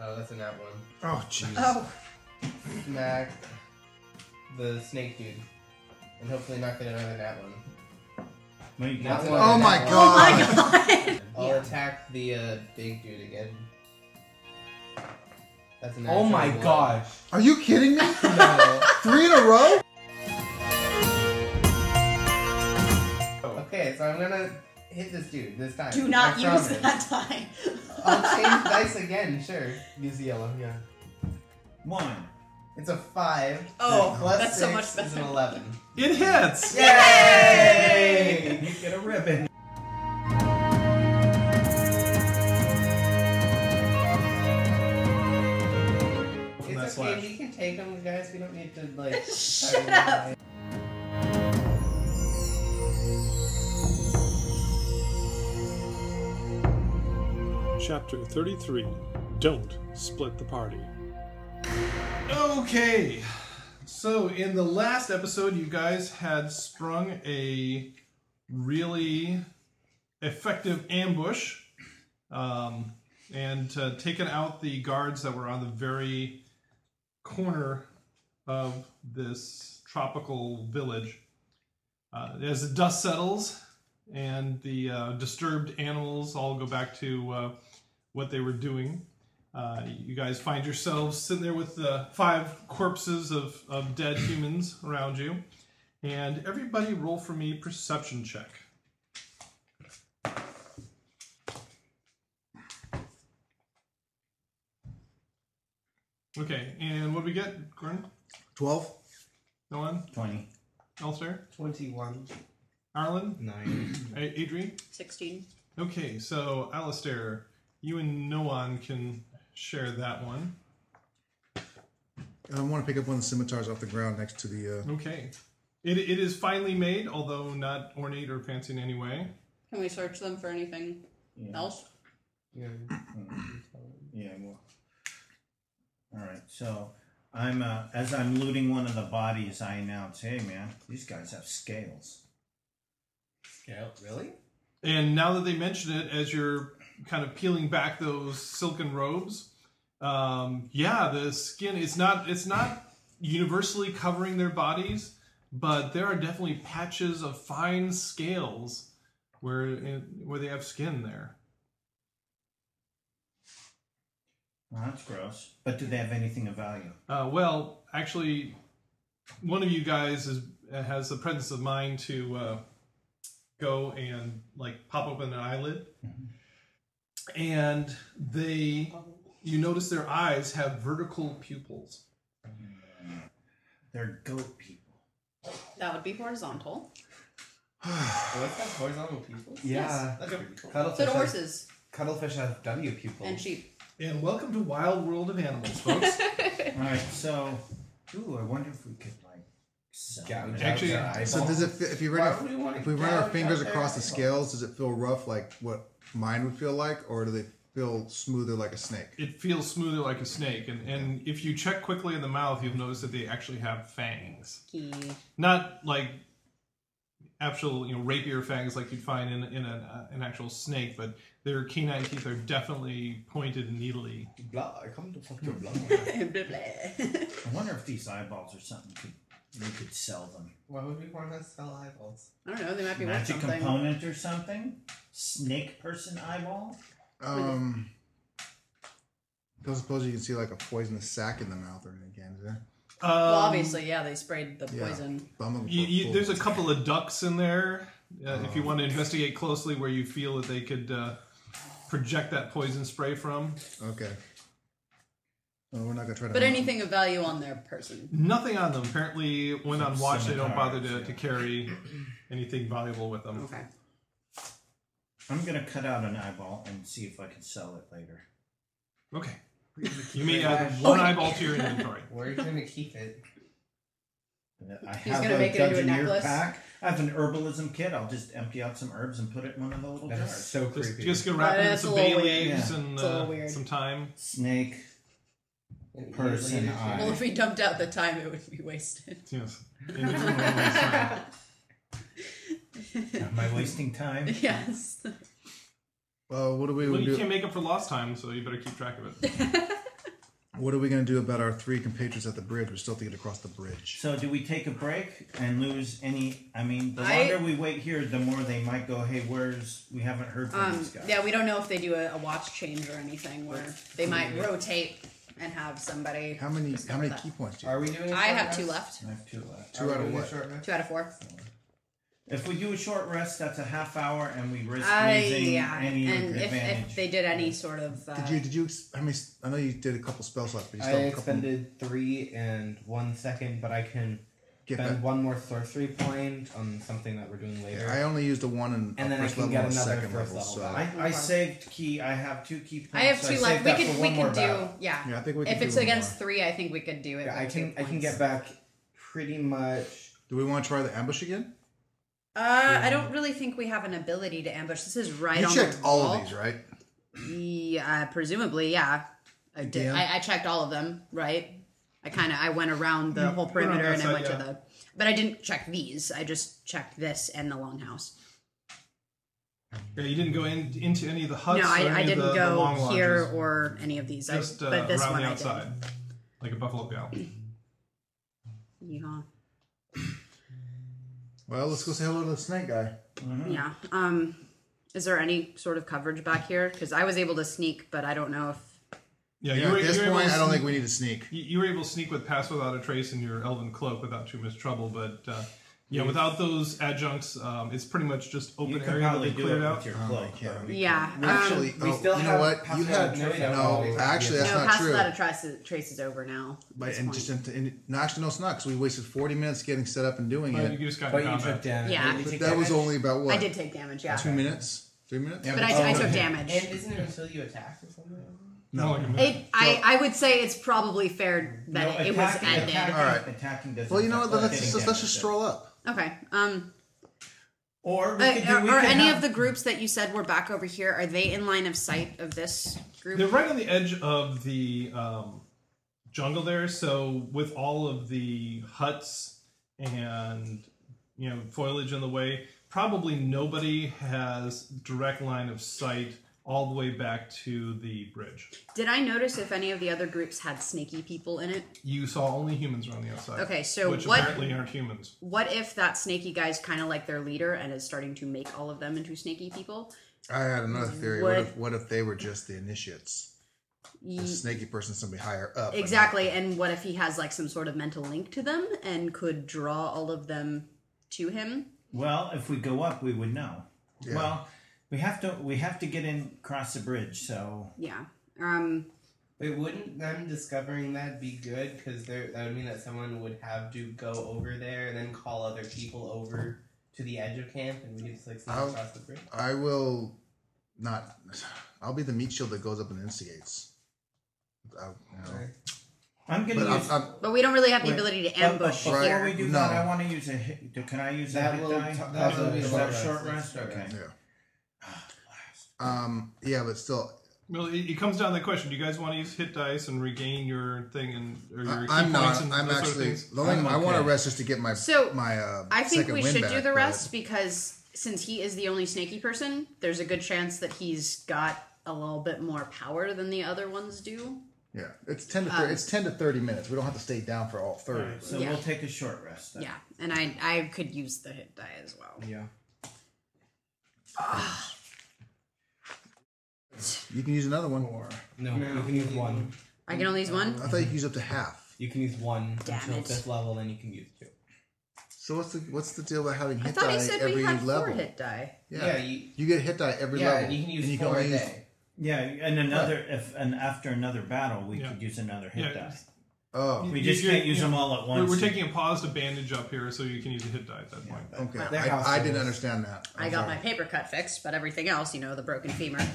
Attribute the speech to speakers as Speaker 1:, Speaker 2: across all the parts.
Speaker 1: Oh, that's in that one.
Speaker 2: Oh, jeez.
Speaker 3: Oh,
Speaker 1: Smack the snake dude. And hopefully not get another nat one.
Speaker 4: No, you
Speaker 1: Not
Speaker 4: can't.
Speaker 1: one.
Speaker 2: Oh my
Speaker 1: Nat one.
Speaker 2: god.
Speaker 3: oh my god.
Speaker 1: I'll
Speaker 3: Yeah.
Speaker 1: attack the uh, big dude again. That's an
Speaker 4: Oh my
Speaker 1: actual one.
Speaker 4: gosh.
Speaker 2: Are you kidding me?
Speaker 1: No.
Speaker 2: Three in a row?
Speaker 1: Okay, so I'm gonna hit this dude this time.
Speaker 3: Do not
Speaker 1: I
Speaker 3: use
Speaker 1: promise.
Speaker 3: that die.
Speaker 1: I'll change dice again, sure. Use yellow, yeah.
Speaker 4: One.
Speaker 1: It's a five.
Speaker 3: Oh,
Speaker 1: Plus
Speaker 3: that's so
Speaker 1: six
Speaker 3: much
Speaker 1: is an
Speaker 3: better.
Speaker 1: eleven.
Speaker 4: It hits.
Speaker 1: Yay!
Speaker 4: You get a ribbon.
Speaker 1: It's
Speaker 4: That's
Speaker 1: okay,
Speaker 4: last.
Speaker 1: we can take them, guys. We don't need to like.
Speaker 3: Shut
Speaker 1: I-
Speaker 5: Chapter 33 Don't Split the Party.
Speaker 6: Okay. So in the last episode, you guys had sprung a really effective ambush um, and uh, taken out the guards that were on the very corner of this tropical village. Uh, as the dust settles and the uh, disturbed animals all go back to uh, what they were doing, uh, you guys find yourselves sitting there with the five corpses of, of dead humans around you. And everybody roll for me perception check. Okay, and what do we get, Gordon?
Speaker 2: 12?
Speaker 6: Nolan?
Speaker 4: 20.
Speaker 6: Elster?
Speaker 1: Twenty-one.
Speaker 6: Arlen?
Speaker 1: Nine.
Speaker 6: A- Adri?
Speaker 3: 16.
Speaker 6: Okay, so Alistair, you and Noan can share that one.
Speaker 2: I want to pick up one of the scimitars off the ground next to the. Uh,
Speaker 6: Okay. It, it is finely made, although not ornate or fancy in any way.
Speaker 3: Can we search them for anything
Speaker 4: Yeah.
Speaker 3: else?
Speaker 1: Yeah.
Speaker 4: Yeah, well. Alright, so I'm uh, as I'm looting one of the bodies, I announce, hey man, these guys have scales.
Speaker 1: Scale, really?
Speaker 6: And now that they mention it, as you're kind of peeling back those silken robes, um, yeah, the skin it's not it's not universally covering their bodies, but there are definitely patches of fine scales where it, where they have skin there.
Speaker 4: Well, that's gross. But do they have anything of value?
Speaker 6: Uh, well, actually, one of you guys is has the presence of mind to uh, go and like pop open an eyelid, and they you notice their eyes have vertical pupils.
Speaker 4: They're goat people.
Speaker 3: That would be horizontal.
Speaker 1: What's that horizontal pupils?
Speaker 3: Yeah.
Speaker 1: That's pretty cool.
Speaker 2: Oh,
Speaker 3: So
Speaker 7: Cuttlefish
Speaker 3: do
Speaker 7: has,
Speaker 3: horses
Speaker 7: cuttlefish have W pupils.
Speaker 3: and sheep.
Speaker 6: And welcome to Wild World of Animals, folks.
Speaker 4: Alright, so ooh, I wonder if we could like sell
Speaker 1: Gouge
Speaker 4: them.
Speaker 1: out
Speaker 6: Actually,
Speaker 1: their
Speaker 2: so
Speaker 1: eyeball.
Speaker 2: does it? Fit, if you
Speaker 1: Why
Speaker 2: run,
Speaker 1: would we
Speaker 2: our,
Speaker 1: wanna
Speaker 2: if we run our
Speaker 1: gouge
Speaker 2: fingers
Speaker 1: out their
Speaker 2: across the
Speaker 1: eyeball?
Speaker 2: scales, does it feel rough like what mine would feel like, or do they feel smoother like a snake?
Speaker 6: it feels smoother like a snake, and, and if you check quickly in the mouth, you'll notice that they actually have fangs.
Speaker 3: Key.
Speaker 6: not like actual you know rapier fangs like you'd find in in an, uh, an actual snake, but their canine teeth are definitely pointed and needly.
Speaker 7: Blah, I come to fuck
Speaker 1: Hmm.
Speaker 7: your blah.
Speaker 3: Blah, blah.
Speaker 4: I wonder if these eyeballs or something could we could sell them.
Speaker 1: Why would we want to sell eyeballs?
Speaker 3: I don't know, they might be worth
Speaker 4: Magic
Speaker 3: something.
Speaker 4: component or something? Snake person eyeball?
Speaker 2: Um, I suppose you can see like a poisonous sac in the mouth or anything. Can there?
Speaker 6: Um,
Speaker 3: Well, obviously, yeah, they sprayed the
Speaker 2: yeah.
Speaker 3: poison.
Speaker 2: Bum of
Speaker 6: you, you,
Speaker 2: bull.
Speaker 6: there's a couple of ducks in there. Uh,
Speaker 4: Uh-huh.
Speaker 6: if you
Speaker 2: Oh.
Speaker 6: want to investigate closely, where you feel that they could uh, project that poison spray from,
Speaker 2: Okay. Oh, we're not gonna try to.
Speaker 3: But anything of value on their person.
Speaker 6: nothing on them. Apparently, when on
Speaker 4: Some
Speaker 6: watch, they don't bother to,
Speaker 4: scimitars,
Speaker 6: to
Speaker 4: yeah.
Speaker 6: carry anything valuable with them.
Speaker 3: Okay.
Speaker 4: I'm gonna cut out an eyeball and see if I can sell it later.
Speaker 6: Okay,
Speaker 1: We're gonna keep
Speaker 6: you may
Speaker 1: it.
Speaker 6: add one eyeball to your inventory.
Speaker 1: We're gonna keep it.
Speaker 4: I
Speaker 3: He's
Speaker 4: have
Speaker 3: gonna
Speaker 4: a
Speaker 3: make it into a
Speaker 4: Dungeoneer
Speaker 3: necklace?
Speaker 4: pack. I have an herbalism kit. I'll just empty out some herbs and put it in one of the little
Speaker 7: That is
Speaker 4: jars.
Speaker 7: so
Speaker 6: Just,
Speaker 7: creepy.
Speaker 6: just go wrap it in
Speaker 3: That's a
Speaker 6: some bay
Speaker 3: little
Speaker 6: leaves
Speaker 4: weird.
Speaker 6: and
Speaker 3: It's a little
Speaker 6: uh,
Speaker 3: weird.
Speaker 6: some thyme.
Speaker 4: Snake.
Speaker 1: And eat
Speaker 4: Person
Speaker 1: it later.
Speaker 4: eye.
Speaker 3: Well, if we dumped out the time, it would be wasted.
Speaker 6: Yes. In between one of those thyme.
Speaker 4: Am I wasting time?
Speaker 3: yes.
Speaker 2: Well, what are we
Speaker 6: Well,
Speaker 2: gonna
Speaker 6: you
Speaker 2: do?
Speaker 6: can't make up for lost time, so you better keep track of it.
Speaker 2: What are we gonna do about our three compatriots at the bridge? We still have to get across the bridge.
Speaker 4: So do we take a break and lose any? I mean, the
Speaker 3: I-
Speaker 4: longer we wait here, the more they might go. Hey, where's we haven't heard from
Speaker 3: Um,
Speaker 4: these guys.
Speaker 3: yeah, we don't know if they do a, a watch change or anything where they might rotate and have somebody.
Speaker 2: How many?
Speaker 3: Let's go
Speaker 2: How many
Speaker 3: with
Speaker 2: key points do you?
Speaker 1: Are we doing? a
Speaker 3: I
Speaker 1: short
Speaker 3: have two
Speaker 1: rest?
Speaker 3: left.
Speaker 4: I have two left.
Speaker 1: Are we
Speaker 2: Two out of
Speaker 1: doing a
Speaker 2: what?
Speaker 1: short rest?
Speaker 3: Two out of four.
Speaker 4: If we do a short rest, that's a half hour, and we risk
Speaker 3: I
Speaker 4: losing
Speaker 3: yeah,
Speaker 4: any
Speaker 3: and if,
Speaker 4: advantage.
Speaker 3: if they did any sort of uh,
Speaker 2: Did you? Did you? ex- I mean, I know you did a couple spell slots, but you
Speaker 1: I
Speaker 2: still have a couple.
Speaker 1: expended three and one second, but I can
Speaker 2: get
Speaker 1: spend
Speaker 2: that.
Speaker 1: one more sorcery point on something that we're doing later.
Speaker 2: I only used a one and,
Speaker 1: And
Speaker 2: a
Speaker 1: then I
Speaker 2: first
Speaker 1: can
Speaker 2: level
Speaker 1: get
Speaker 2: and a
Speaker 1: another
Speaker 2: second
Speaker 1: first
Speaker 2: level.
Speaker 1: level
Speaker 2: So
Speaker 1: back.
Speaker 4: I, I saved key. I have two key points.
Speaker 3: I have two
Speaker 4: saved
Speaker 3: left. We
Speaker 4: that
Speaker 3: could
Speaker 4: for
Speaker 3: we
Speaker 4: one more
Speaker 3: could do
Speaker 4: battle.
Speaker 3: yeah.
Speaker 2: yeah, I think we can
Speaker 3: if
Speaker 2: do
Speaker 3: it's
Speaker 2: one
Speaker 3: against
Speaker 2: more.
Speaker 3: three, I think we could do it.
Speaker 1: Yeah, I
Speaker 3: with two
Speaker 1: can I can
Speaker 3: points.
Speaker 1: get back pretty much.
Speaker 2: Do we want to try the ambush again?
Speaker 3: Uh, I don't really think we have an ability to ambush. This is right
Speaker 2: You
Speaker 3: on
Speaker 2: checked
Speaker 3: the
Speaker 2: all
Speaker 3: wall.
Speaker 2: of these, right?
Speaker 3: Yeah, uh, presumably, yeah. I did.
Speaker 2: Yeah.
Speaker 3: I, I checked all of them, right? I kind of I went around the whole
Speaker 6: went around
Speaker 3: perimeter and I
Speaker 6: outside,
Speaker 3: went to
Speaker 6: yeah.
Speaker 3: the, but I didn't check these. I just checked this and the longhouse.
Speaker 6: Yeah, you didn't go in, into any of the huts.
Speaker 3: no,
Speaker 6: or any
Speaker 3: I, I
Speaker 6: of
Speaker 3: didn't
Speaker 6: the- the
Speaker 3: go
Speaker 6: long
Speaker 3: here
Speaker 6: lodges.
Speaker 3: or any of these. I-
Speaker 6: just uh,
Speaker 3: but this
Speaker 6: around
Speaker 3: one
Speaker 6: the
Speaker 3: I
Speaker 6: outside, like a buffalo gal.
Speaker 3: did. Yeehaw.
Speaker 2: Well, let's go say hello to the snake guy.
Speaker 3: Yeah. Um, is there any sort of coverage back here? Because I was able to sneak, but I don't know if.
Speaker 6: Yeah,
Speaker 2: Yeah,
Speaker 6: you were,
Speaker 2: at this
Speaker 6: you were
Speaker 2: point,
Speaker 6: able
Speaker 2: I don't
Speaker 6: to
Speaker 2: think we need to sneak.
Speaker 6: You, you were able to sneak with Pass Without a Trace in your Elven Cloak without too much trouble, but uh, yeah, without those adjuncts, um, it's pretty much just open
Speaker 4: You can
Speaker 6: area that
Speaker 4: probably
Speaker 6: they
Speaker 4: do it
Speaker 6: cleared
Speaker 4: with
Speaker 6: out.
Speaker 4: your
Speaker 2: Oh,
Speaker 4: cloak.
Speaker 2: yeah.
Speaker 4: but we-
Speaker 3: Yeah. um,
Speaker 2: Actually,
Speaker 1: we
Speaker 2: oh,
Speaker 1: still
Speaker 2: you know
Speaker 1: have
Speaker 2: what? You
Speaker 1: Pascal
Speaker 2: had
Speaker 1: Noe that
Speaker 2: no.
Speaker 1: always-
Speaker 2: Actually, that's
Speaker 3: no,
Speaker 2: not
Speaker 3: pass
Speaker 2: true.
Speaker 3: without a trace, trace is over now. at
Speaker 2: But
Speaker 3: this
Speaker 2: and
Speaker 3: point.
Speaker 2: just and, and, no, actually, no, it's not because we wasted forty minutes getting set up and doing
Speaker 6: But
Speaker 2: it.
Speaker 6: you just got
Speaker 1: But
Speaker 6: in
Speaker 1: you
Speaker 6: combat.
Speaker 1: took damage.
Speaker 3: Yeah.
Speaker 1: Did you
Speaker 2: But
Speaker 1: take
Speaker 2: that was
Speaker 1: damage?
Speaker 2: only about what?
Speaker 3: I did take damage. Yeah,
Speaker 2: two minutes, three minutes.
Speaker 3: but I, I took damage.
Speaker 1: And isn't it until you attack or something?
Speaker 6: No, like a minute.
Speaker 3: It, I, I would say it's probably fair that
Speaker 4: No,
Speaker 3: it, it was
Speaker 4: attacking-
Speaker 3: ended.
Speaker 4: attacking-
Speaker 2: All right.
Speaker 4: Attacking doesn't.
Speaker 2: well, you know what?
Speaker 4: affect
Speaker 2: Let's
Speaker 4: hitting
Speaker 2: just, let's
Speaker 4: damage,
Speaker 2: just
Speaker 4: so-
Speaker 2: stroll up.
Speaker 3: Okay. Um.
Speaker 4: Or we
Speaker 3: uh,
Speaker 4: could do,
Speaker 3: are
Speaker 4: we
Speaker 3: are
Speaker 4: could
Speaker 3: any
Speaker 4: have-
Speaker 3: of the groups that you said were back over here? Are they in line of sight of this group?
Speaker 6: They're right on the edge of the um, jungle there, so with all of the huts and you know foliage in the way, probably nobody has direct line of sight all the way back to the bridge.
Speaker 3: Did I notice if any of the other groups had snaky people in it?
Speaker 6: You saw only humans around the outside.
Speaker 3: Okay, so
Speaker 6: which
Speaker 3: what-
Speaker 6: apparently aren't humans.
Speaker 3: What if that snaky guy's kind of like their leader and is starting to make all of them into snaky people?
Speaker 2: I had another theory. What,
Speaker 3: What- Mm.
Speaker 2: if what if they were just the initiates?
Speaker 3: Ye-
Speaker 2: The snaky person, somebody higher up. but
Speaker 3: Exactly. And what if he has like some sort of mental link to them and could draw all of them to him?
Speaker 4: Well, if we go up, we would know.
Speaker 2: Yeah.
Speaker 4: Well, we have to we have to get in cross the bridge. So
Speaker 3: Yeah. Um.
Speaker 1: Wait, wouldn't them discovering that be good? Because that would mean that someone would have to go over there and then call other people over to the edge of camp, and we could just like sneak
Speaker 2: I'll-
Speaker 1: across the bridge.
Speaker 2: not- I will not. I'll be the meat shield that goes up and instigates. I, you know.
Speaker 4: I'm going
Speaker 2: But
Speaker 4: to use.
Speaker 2: I'm, I'm,
Speaker 3: But we don't really have the
Speaker 4: Wait,
Speaker 3: ability to
Speaker 4: but- but
Speaker 3: ambush
Speaker 4: before
Speaker 3: here.
Speaker 4: we do
Speaker 2: No.
Speaker 4: that, I want to use a hit. do- Can I use
Speaker 1: That
Speaker 4: a hit
Speaker 1: will-
Speaker 4: die?
Speaker 1: that will be
Speaker 4: is
Speaker 1: a
Speaker 4: that
Speaker 1: short
Speaker 4: short
Speaker 1: rest.
Speaker 4: rest?
Speaker 1: That's
Speaker 4: Okay.
Speaker 2: yeah. Um. Yeah, but still,
Speaker 6: Well, it, it comes down to the question: Do you guys want to use hit dice and regain your thing and or your
Speaker 2: I,
Speaker 6: key
Speaker 2: I'm
Speaker 6: points
Speaker 2: not.
Speaker 6: and
Speaker 2: I'm
Speaker 6: those sort of
Speaker 2: actually.
Speaker 6: things?
Speaker 2: the only-
Speaker 4: I'm
Speaker 2: I want to
Speaker 4: okay.
Speaker 2: rest just to get my
Speaker 3: So,
Speaker 2: my. Uh,
Speaker 3: I think
Speaker 2: second
Speaker 3: we
Speaker 2: win
Speaker 3: should
Speaker 2: back,
Speaker 3: do the
Speaker 2: but-
Speaker 3: rest because since he is the only snaky person, there's a good chance that he's got a little bit more power than the other ones do.
Speaker 2: Yeah, it's ten to
Speaker 3: Um.
Speaker 2: 30, it's ten to thirty minutes. We don't have to stay down for all
Speaker 4: All
Speaker 2: thirty.
Speaker 4: right, so
Speaker 3: Yeah.
Speaker 4: we'll take a short rest. Then.
Speaker 3: Yeah, and I I could use the hit die as well.
Speaker 1: Yeah.
Speaker 2: You can use another one.
Speaker 1: No, you can use one.
Speaker 3: I can only use one.
Speaker 2: I thought you could use up to half.
Speaker 1: You can use one
Speaker 3: Damn
Speaker 1: until
Speaker 3: it.
Speaker 1: fifth level, then you can use two.
Speaker 2: So what's the what's the deal about having
Speaker 3: I
Speaker 2: hit
Speaker 3: thought
Speaker 2: die
Speaker 3: he said
Speaker 2: every
Speaker 3: we had
Speaker 2: level?
Speaker 3: four hit die.
Speaker 2: Yeah.
Speaker 1: Yeah,
Speaker 2: you,
Speaker 1: you-
Speaker 2: get hit die every
Speaker 1: yeah,
Speaker 2: level.
Speaker 1: and you can use
Speaker 2: and you
Speaker 1: four
Speaker 2: can
Speaker 1: a
Speaker 2: only use-
Speaker 1: day.
Speaker 4: Yeah, and another if and after another battle, we
Speaker 6: Yeah.
Speaker 4: could use another hit
Speaker 6: Yeah.
Speaker 4: die.
Speaker 2: Oh,
Speaker 4: We
Speaker 6: You-
Speaker 4: just
Speaker 6: you're-
Speaker 4: can't use
Speaker 6: yeah.
Speaker 4: them all at
Speaker 6: We're,
Speaker 4: once.
Speaker 6: we're taking a pause to bandage up here, so you can use a hit die at that point.
Speaker 2: okay.
Speaker 3: Well,
Speaker 2: I, I didn't understand that.
Speaker 3: I got my paper cut fixed, but everything else, you know, the broken femur.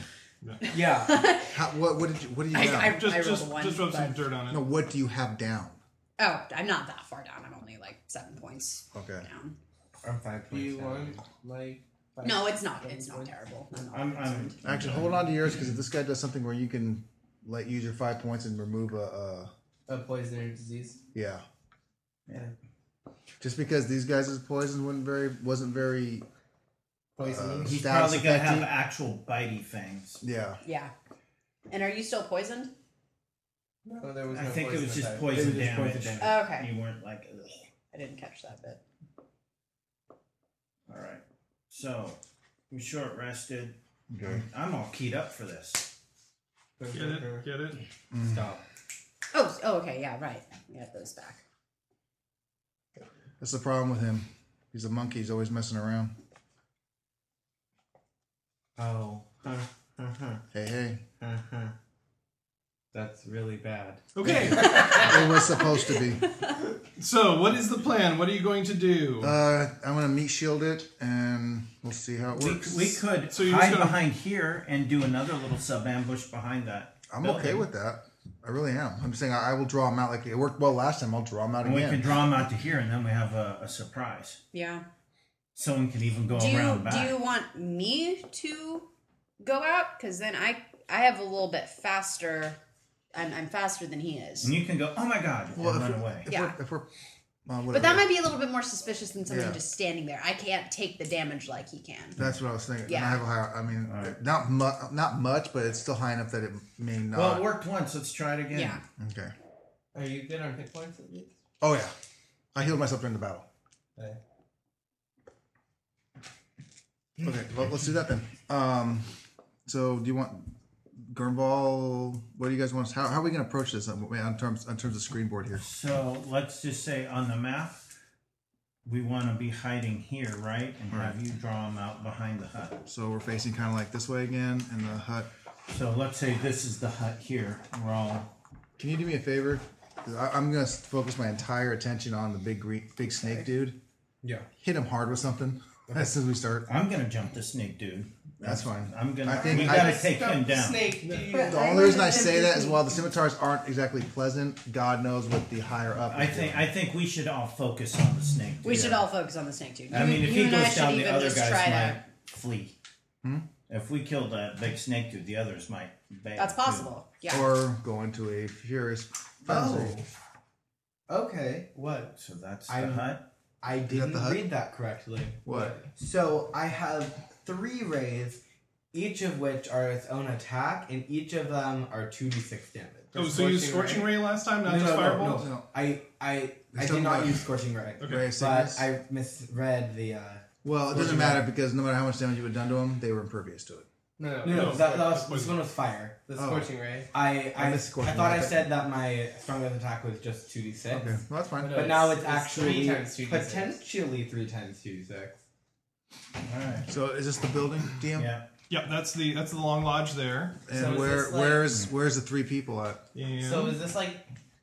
Speaker 1: Yeah.
Speaker 2: How, what what did you what do you
Speaker 3: I,
Speaker 2: have?
Speaker 3: I, I
Speaker 6: Just
Speaker 3: rolled a
Speaker 6: just
Speaker 3: one.
Speaker 6: just rub some
Speaker 3: but-
Speaker 6: dirt on it.
Speaker 2: no, what do you have down?
Speaker 3: Oh, I'm not that far down. I'm only only like seven points
Speaker 2: Okay.
Speaker 3: down.
Speaker 7: I'm five
Speaker 1: Do
Speaker 7: points.
Speaker 1: you
Speaker 7: down.
Speaker 1: want like? five-
Speaker 3: No, it's not. It's
Speaker 1: seven points?
Speaker 3: not terrible. I'm not
Speaker 4: I'm, I'm
Speaker 2: Actually, hold on to yours because if this guy does something where you can let use your five points and remove a, uh,
Speaker 1: A poison or disease.
Speaker 2: yeah.
Speaker 4: Yeah.
Speaker 2: Just because these guys' poison wasn't very wasn't very
Speaker 1: Poison.
Speaker 2: Uh,
Speaker 4: He's
Speaker 2: Status
Speaker 4: probably gonna have
Speaker 2: effective.
Speaker 4: actual bitey fangs.
Speaker 2: yeah
Speaker 3: Yeah. And are you still poisoned?
Speaker 1: no, there was
Speaker 4: I
Speaker 1: no
Speaker 4: think it
Speaker 1: poison
Speaker 4: was just
Speaker 1: effect.
Speaker 4: poison
Speaker 1: It was just
Speaker 4: damage.
Speaker 1: poison damage.
Speaker 3: Oh, okay.
Speaker 4: You weren't like, Ugh.
Speaker 3: I didn't catch that bit.
Speaker 4: all right. So we short rested.
Speaker 2: okay.
Speaker 4: I'm all keyed up for this.
Speaker 6: Get it? Get it?
Speaker 1: Mm.
Speaker 7: Stop.
Speaker 3: Oh, oh, okay. Yeah, right. We got those back.
Speaker 2: That's the problem with him. He's a monkey. He's always messing around.
Speaker 7: Oh.
Speaker 4: Uh-huh.
Speaker 7: Huh, huh, huh,
Speaker 2: Hey hey,
Speaker 7: huh,
Speaker 1: Uh-huh.
Speaker 7: huh. That's really bad.
Speaker 6: Okay.
Speaker 2: it was supposed to be.
Speaker 6: so what is the plan? What are you going to do?
Speaker 2: Uh, I'm gonna meat shield it and we'll see how it
Speaker 4: We,
Speaker 2: works.
Speaker 4: we could
Speaker 6: So you're just
Speaker 4: hide
Speaker 6: gonna-
Speaker 4: behind here and do another little sub ambush behind that.
Speaker 2: I'm
Speaker 4: building.
Speaker 2: okay with that. I really am. I'm saying I, I will draw him out like it worked well last time. I'll draw him out
Speaker 4: And we
Speaker 2: again.
Speaker 4: can draw them out to here, and then we have a, a surprise.
Speaker 3: Yeah.
Speaker 4: Someone can even go
Speaker 3: Do you
Speaker 4: around
Speaker 3: do
Speaker 4: back.
Speaker 3: you want me to go out? Because then I I have a little bit faster. I'm, I'm faster than he is.
Speaker 4: and you can go, oh my god,
Speaker 2: Well,
Speaker 4: and
Speaker 2: if
Speaker 4: run
Speaker 2: we're-
Speaker 4: away.
Speaker 2: If
Speaker 3: Yeah.
Speaker 2: We're, if we're, well,
Speaker 3: But that might be a little bit more suspicious than someone
Speaker 2: Yeah.
Speaker 3: just standing there. I can't take the damage like he can.
Speaker 2: That's what I was thinking. And
Speaker 3: Yeah.
Speaker 2: I have a high. I mean,
Speaker 4: Alright.
Speaker 2: not mu- not much, but it's still high enough that it may not.
Speaker 4: Well, it worked once. Let's try it again.
Speaker 3: Yeah.
Speaker 2: okay.
Speaker 1: Are you good on hit points at least?
Speaker 2: Oh yeah, I healed myself during the battle.
Speaker 1: Okay.
Speaker 2: Okay, well, let's do that then. Um, so do you want Gurnball? What do you guys want? us- How, how are we gonna approach this on, on terms on terms of screenboard here?
Speaker 4: So let's just say on the map, we want to be hiding here, right? And have you draw them out behind the hut.
Speaker 2: So we're facing kind of like this way again, and the hut.
Speaker 4: So let's say this is the hut here. We're all
Speaker 2: Can you do me a favor? 'Cause I, I'm gonna s- focus my entire attention on the big green, big snake dude.
Speaker 7: Yeah.
Speaker 2: Hit him hard with something as soon as we start.
Speaker 4: I'm gonna jump the snake dude.
Speaker 2: That's fine.
Speaker 4: I'm gonna.
Speaker 2: I think
Speaker 4: we
Speaker 2: I-
Speaker 4: gotta take
Speaker 1: Stop
Speaker 4: him
Speaker 1: the
Speaker 4: down.
Speaker 1: Snake. Do you
Speaker 2: The only reason I say that is while the scimitars aren't exactly pleasant, God knows what the higher up.
Speaker 4: I think. I think we should all focus on the snake.
Speaker 3: We
Speaker 4: dude.
Speaker 3: should all focus on the snake too.
Speaker 4: I mean, if he goes down, the other guys
Speaker 3: try
Speaker 4: might flee. If we kill that big snake dude, the others might. bail,
Speaker 3: That's
Speaker 4: too.
Speaker 3: possible. Yeah.
Speaker 2: or go into a furious frenzy.
Speaker 7: Okay. What?
Speaker 4: So that's
Speaker 7: I'm-
Speaker 4: the hut.
Speaker 7: I didn't
Speaker 2: the hut?
Speaker 7: read that correctly.
Speaker 2: What?
Speaker 7: So I have three rays, each of which are its own attack, and each of them are two d six damage.
Speaker 6: Oh, so you used
Speaker 1: Scorching
Speaker 6: scorching ray last time, not
Speaker 7: No,
Speaker 6: just
Speaker 7: no, no,
Speaker 6: fireball.
Speaker 7: no.
Speaker 2: No.
Speaker 7: I I I
Speaker 2: talking
Speaker 7: did not
Speaker 2: about-
Speaker 7: use scorching ray,
Speaker 6: Okay.
Speaker 2: Ray of
Speaker 7: but
Speaker 2: sickness.
Speaker 7: I misread the. Uh,
Speaker 2: well, it doesn't
Speaker 7: Scorching
Speaker 2: matter because no matter how much damage you had done to them, they were impervious to it.
Speaker 1: No,
Speaker 7: no,
Speaker 1: no,
Speaker 7: no,
Speaker 6: Oh, No,
Speaker 7: that, that
Speaker 6: that's
Speaker 7: was, this
Speaker 6: poison.
Speaker 7: one was fire.
Speaker 1: the
Speaker 2: Oh.
Speaker 1: scorching ray.
Speaker 7: I I,
Speaker 2: I
Speaker 7: I,
Speaker 2: missed scorching
Speaker 7: thought
Speaker 2: ray,
Speaker 7: I
Speaker 2: but-
Speaker 7: said that my strongest attack was just two d six,
Speaker 2: Okay, well, that's fine.
Speaker 1: No,
Speaker 7: but now it's,
Speaker 1: three
Speaker 7: actually
Speaker 1: times 2d6.
Speaker 7: potentially three times two d six.
Speaker 4: All right.
Speaker 2: So is this the building, DM?
Speaker 4: Yeah.
Speaker 6: Yep, that's the that's the long lodge there.
Speaker 2: And
Speaker 1: So is
Speaker 2: where
Speaker 1: this like-
Speaker 2: where's where's the three people at?
Speaker 6: And
Speaker 1: So is this like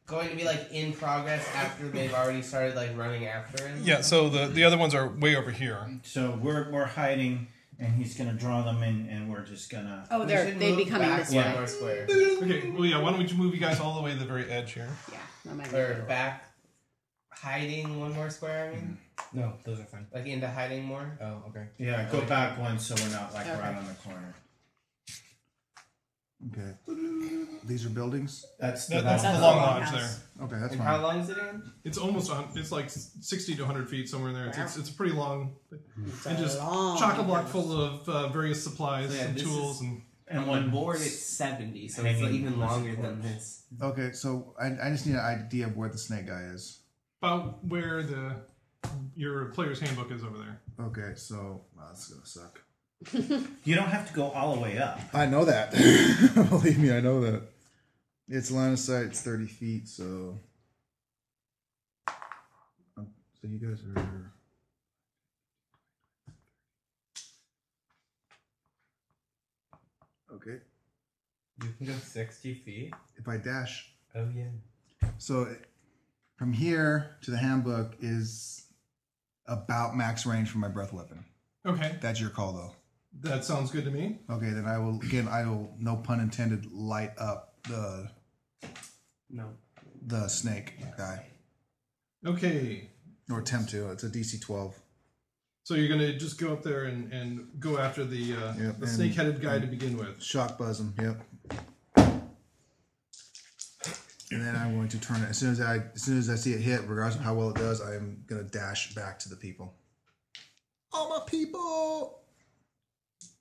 Speaker 1: going to be like in progress after they've already started like running after him?
Speaker 6: yeah, so the the other ones are way over here.
Speaker 4: So we're we're hiding, and he's gonna draw them in, and we're just gonna.
Speaker 3: oh,
Speaker 1: We
Speaker 3: they're
Speaker 1: should
Speaker 3: they'd be
Speaker 1: move
Speaker 3: coming
Speaker 1: back
Speaker 3: this
Speaker 1: one
Speaker 3: way.
Speaker 1: more square
Speaker 6: Okay, well yeah, why don't we move you guys all the way to the very edge here?
Speaker 3: Yeah. that might be
Speaker 1: or
Speaker 3: better.
Speaker 1: back hiding one more square. I mean,
Speaker 2: Mm-hmm.
Speaker 7: No, those are fine.
Speaker 1: like into hiding more.
Speaker 7: Oh, okay.
Speaker 4: Yeah, go back one so we're not like right
Speaker 3: Okay.
Speaker 4: on the corner.
Speaker 2: Okay, these are buildings.
Speaker 4: That's the
Speaker 6: That- that's
Speaker 4: wrong-
Speaker 6: the
Speaker 3: That's
Speaker 6: long
Speaker 3: the
Speaker 6: lodge there.
Speaker 3: longhouse.
Speaker 2: Okay, that's
Speaker 1: and
Speaker 2: fine.
Speaker 1: how long is it in?
Speaker 6: It's almost on. It's like sixty to hundred feet somewhere in there. It's it's, it's a pretty long
Speaker 3: It's
Speaker 6: and
Speaker 3: a
Speaker 6: just
Speaker 3: long
Speaker 6: chock a block full of uh, various supplies
Speaker 1: Yeah,
Speaker 6: and
Speaker 1: this
Speaker 6: tools
Speaker 1: is-
Speaker 6: and
Speaker 4: And
Speaker 1: On
Speaker 4: one
Speaker 1: board it's seventy, so
Speaker 4: Um, Hanging
Speaker 1: it's like, even
Speaker 4: with the
Speaker 1: longer
Speaker 4: corpse.
Speaker 1: than this.
Speaker 2: Okay, so I, I just need an idea of where the snake guy is.
Speaker 6: about where the your player's handbook is over there.
Speaker 2: Okay, so wow, that's gonna suck.
Speaker 4: You don't have to go all the way up.
Speaker 2: I know that. Believe me, I know that. It's line of sight. It's thirty feet. So, Um, so you guys are. Okay.
Speaker 7: You can go sixty feet.
Speaker 2: If I dash,
Speaker 7: Oh yeah.
Speaker 2: so it- from here to the handbook is about max range for my breath weapon.
Speaker 6: Okay,
Speaker 2: That's your call, though.
Speaker 6: that sounds good to me.
Speaker 2: Okay, then I will again. I will no pun intended light up the
Speaker 1: No.
Speaker 2: the snake guy.
Speaker 6: Okay,
Speaker 2: or attempt to. It's a DC 12.
Speaker 6: So you're gonna just go up there and, and go after the uh,
Speaker 2: Yep,
Speaker 6: the
Speaker 2: and-
Speaker 6: snake headed guy to begin with.
Speaker 2: Shock buzz him. Yep. And then I'm going to turn it as soon as I as soon as I see it hit, regardless of how well it does, I am gonna dash back to the people. All my people.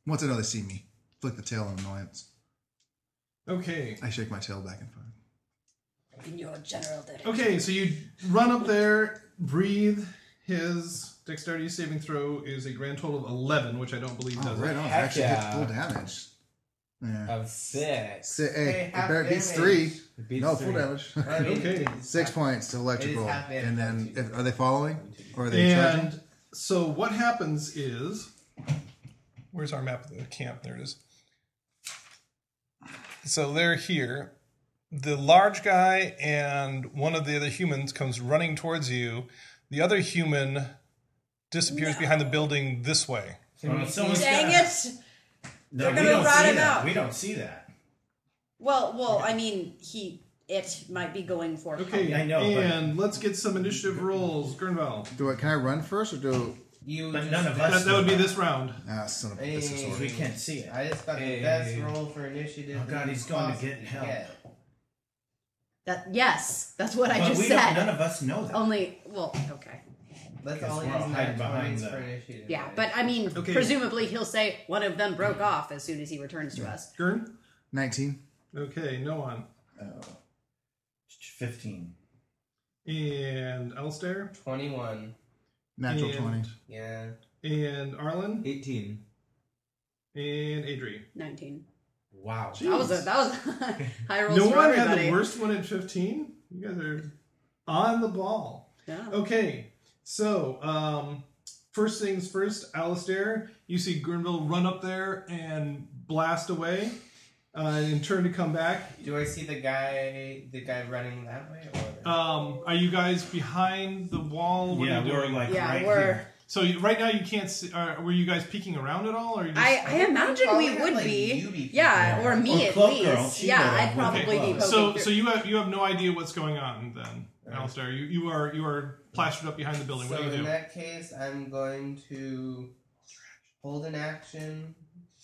Speaker 2: Once I know they see me, flick the tail in annoyance.
Speaker 6: Okay.
Speaker 2: I shake my tail back and forth.
Speaker 3: In your general direction.
Speaker 6: Okay, so you run up there, breathe. His dexterity saving throw is a grand total of eleven, which I don't believe
Speaker 2: Oh,
Speaker 6: does
Speaker 2: right
Speaker 6: it.
Speaker 2: on! I
Speaker 7: Heck
Speaker 2: actually
Speaker 7: yeah.
Speaker 2: did full damage. Yeah.
Speaker 7: Of six.
Speaker 2: Si- hey,
Speaker 1: Hey,
Speaker 2: it
Speaker 1: half
Speaker 2: better beats three.
Speaker 1: damage.
Speaker 7: It beats
Speaker 2: no,
Speaker 7: three.
Speaker 2: full damage.
Speaker 1: I mean,
Speaker 6: Okay.
Speaker 1: it's-
Speaker 2: Six points to electrical,
Speaker 1: half damage,
Speaker 2: and then
Speaker 1: not two.
Speaker 2: if, are they following? Or are they charging?
Speaker 6: And so what happens is, where's our map of the camp? There it is. So they're here. The large guy and one of the other humans comes running towards you. The other human disappears behind the building this way.
Speaker 7: Can we
Speaker 4: Uh, someone's
Speaker 7: see-
Speaker 3: Dang it!
Speaker 4: No,
Speaker 3: They're
Speaker 4: we
Speaker 3: gonna
Speaker 4: don't
Speaker 3: rot
Speaker 4: see
Speaker 3: him
Speaker 4: that.
Speaker 3: out.
Speaker 4: We don't see that.
Speaker 3: Well, well, I mean, he, it might be going for.
Speaker 6: Okay,
Speaker 4: I know, but-
Speaker 6: and let's get some initiative rolls, Gurnval.
Speaker 2: Do I, can I run first or do?
Speaker 1: You
Speaker 4: But
Speaker 1: just-
Speaker 4: none of
Speaker 6: That,
Speaker 4: us.
Speaker 6: that would be
Speaker 4: know
Speaker 6: this round.
Speaker 2: Ah, son of a
Speaker 1: Hey.
Speaker 2: bitch,
Speaker 4: because
Speaker 2: sorry.
Speaker 4: We can't see it.
Speaker 1: I just got
Speaker 7: Hey.
Speaker 1: the best roll for initiative.
Speaker 4: Oh,
Speaker 1: that
Speaker 4: God, he's
Speaker 1: you
Speaker 4: going to
Speaker 1: possibly
Speaker 4: get help.
Speaker 1: get.
Speaker 3: That yes, that's what I
Speaker 4: But
Speaker 3: just
Speaker 4: we don't,
Speaker 3: said. Oh.
Speaker 4: none of us know that.
Speaker 3: Only well, okay,
Speaker 1: That's
Speaker 4: Because
Speaker 1: all he
Speaker 4: we're all
Speaker 1: has nine
Speaker 4: hiding behind
Speaker 1: points
Speaker 4: the-
Speaker 1: for initiative.
Speaker 3: yeah,
Speaker 1: right?
Speaker 3: but I mean,
Speaker 6: Okay.
Speaker 3: presumably he'll say one of them broke off as soon as he returns to us.
Speaker 6: Gurn?
Speaker 2: Nineteen.
Speaker 6: Okay, no one.
Speaker 4: Oh. 15.
Speaker 6: And Alistair?
Speaker 1: twenty-one.
Speaker 2: Natural
Speaker 6: And-
Speaker 2: twenty.
Speaker 1: Yeah.
Speaker 6: And Arlen?
Speaker 7: 18.
Speaker 6: And Adri.
Speaker 3: Nineteen.
Speaker 7: Wow.
Speaker 3: That was a that was a high rolls
Speaker 6: No
Speaker 3: for
Speaker 6: one had
Speaker 3: everybody.
Speaker 6: the worst one at 15. You guys are on the ball.
Speaker 3: Yeah.
Speaker 6: Okay, so um, first things first, Alistair, you see Gurnville run up there and blast away uh, and turn to come back.
Speaker 1: Do I see the guy? The guy running that way? Or?
Speaker 6: Um, are you guys behind the wall? What
Speaker 4: yeah,
Speaker 6: are you
Speaker 4: we're
Speaker 6: doing?
Speaker 4: like
Speaker 3: Yeah,
Speaker 4: right
Speaker 3: we're-
Speaker 4: here.
Speaker 6: So you, right now you can't see. Are, were you guys peeking around at all? Or you just,
Speaker 3: I, I imagine
Speaker 1: probably
Speaker 3: we
Speaker 1: have,
Speaker 3: would
Speaker 1: like, you
Speaker 3: be,
Speaker 1: be
Speaker 3: yeah, or me
Speaker 4: Or
Speaker 3: at
Speaker 4: Cloak
Speaker 3: least.
Speaker 4: Girl, she
Speaker 3: yeah,
Speaker 4: would have.
Speaker 3: I'd probably
Speaker 4: Okay,
Speaker 3: be.
Speaker 4: Cloak.
Speaker 6: so
Speaker 3: poking
Speaker 6: so you have you have no idea what's going on then, Alistair. You you are you are plastered up behind the building.
Speaker 1: so
Speaker 6: what do you
Speaker 1: in
Speaker 6: do?
Speaker 1: that case, I'm going to hold an action.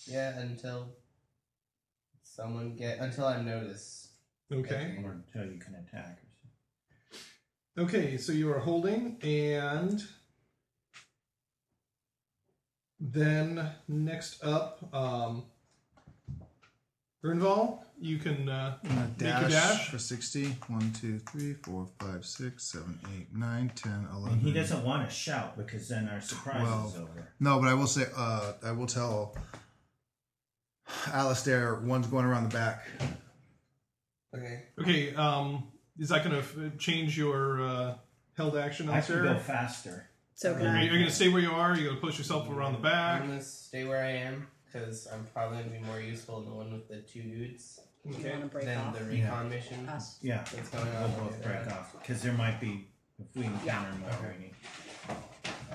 Speaker 1: Yeah, until someone get until I'm noticed.
Speaker 6: Okay.
Speaker 4: Or until you can attack. or something.
Speaker 6: Okay, so you are holding, and then next up, um, Grinval, you can. Uh,
Speaker 2: I'm gonna
Speaker 6: Make
Speaker 2: dash,
Speaker 6: your dash.
Speaker 2: for sixty. One, two, three, four, five, six, seven, eight, nine, ten, eleven.
Speaker 4: And he doesn't want to shout because then our surprise is
Speaker 2: Twelve.
Speaker 4: over.
Speaker 2: No, but I will say, uh, I will tell Alistair one's going around the back.
Speaker 1: Okay.
Speaker 6: okay, um, is that going to change your uh, held action
Speaker 4: I should go
Speaker 6: elsewhere?
Speaker 4: faster.
Speaker 3: so can
Speaker 6: Are
Speaker 3: I.
Speaker 6: you, going to stay where you are? Are you going to push yourself around the
Speaker 1: Mm-hmm. I'm
Speaker 4: Mm.
Speaker 6: back?
Speaker 1: gonna stay where I am because I'm probably gonna be more useful in the one with the two dudes
Speaker 3: You
Speaker 6: Okay.
Speaker 3: want to break
Speaker 1: than
Speaker 3: off Uh,
Speaker 1: the recon mission.
Speaker 3: us?
Speaker 4: Yeah,
Speaker 1: That's going
Speaker 4: we'll
Speaker 1: on.
Speaker 4: both break off because there might be if we encounter
Speaker 3: Yeah.
Speaker 4: more. we need-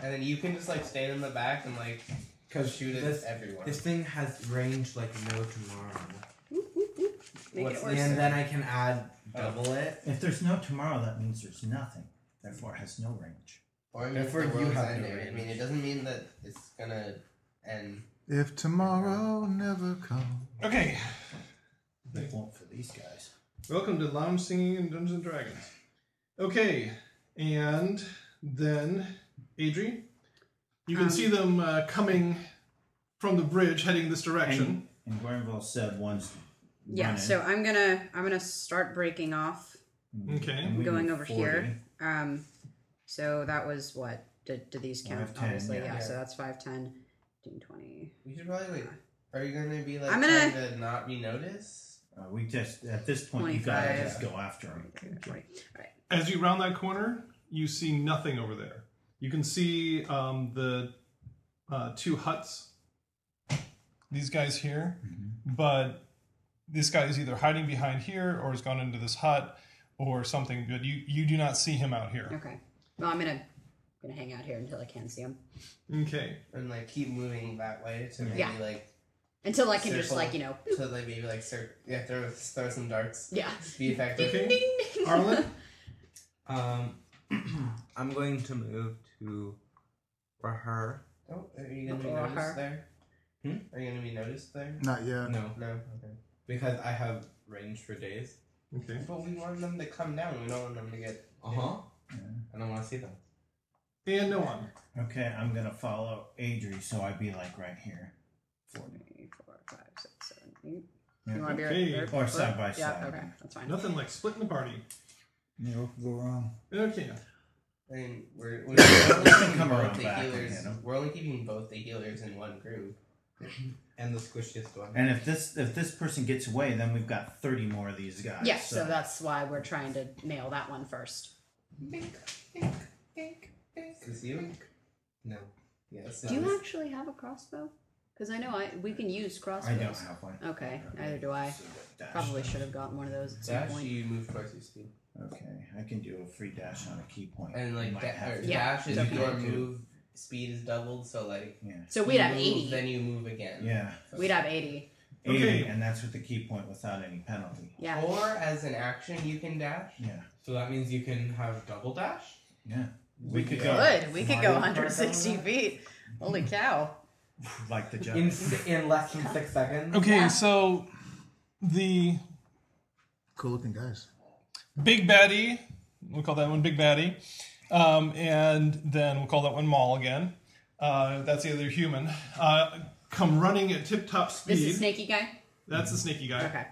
Speaker 1: And then you can just like stand in the back and like
Speaker 7: Because
Speaker 1: shoot at
Speaker 7: this,
Speaker 1: everyone.
Speaker 7: this thing has range like no tomorrow.
Speaker 3: Whoop, whoop, whoop. Make
Speaker 1: What's
Speaker 3: it
Speaker 1: the
Speaker 3: worse.
Speaker 7: And then I can add
Speaker 1: Oh.
Speaker 7: double it.
Speaker 4: If there's no tomorrow, that means there's nothing. Therefore, it has no range.
Speaker 1: Or I mean,
Speaker 7: Therefore,
Speaker 1: the
Speaker 7: you
Speaker 1: world's
Speaker 7: have no
Speaker 1: ending. I
Speaker 7: range.
Speaker 1: mean, it doesn't mean that it's gonna end.
Speaker 2: If tomorrow never comes.
Speaker 6: Okay.
Speaker 4: It won't for these guys.
Speaker 6: Welcome to Lounge Singing and Dungeons and Dragons. Okay, and then Adri, you can
Speaker 3: Um,
Speaker 6: see them uh, coming from the bridge, heading this direction.
Speaker 4: And, and Granville said one's
Speaker 3: Yeah,
Speaker 4: running,
Speaker 3: so I'm gonna I'm gonna start breaking off.
Speaker 6: Okay.
Speaker 4: and we
Speaker 3: going
Speaker 4: need
Speaker 3: over
Speaker 4: 40.
Speaker 3: here. Um, so that was what? Did, do these count?
Speaker 4: Five, ten,
Speaker 3: Obviously,
Speaker 4: yeah.
Speaker 3: yeah.
Speaker 1: Yeah.
Speaker 3: So that's 5, 10, 15, 20.
Speaker 1: You should probably wait. Are you gonna be like
Speaker 3: I'm gonna-
Speaker 1: trying to not be noticed?
Speaker 4: Uh, we just at this point you gotta
Speaker 3: 25.
Speaker 4: just go after him.
Speaker 3: 30, 40. All right.
Speaker 6: As you round that corner, you see nothing over there. You can see um, the uh, two huts. These guys here, but this guy is either hiding behind here, or has gone into this hut, or something. But you you do not see him out here.
Speaker 3: Okay. Well, I'm gonna gonna hang out here until I can see him.
Speaker 6: okay.
Speaker 1: And like keep moving that way to maybe
Speaker 3: Yeah.
Speaker 1: like
Speaker 3: Until I can just
Speaker 1: Circle.
Speaker 3: like you know.
Speaker 1: to like maybe like cir- yeah throw throw some darts
Speaker 3: Yeah.
Speaker 1: be effective.
Speaker 6: Okay. Arlen.
Speaker 7: Um, I'm going to move to Rahar.
Speaker 1: Oh, are you gonna be
Speaker 3: Or her.
Speaker 1: noticed there?
Speaker 7: Hmm?
Speaker 1: Are you gonna be noticed there?
Speaker 2: Not yet.
Speaker 7: No,
Speaker 1: No. Okay.
Speaker 7: because I have range for days.
Speaker 6: Okay.
Speaker 1: But we want them to come down. We don't want them to get.
Speaker 7: Uh huh. And I want to see them.
Speaker 6: And no one.
Speaker 4: Okay, I'm gonna follow Adri, so I'd be like right here.
Speaker 3: Three, four, five, six, seven, eight.
Speaker 4: Yeah.
Speaker 3: You want to be
Speaker 6: Okay.
Speaker 3: right
Speaker 4: Or side by
Speaker 3: Yeah,
Speaker 4: side.
Speaker 3: okay, that's fine.
Speaker 6: Nothing like splitting the party.
Speaker 2: Yeah, what could go wrong?
Speaker 6: Okay.
Speaker 1: I mean, we're we're, we're only keeping
Speaker 4: Come
Speaker 1: both
Speaker 4: around
Speaker 1: the
Speaker 4: back and
Speaker 1: healers.
Speaker 4: hit 'em.
Speaker 1: We're only keeping both the healers in one group.
Speaker 7: And the squishiest one.
Speaker 4: And if this if this person gets away, then we've got thirty more of these guys.
Speaker 3: Yeah, so that's why we're trying to nail that one first.
Speaker 1: Is this you?
Speaker 7: No.
Speaker 1: Yes.
Speaker 3: Do you actually have a crossbow? Because I know I we can use
Speaker 4: I
Speaker 3: crossbows.
Speaker 4: don't have one.
Speaker 3: Okay, neither do I.
Speaker 4: So dash.
Speaker 3: Probably should have gotten one of those at some
Speaker 1: Dash,
Speaker 3: point.
Speaker 1: you move towards your speed.
Speaker 4: Okay, I can do a free dash on a key point.
Speaker 1: And
Speaker 4: You
Speaker 1: like
Speaker 4: might
Speaker 1: da-
Speaker 4: have
Speaker 1: or
Speaker 4: to-
Speaker 3: Yeah,
Speaker 1: dash is
Speaker 3: okay.
Speaker 1: your
Speaker 4: Yeah.
Speaker 1: move speed is doubled, so like
Speaker 4: yeah,
Speaker 3: So we'd
Speaker 1: you
Speaker 3: have
Speaker 1: move,
Speaker 3: eighty.
Speaker 1: Then you move again.
Speaker 4: yeah.
Speaker 3: We'd have eighty.
Speaker 6: Okay.
Speaker 4: Eighty, and that's with the key point without any penalty.
Speaker 3: Yeah.
Speaker 1: Or as an action, you can dash.
Speaker 4: Yeah,
Speaker 7: So that means you can have double dash?
Speaker 4: yeah. We could go
Speaker 3: Good. We could go
Speaker 7: Mario Kart
Speaker 3: 160
Speaker 7: on that?
Speaker 3: feet. Holy cow.
Speaker 4: like the
Speaker 7: In,
Speaker 4: judge.
Speaker 7: s- in less than six seconds?
Speaker 6: Okay,
Speaker 3: Yeah.
Speaker 6: so the
Speaker 2: Cool looking guys.
Speaker 6: Big Baddie. We'll call that one Big Baddie. Um, and then we'll call that one Maul again. Uh, that's the other human. Uh, come running at tip top
Speaker 3: This is
Speaker 6: speed.
Speaker 3: Snaky Guy?
Speaker 6: that's the sneaky guy.
Speaker 3: Okay.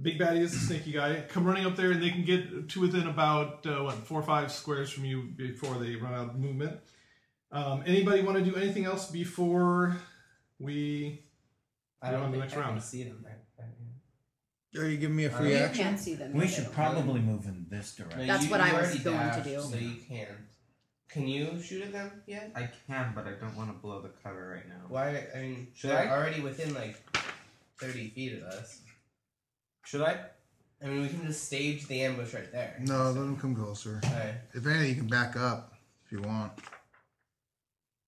Speaker 6: Big Baddie is the sneaky guy. Come running up there, and they can get to within about, uh, what, four or five squares from you before they run out of movement. Um, anybody want to do anything else before we.
Speaker 1: I
Speaker 6: Yeah,
Speaker 1: don't
Speaker 6: on the
Speaker 1: think
Speaker 6: next
Speaker 1: I can
Speaker 6: round.
Speaker 1: see them. Right? right now.
Speaker 2: Are you giving me a free
Speaker 3: You
Speaker 2: action?
Speaker 3: can't see them.
Speaker 4: We
Speaker 3: but
Speaker 4: should
Speaker 3: they don't.
Speaker 4: probably move in this direction.
Speaker 1: No,
Speaker 3: That's
Speaker 1: you-
Speaker 3: what
Speaker 1: you
Speaker 3: I was
Speaker 1: already
Speaker 3: going to
Speaker 1: dashed,
Speaker 3: do.
Speaker 1: So you can. Can you shoot at them yet?
Speaker 7: I can, but I don't want to blow the cover right now.
Speaker 1: Why? I mean,
Speaker 7: Should
Speaker 1: they're
Speaker 7: I?
Speaker 1: already within like thirty feet of us.
Speaker 7: Should I?
Speaker 1: I mean, we can just stage the ambush right there.
Speaker 2: No, let them come closer.
Speaker 1: Alright.
Speaker 2: If anything, you can back up if you want,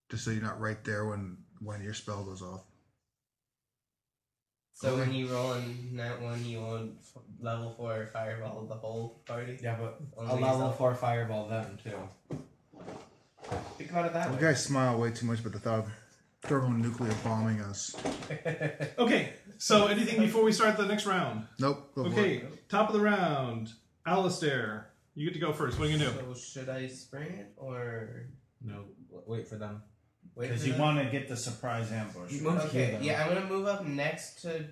Speaker 2: just so you're not right there when when your spell goes off.
Speaker 1: So
Speaker 2: Okay.
Speaker 1: when you roll in that one, you will f- level four fireball the whole party.
Speaker 7: Yeah, but
Speaker 1: Only
Speaker 7: a level
Speaker 1: yourself.
Speaker 7: 4 fireball them, too. Think about it that
Speaker 2: You
Speaker 7: way.
Speaker 2: guys smile way too much, but the thought of thermonuclear bombing us.
Speaker 6: Okay, so anything before we start the next round?
Speaker 2: Nope. go for
Speaker 6: Okay,
Speaker 2: it.
Speaker 6: top of the round, Alistair. You get to go first. What are you gonna do?
Speaker 1: So should I spring it or
Speaker 7: No, w- wait for them.
Speaker 1: wait?
Speaker 4: Because
Speaker 1: for
Speaker 4: you
Speaker 1: them?
Speaker 4: want to get the surprise ambush.
Speaker 7: You
Speaker 4: right?
Speaker 7: must hear
Speaker 1: Okay.
Speaker 7: them.
Speaker 1: Yeah, I'm gonna move up next to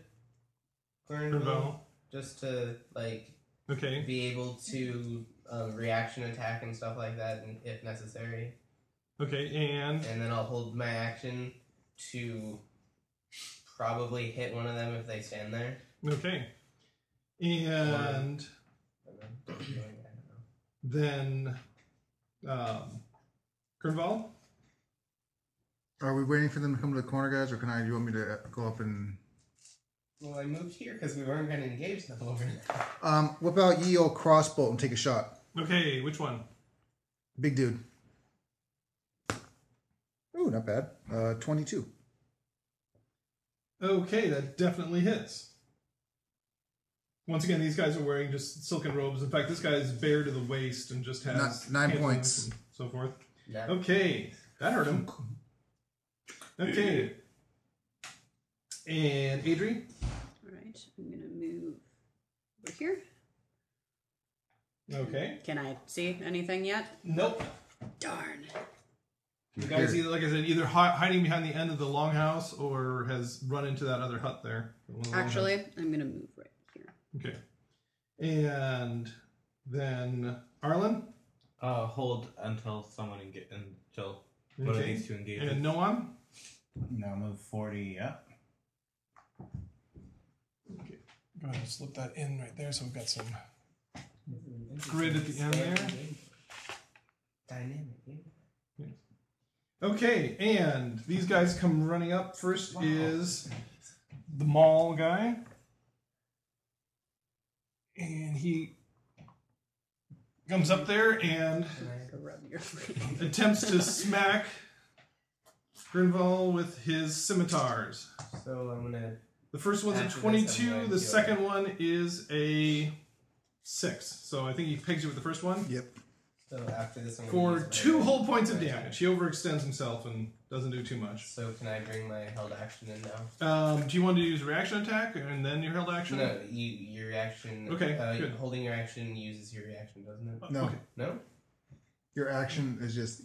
Speaker 1: Gurnville
Speaker 6: Gurnville.
Speaker 1: just to like
Speaker 6: Okay.
Speaker 1: be able to um, reaction attack and stuff like that, and if necessary.
Speaker 6: Okay, and
Speaker 1: and then I'll hold my action to probably hit one of them if they stand there.
Speaker 6: okay, and then um, Grinval.
Speaker 2: Are we waiting for them to come to the corner, guys, or can I? You want me to uh, go up and?
Speaker 1: Well, I moved here because we weren't going to engage them over there.
Speaker 2: Um, whip out ye old crossbow and take a shot.
Speaker 6: Okay, which one?
Speaker 2: Big dude. Ooh, not bad. Uh, twenty-two.
Speaker 6: Okay, that definitely hits. Once again, these guys are wearing just silken robes. In fact, this guy is bare to the waist and just has
Speaker 2: Not- nine
Speaker 6: pantaloons
Speaker 2: points.
Speaker 6: and so forth.
Speaker 1: Yeah.
Speaker 6: Okay, that hurt him. Okay, and Adri.
Speaker 3: All right. I'm going to move over here.
Speaker 6: Okay.
Speaker 3: Can I see anything yet?
Speaker 6: Nope.
Speaker 3: Darn.
Speaker 6: The guy's either, like I said, either hi- hiding behind the end of the longhouse or has run into that other hut there. the one with the long
Speaker 3: Actually, I'm going to move right here.
Speaker 6: house. Okay. And then Arlen.
Speaker 7: Uh, hold until someone enga- until one of
Speaker 6: Okay.
Speaker 7: these two engages.
Speaker 6: And Noam.
Speaker 4: Now move 40 up.
Speaker 6: Go ahead and slip that in right there so we've got some grid at the end there.
Speaker 1: Dynamic. yeah.
Speaker 6: Okay, and these guys come running up. First is the mall guy. And he comes up there and
Speaker 3: To rub your leg.
Speaker 6: attempts to smack Grinval with his scimitars.
Speaker 1: So I'm going to.
Speaker 6: The first one's a
Speaker 1: After this, I'm
Speaker 6: 22,
Speaker 1: going
Speaker 6: the
Speaker 1: to-
Speaker 6: second one is a 6. So I think he pegs you with the first one.
Speaker 2: Yep.
Speaker 1: So after this, I'm gonna
Speaker 6: for
Speaker 1: use my-
Speaker 6: two whole points of damage. He overextends himself and doesn't do too much.
Speaker 1: So can I bring my held action in now?
Speaker 6: Um, do you want to use reaction attack and then your held action?
Speaker 1: No, you, your reaction.
Speaker 6: Okay,
Speaker 1: uh,
Speaker 6: good. Oh.
Speaker 1: Holding your action uses your reaction, doesn't it?
Speaker 2: No,
Speaker 6: Okay.
Speaker 1: No.
Speaker 2: your action is just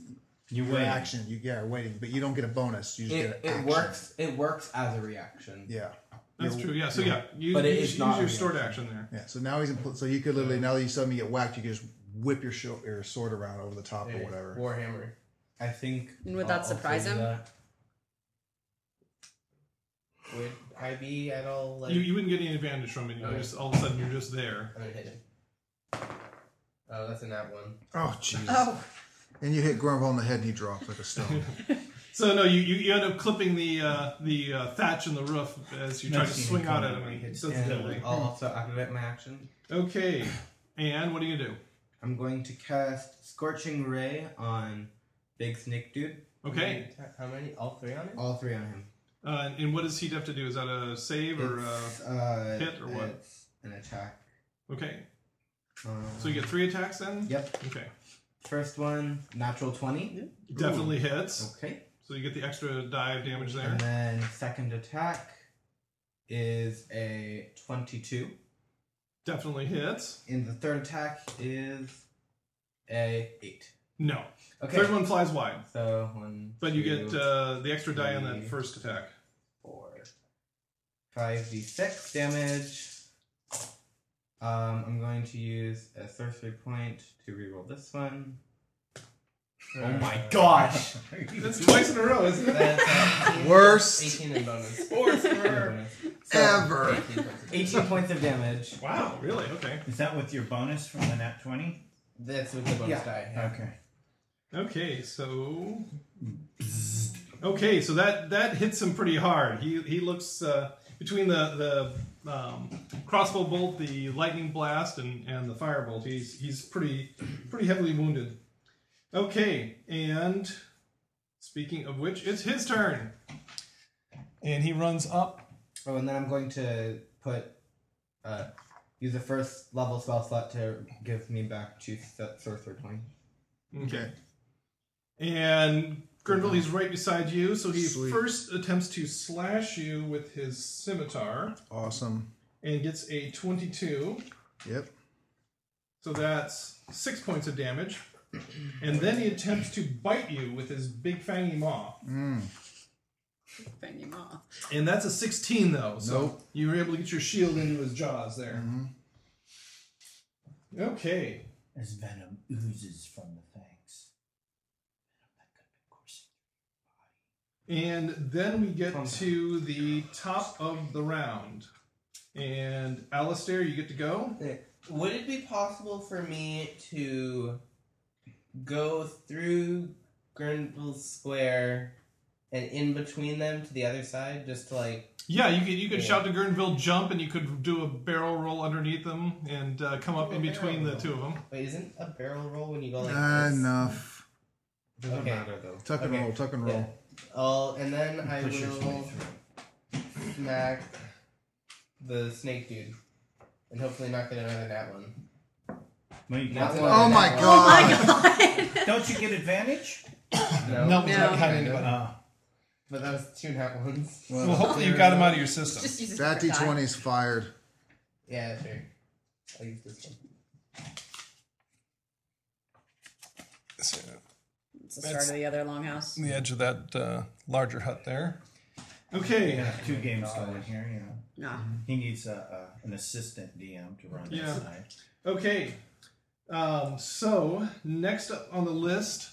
Speaker 4: You
Speaker 2: your
Speaker 4: wait.
Speaker 2: action. You yeah, waiting, but you don't get a bonus. You just get an
Speaker 7: It, it
Speaker 2: action.
Speaker 7: works. It works as a reaction.
Speaker 2: Yeah,
Speaker 6: That's
Speaker 2: You're-
Speaker 6: true. Yeah. So
Speaker 2: you're-
Speaker 6: yeah, you,
Speaker 7: But it
Speaker 6: you
Speaker 7: is
Speaker 6: use
Speaker 7: not
Speaker 6: your
Speaker 7: a
Speaker 6: sword
Speaker 7: reaction.
Speaker 6: action there.
Speaker 2: yeah. So now he's in. pl- So you could literally now that you suddenly get whacked, you can just whip your, sho- your sword around over the top or
Speaker 1: There,
Speaker 2: whatever.
Speaker 1: Warhammer.
Speaker 7: I think.
Speaker 3: And would that
Speaker 7: I'll- I'll
Speaker 3: surprise
Speaker 7: do
Speaker 3: him?
Speaker 7: that.
Speaker 1: Would I be at all like?
Speaker 6: You, you wouldn't get any advantage from it. You know,
Speaker 1: Okay.
Speaker 6: just all of a sudden you're just there.
Speaker 1: I'm gonna hit him. Oh, that's in that one.
Speaker 2: Oh Jesus!
Speaker 3: Oh,
Speaker 2: And you hit Grumble on the head, and he drops like a stone.
Speaker 6: So no, you, you, you end up clipping the uh, the uh, thatch in the roof as you try to
Speaker 4: Nice.
Speaker 6: swing out at him.
Speaker 4: He
Speaker 6: and
Speaker 4: hits
Speaker 6: doesn't
Speaker 7: And
Speaker 6: hit him.
Speaker 7: I'll also activate my action.
Speaker 6: Okay. And what are you gonna do?
Speaker 7: I'm going to cast Scorching Ray on Big Snake Dude.
Speaker 6: Okay.
Speaker 1: How many? All three on it.
Speaker 7: All three on him.
Speaker 6: Uh, and what does he have to do? Is that a save or? Uh,
Speaker 7: It's, uh,
Speaker 6: hit or what?
Speaker 7: It's an attack.
Speaker 6: okay.
Speaker 7: Um,
Speaker 6: So you get three attacks then.
Speaker 7: Yep.
Speaker 6: Okay.
Speaker 7: First one, natural 20.
Speaker 6: Definitely hits.
Speaker 7: Okay.
Speaker 6: So you get the extra dive damage there.
Speaker 7: And then second attack is a 22.
Speaker 6: Definitely hits.
Speaker 7: And the third attack is a 8.
Speaker 6: No.
Speaker 7: Okay.
Speaker 6: Third one flies wide.
Speaker 7: So one.
Speaker 6: But you
Speaker 7: two,
Speaker 6: get uh, the extra die on that
Speaker 7: three.
Speaker 6: first attack.
Speaker 7: four, five d6 damage. Um, I'm going to use a sorcery point to reroll this one. Oh my gosh!
Speaker 6: That's twice in a row, isn't it?
Speaker 1: That's, uh, 18
Speaker 2: Worst
Speaker 1: Eighteen in bonus.
Speaker 2: ever.
Speaker 1: 18 points of damage.
Speaker 7: 18 points of damage.
Speaker 6: Wow, really? Okay.
Speaker 4: Is that with your bonus from the nat 20?
Speaker 1: That's with the bonus
Speaker 7: Yeah.
Speaker 1: die. yeah.
Speaker 4: Okay.
Speaker 6: Okay, so okay, so that that hits him pretty hard. He he looks uh, between the the um, crossbow bolt, the lightning blast, and and the firebolt. He's he's pretty pretty heavily wounded. Okay, and speaking of which, it's his turn, and he runs up.
Speaker 7: Oh, and then I'm going to put uh, use a first level spell slot to give me back two so- sorcery point.
Speaker 2: Okay.
Speaker 6: And Grenville, he's right beside you, so he
Speaker 2: Sweet.
Speaker 6: first attempts to slash you with his scimitar
Speaker 2: Awesome.
Speaker 6: and gets a 22.
Speaker 2: Yep.
Speaker 6: So that's six points of damage. And then he attempts to bite you with his big fangy maw.
Speaker 2: Mm.
Speaker 3: bang him off.
Speaker 6: And that's a 16, though. So
Speaker 2: Nope.
Speaker 6: you were able to get your shield into his jaws there.
Speaker 2: Mhm.
Speaker 6: Okay.
Speaker 4: As venom oozes from the fangs.
Speaker 6: And then we get
Speaker 7: Combat.
Speaker 6: to the top of the round. And Alistair, you get to go.
Speaker 1: Would it be possible for me to go through Grenville Square and in between them to the other side, just to like?
Speaker 6: Yeah, you could you could
Speaker 1: Yeah.
Speaker 6: shout to Gurnville jump, and you could do a barrel roll underneath them and uh, come up in between the two of them.
Speaker 1: Wait, isn't a barrel roll when you go like?
Speaker 2: Uh,
Speaker 1: this?
Speaker 2: Enough.
Speaker 7: Doesn't
Speaker 1: Okay.
Speaker 7: matter though.
Speaker 2: Tuck and
Speaker 1: Okay.
Speaker 2: roll. Tuck and roll.
Speaker 1: Oh, and then I
Speaker 4: Push your
Speaker 1: will
Speaker 4: 23.
Speaker 1: smack the snake dude, and hopefully not get another nat one.
Speaker 4: Well, you
Speaker 1: Not
Speaker 4: got-
Speaker 1: one.
Speaker 2: Oh my
Speaker 1: Nat one.
Speaker 3: Oh
Speaker 2: god.
Speaker 3: my god!
Speaker 4: Don't you get advantage?
Speaker 1: No,
Speaker 3: No. not
Speaker 1: having anybody.
Speaker 4: Uh,
Speaker 1: but that was two nat ones.
Speaker 6: Well, hopefully you got him out of your system.
Speaker 3: Just use
Speaker 2: That
Speaker 3: D
Speaker 2: d20 is fired.
Speaker 1: Yeah, sure. I'll use this one.
Speaker 6: So,
Speaker 3: It's the start of the other longhouse.
Speaker 6: the edge of that uh, larger hut there. Okay.
Speaker 4: yeah, two games going here, you know.
Speaker 3: No.
Speaker 6: Mm-hmm.
Speaker 4: He needs a, a, an assistant DM to run
Speaker 6: Yeah.
Speaker 4: that side.
Speaker 6: Okay. Um, so next up on the list,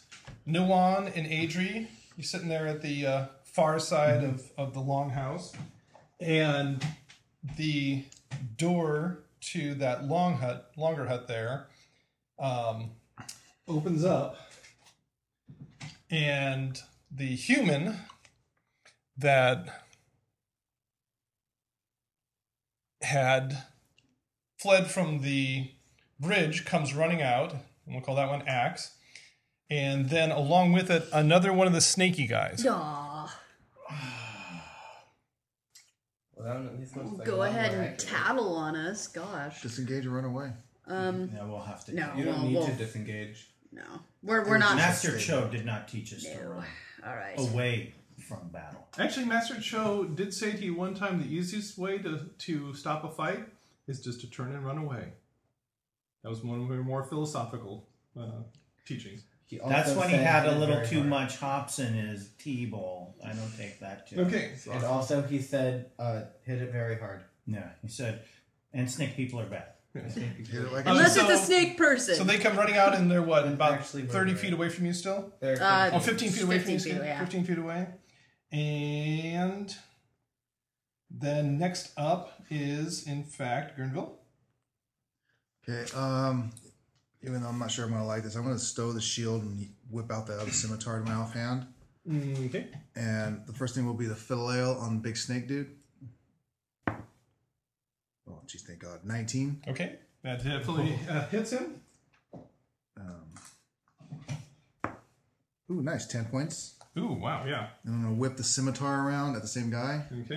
Speaker 6: Nuan and Adri. You're sitting there at the uh, far side of, of the longhouse, and the door to that long hut, longer hut there, um, opens up, and the human that had fled from the bridge comes running out, and we'll call that one Axe. And then along with it, another one of the snaky guys.
Speaker 3: Aw.
Speaker 1: Well, that one at least looks like a
Speaker 3: Go
Speaker 1: lot
Speaker 3: ahead
Speaker 1: more
Speaker 3: and
Speaker 1: accurate.
Speaker 3: tattle on us. Gosh.
Speaker 2: Disengage and run away.
Speaker 3: Um.
Speaker 4: Yeah, we'll have to.
Speaker 3: No.
Speaker 7: You don't
Speaker 3: well,
Speaker 7: need
Speaker 3: well,
Speaker 7: to disengage.
Speaker 3: No, we're we're not.
Speaker 4: Master Cho did not teach us to
Speaker 3: No.
Speaker 4: run
Speaker 3: All right.
Speaker 6: Oh.
Speaker 4: away from battle.
Speaker 6: Actually, Master Cho did say to you one time the easiest way to, to stop a fight is just to turn and run away. That was one of our more philosophical uh, teachings.
Speaker 7: He also
Speaker 4: That's when he
Speaker 7: said
Speaker 4: had a
Speaker 7: it's
Speaker 4: little
Speaker 7: very
Speaker 4: too
Speaker 7: hard.
Speaker 4: much hops in his T-ball. I don't take that too.
Speaker 6: Okay,
Speaker 7: And also, he said, uh, hit it very hard.
Speaker 4: Yeah, he said, and snake people are bad.
Speaker 2: Hit it like a-
Speaker 3: Unless
Speaker 6: so-
Speaker 3: it's a snake person.
Speaker 6: so they come running out and they're what, about
Speaker 7: Actually, we're
Speaker 6: 30
Speaker 7: right.
Speaker 6: feet away from you still?
Speaker 7: There-
Speaker 3: Uh,
Speaker 6: Oh, 15 feet away from you.
Speaker 3: 15 feet,
Speaker 6: Steve?
Speaker 3: yeah.
Speaker 6: 15 feet away. And then next up is, in fact, Gurnville.
Speaker 2: Okay. Um, even though I'm not sure I'm gonna like this, I'm gonna stow the shield and whip out the other scimitar in my offhand.
Speaker 6: Mm, Okay.
Speaker 2: And the first thing will be the filleale on Big Snake Dude. Oh, geez, thank God. 19.
Speaker 6: Okay. That definitely uh, hits him.
Speaker 2: Um, ooh, nice. 10 points.
Speaker 6: Ooh, wow, yeah.
Speaker 2: And I'm going to whip the scimitar around at the same guy
Speaker 6: Okay.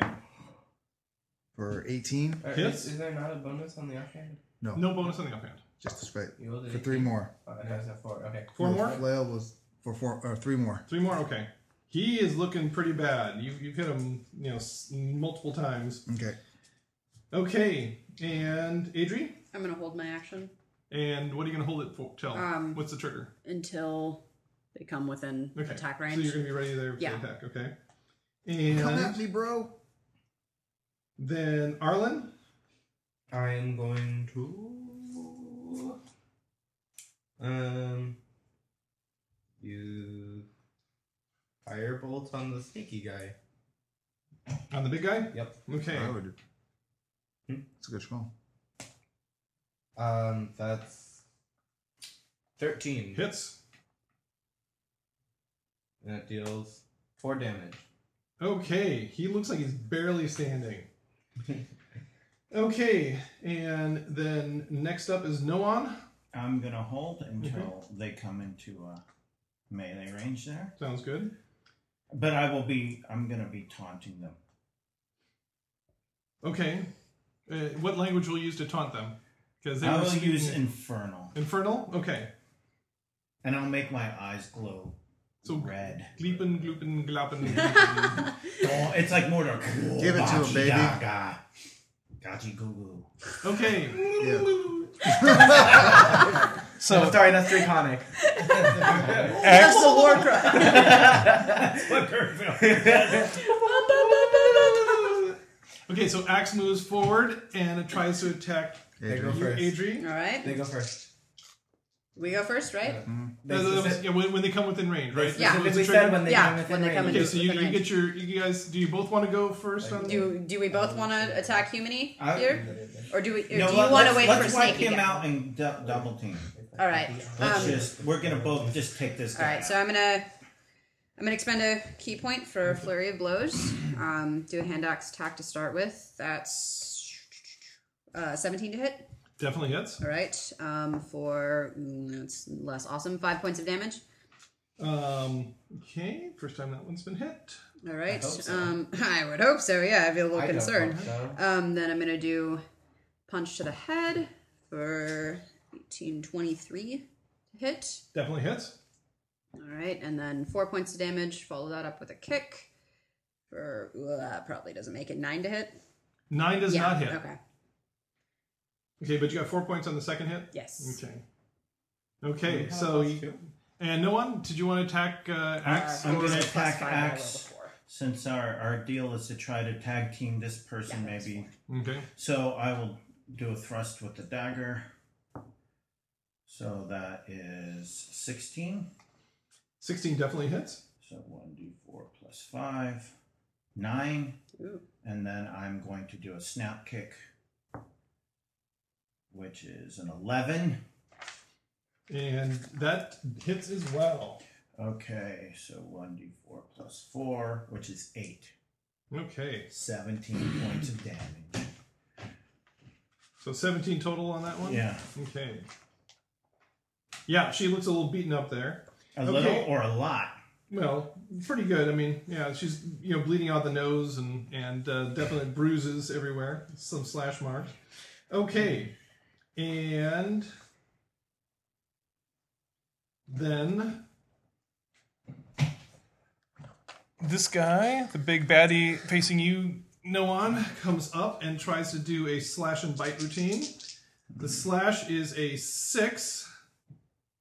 Speaker 2: for 18.
Speaker 7: uh,
Speaker 6: hits?
Speaker 7: Is, is there not a bonus on the offhand?
Speaker 2: No,
Speaker 6: No bonus on the offhand.
Speaker 2: just to spite.
Speaker 7: You will do
Speaker 2: For three more.
Speaker 7: Oh, it does have four. Okay.
Speaker 6: Four
Speaker 2: The
Speaker 6: more?
Speaker 2: Flail was for four, or three more.
Speaker 6: Three more? Okay. He is looking pretty bad. You've, you've hit him, you know, s- multiple times.
Speaker 2: Okay.
Speaker 6: Okay. And Adri?
Speaker 3: I'm gonna hold my action
Speaker 6: And what are you going to hold it for? Tell.
Speaker 3: Um,
Speaker 6: What's the trigger?
Speaker 3: until they come within
Speaker 6: Okay.
Speaker 3: attack
Speaker 6: So
Speaker 3: range.
Speaker 6: you're going to be ready there for
Speaker 3: Yeah.
Speaker 6: the attack. Okay.
Speaker 2: Come at
Speaker 6: And
Speaker 2: me, bro.
Speaker 6: then Arlen?
Speaker 7: I'm going to. Um. You. Firebolt on the sneaky guy.
Speaker 6: On the big guy?
Speaker 7: Yep.
Speaker 6: Okay.
Speaker 2: I would.
Speaker 7: Hmm?
Speaker 2: Uh, It's a good spell.
Speaker 7: Um, that's. 13.
Speaker 6: Hits.
Speaker 7: And it deals 4 damage.
Speaker 6: Okay, he looks like he's barely standing. okay, and then next up is Noan.
Speaker 4: I'm gonna hold until they come into uh, melee range there.
Speaker 6: Sounds good.
Speaker 4: But I will be. I'm gonna be taunting them.
Speaker 6: Okay, uh, what language will you use to taunt them? Because
Speaker 4: I will use infernal,
Speaker 6: infernal. Okay,
Speaker 4: and I'll make my eyes glow
Speaker 6: So-
Speaker 4: red.
Speaker 6: gleepin, gloopin, gloppin. gloopin.
Speaker 4: Oh, it's like Mordor.
Speaker 2: Give it to him, baby.
Speaker 4: Gaga. Gaji goo goo.
Speaker 6: okay,
Speaker 2: Yeah.
Speaker 6: so
Speaker 7: Sorry, that's draconic.
Speaker 3: That's the war cry.
Speaker 6: okay, so Axe moves forward and it tries to attack
Speaker 7: They go
Speaker 2: Adrian.
Speaker 6: you,
Speaker 7: first.
Speaker 6: Adri.
Speaker 3: All
Speaker 7: They
Speaker 3: right,
Speaker 7: go first.
Speaker 3: we go first, right?
Speaker 6: Uh,
Speaker 7: They
Speaker 6: that was-
Speaker 7: specific-
Speaker 6: yeah, when, when they come within range, right?
Speaker 3: Yeah.
Speaker 6: So it's a
Speaker 7: specifically
Speaker 6: trigger.
Speaker 7: said when they
Speaker 3: Yeah,
Speaker 7: come within
Speaker 3: when they come
Speaker 7: range.
Speaker 6: Okay, so you,
Speaker 3: Within
Speaker 6: you get your you guys. Do you both want to go first? On
Speaker 3: Do do we both want to attack Humany
Speaker 4: I-
Speaker 3: here, or do we? Or
Speaker 4: No,
Speaker 3: do
Speaker 4: let-
Speaker 3: you want to
Speaker 4: let's-
Speaker 3: wait for
Speaker 4: Let's wipe
Speaker 3: Snakey?
Speaker 4: him
Speaker 3: again?
Speaker 4: out and du- double team.
Speaker 3: All right.
Speaker 4: Let's
Speaker 3: Um,
Speaker 4: just. We're gonna both just take this
Speaker 3: All
Speaker 4: guy.
Speaker 3: right, so I'm gonna I'm gonna expend a key point for a flurry of blows. Um, do a hand axe attack to start with. That's uh, 17 to hit.
Speaker 6: Definitely hits.
Speaker 3: All right, um, for mm, that's less awesome. Five points of damage.
Speaker 6: Um, okay, first time that one's been hit.
Speaker 3: All right,
Speaker 7: hope so.
Speaker 3: um, I would hope so. Yeah, I'd be a little
Speaker 7: I don't
Speaker 3: concerned.
Speaker 7: hope so.
Speaker 3: Um, then I'm gonna do punch to the head for 18, 23 to hit.
Speaker 6: Definitely hits.
Speaker 3: All right, and then four points of damage. Follow that up with a kick. For well, that probably doesn't make it nine to hit.
Speaker 6: Nine does
Speaker 3: yeah.
Speaker 6: not hit. Okay.
Speaker 3: Okay.
Speaker 6: but you got four points on the second hit.
Speaker 3: Yes.
Speaker 6: Okay. Okay, so you, and no one. Did you want to attack uh, axe?
Speaker 4: I'm
Speaker 6: or-
Speaker 4: gonna
Speaker 3: Plus
Speaker 4: attack
Speaker 3: five, I rolled a
Speaker 4: axe.
Speaker 3: four.
Speaker 4: Since our, our deal is to try to tag team this person,
Speaker 3: Yeah, that's
Speaker 4: maybe.
Speaker 6: okay.
Speaker 4: So I will do a thrust with the dagger. So that is 16.
Speaker 6: Sixteen definitely hits.
Speaker 4: So 1d4 plus 5, 9.
Speaker 3: Ooh.
Speaker 4: And then I'm going to do a snap kick, which is an 11.
Speaker 6: And that hits as well.
Speaker 4: Okay, so 1d4 plus 4, which is 8.
Speaker 6: Okay,
Speaker 4: 17 points of damage.
Speaker 6: so seventeen total on that one.
Speaker 4: Yeah.
Speaker 6: Okay. Yeah, she looks a little beaten up there.
Speaker 4: A
Speaker 6: Okay.
Speaker 4: little or a lot.
Speaker 6: Well, pretty good. I mean, yeah, she's you know bleeding out the nose and and uh, definitely bruises everywhere, some slash marks. Okay, and Then this guy, the big baddie facing you, Noan, comes up and tries to do a slash and bite routine. The slash is a six.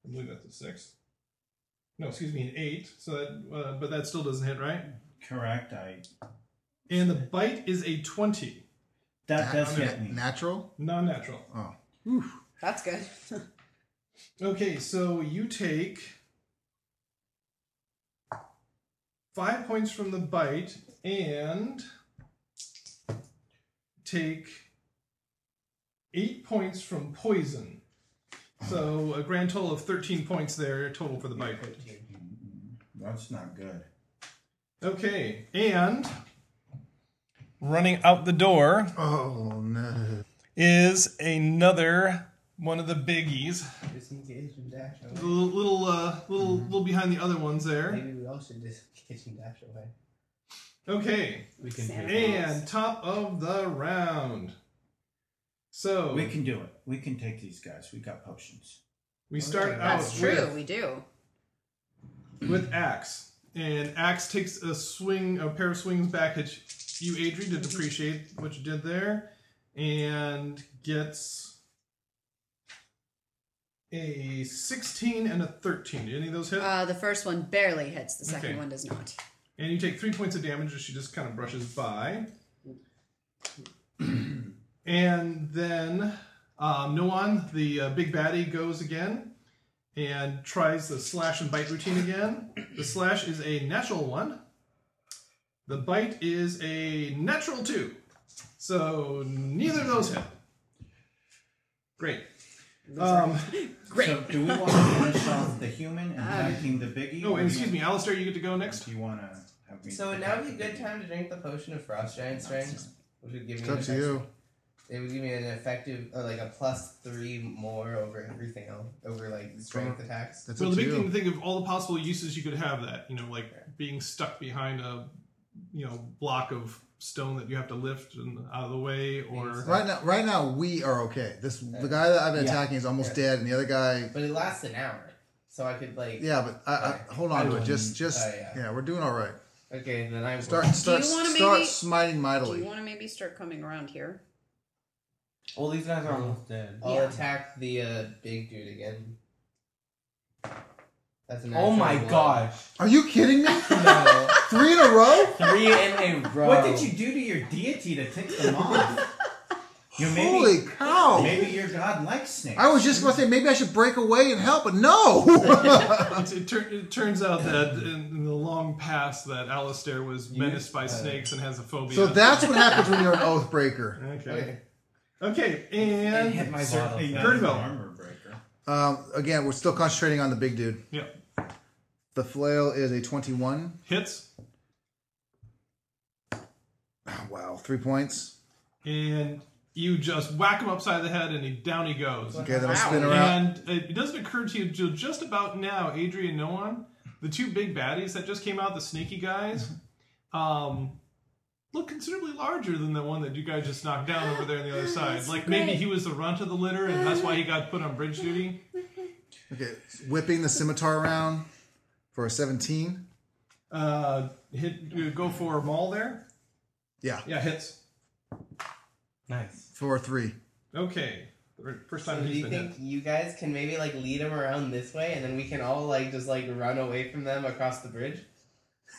Speaker 6: I believe that's a six. No, excuse me, an eight. So that, uh, but that still doesn't hit, right?
Speaker 4: Correct. I
Speaker 6: And the bite is a twenty,
Speaker 4: that does
Speaker 2: Na-
Speaker 4: hit me.
Speaker 2: Natural?
Speaker 6: non-natural.
Speaker 2: Oh.
Speaker 3: That's good.
Speaker 6: Okay, so you take five points from the bite and take eight points from poison. So a grand total of 13 points there total for the bite.
Speaker 4: That's not good.
Speaker 6: Okay, and running out the door
Speaker 2: Oh, no.
Speaker 6: is another one of the biggies.
Speaker 1: Disengage and dash
Speaker 6: A
Speaker 1: away.
Speaker 6: little, little, uh, little, little behind the other ones there.
Speaker 1: Maybe we all should disengage and dash away.
Speaker 6: Okay,
Speaker 1: We can
Speaker 3: Santa
Speaker 6: And oh, top of the round. So
Speaker 4: We can do it. We can take these guys. We got potions.
Speaker 6: we start out
Speaker 3: That's true.
Speaker 6: with,
Speaker 3: We do.
Speaker 6: with Axe. And Axe takes a swing, a pair of swings back at you, Adri, to depreciate what you did there. And gets a 16 and a 13. Did any of those hit?
Speaker 3: Uh, the first one barely hits. The second
Speaker 6: Okay.
Speaker 3: one does not.
Speaker 6: And you take three points of damage as she just kind of brushes by. and then um, Noan, the uh, big baddie, goes again and tries the slash and bite routine again. The slash is a natural one. The bite is a natural two. So neither of those hit. Great. Um,
Speaker 3: Great.
Speaker 4: So do we want to finish off the human attacking the biggie?
Speaker 6: oh,
Speaker 4: or
Speaker 6: and
Speaker 4: do
Speaker 6: excuse
Speaker 4: you-
Speaker 6: me, Alistair, you get to go next.
Speaker 4: Do you want to have me?
Speaker 1: So now would be a good time to drink the potion of frost giant strength, which would give me
Speaker 2: It's
Speaker 1: an
Speaker 2: up to
Speaker 1: effect-
Speaker 2: you.
Speaker 1: It would give me an effective, uh, like a plus three more over everything else, over like strength attacks.
Speaker 2: That's
Speaker 6: Well,
Speaker 2: up
Speaker 6: the
Speaker 2: to
Speaker 6: big
Speaker 2: you.
Speaker 6: thing to think of all the possible uses you could have that. You know, like being stuck behind a, you know, block of stone that you have to lift and out of the way, or
Speaker 2: Right now, right now we are okay. This the guy that I've been attacking is almost dead, and the other guy,
Speaker 1: But it lasts an hour, so I could like.
Speaker 2: yeah. But I, I, hold on to it. Just, just,
Speaker 1: Oh, yeah.
Speaker 2: yeah. We're doing all right.
Speaker 1: Okay, then I will-
Speaker 2: Start, start,
Speaker 3: wanna
Speaker 2: start
Speaker 3: maybe-
Speaker 2: smiting
Speaker 3: do you
Speaker 2: mightily.
Speaker 3: want to maybe start coming around here?
Speaker 7: Well, these guys are almost dead.
Speaker 1: I'll
Speaker 3: Yeah.
Speaker 1: attack the uh, big dude again. That's an
Speaker 7: Oh my gosh.
Speaker 2: Are you kidding me?
Speaker 1: No.
Speaker 2: Three in a row?
Speaker 7: Three in a row.
Speaker 4: What did you do to your deity to tick them off? you maybe,
Speaker 2: Holy cow!
Speaker 4: Maybe your god likes snakes.
Speaker 2: I was just going to say maybe I should break away and help, but no.
Speaker 6: it, it, tur- it turns out that in, in the long past that Alistair was menaced by snakes and has a phobia.
Speaker 2: so that's what happens when you're an oath breaker.
Speaker 6: okay. Okay, and,
Speaker 7: hit my
Speaker 4: certainly
Speaker 7: bottle.
Speaker 4: not
Speaker 6: Heard
Speaker 4: an
Speaker 6: about it.
Speaker 4: armor breaker.
Speaker 2: Um, again, we're still concentrating on the big dude.
Speaker 6: yeah,
Speaker 2: The flail is a twenty-one.
Speaker 6: hits
Speaker 2: Oh, wow, three points.
Speaker 6: and. You just whack him upside the head and he, down he goes.
Speaker 2: Okay, then I spin around.
Speaker 6: And it doesn't occur to you till just about now, Adrian Noan, the two big baddies that just came out, the sneaky guys, um, look considerably larger than the one that you guys just knocked down over there on the other side. Like maybe he was the runt of the litter and that's why he got put on bridge duty.
Speaker 2: Okay, whipping the scimitar around for a seventeen.
Speaker 6: Uh, hit, go for a maul there.
Speaker 2: Yeah,
Speaker 6: Yeah, hits.
Speaker 7: Nice.
Speaker 2: four three.
Speaker 6: Okay. First
Speaker 1: So
Speaker 6: time
Speaker 1: do
Speaker 6: he's
Speaker 1: you
Speaker 6: been
Speaker 1: think
Speaker 6: hit.
Speaker 1: you guys can maybe like lead him around this way, and then we can all like just like run away from them across the bridge?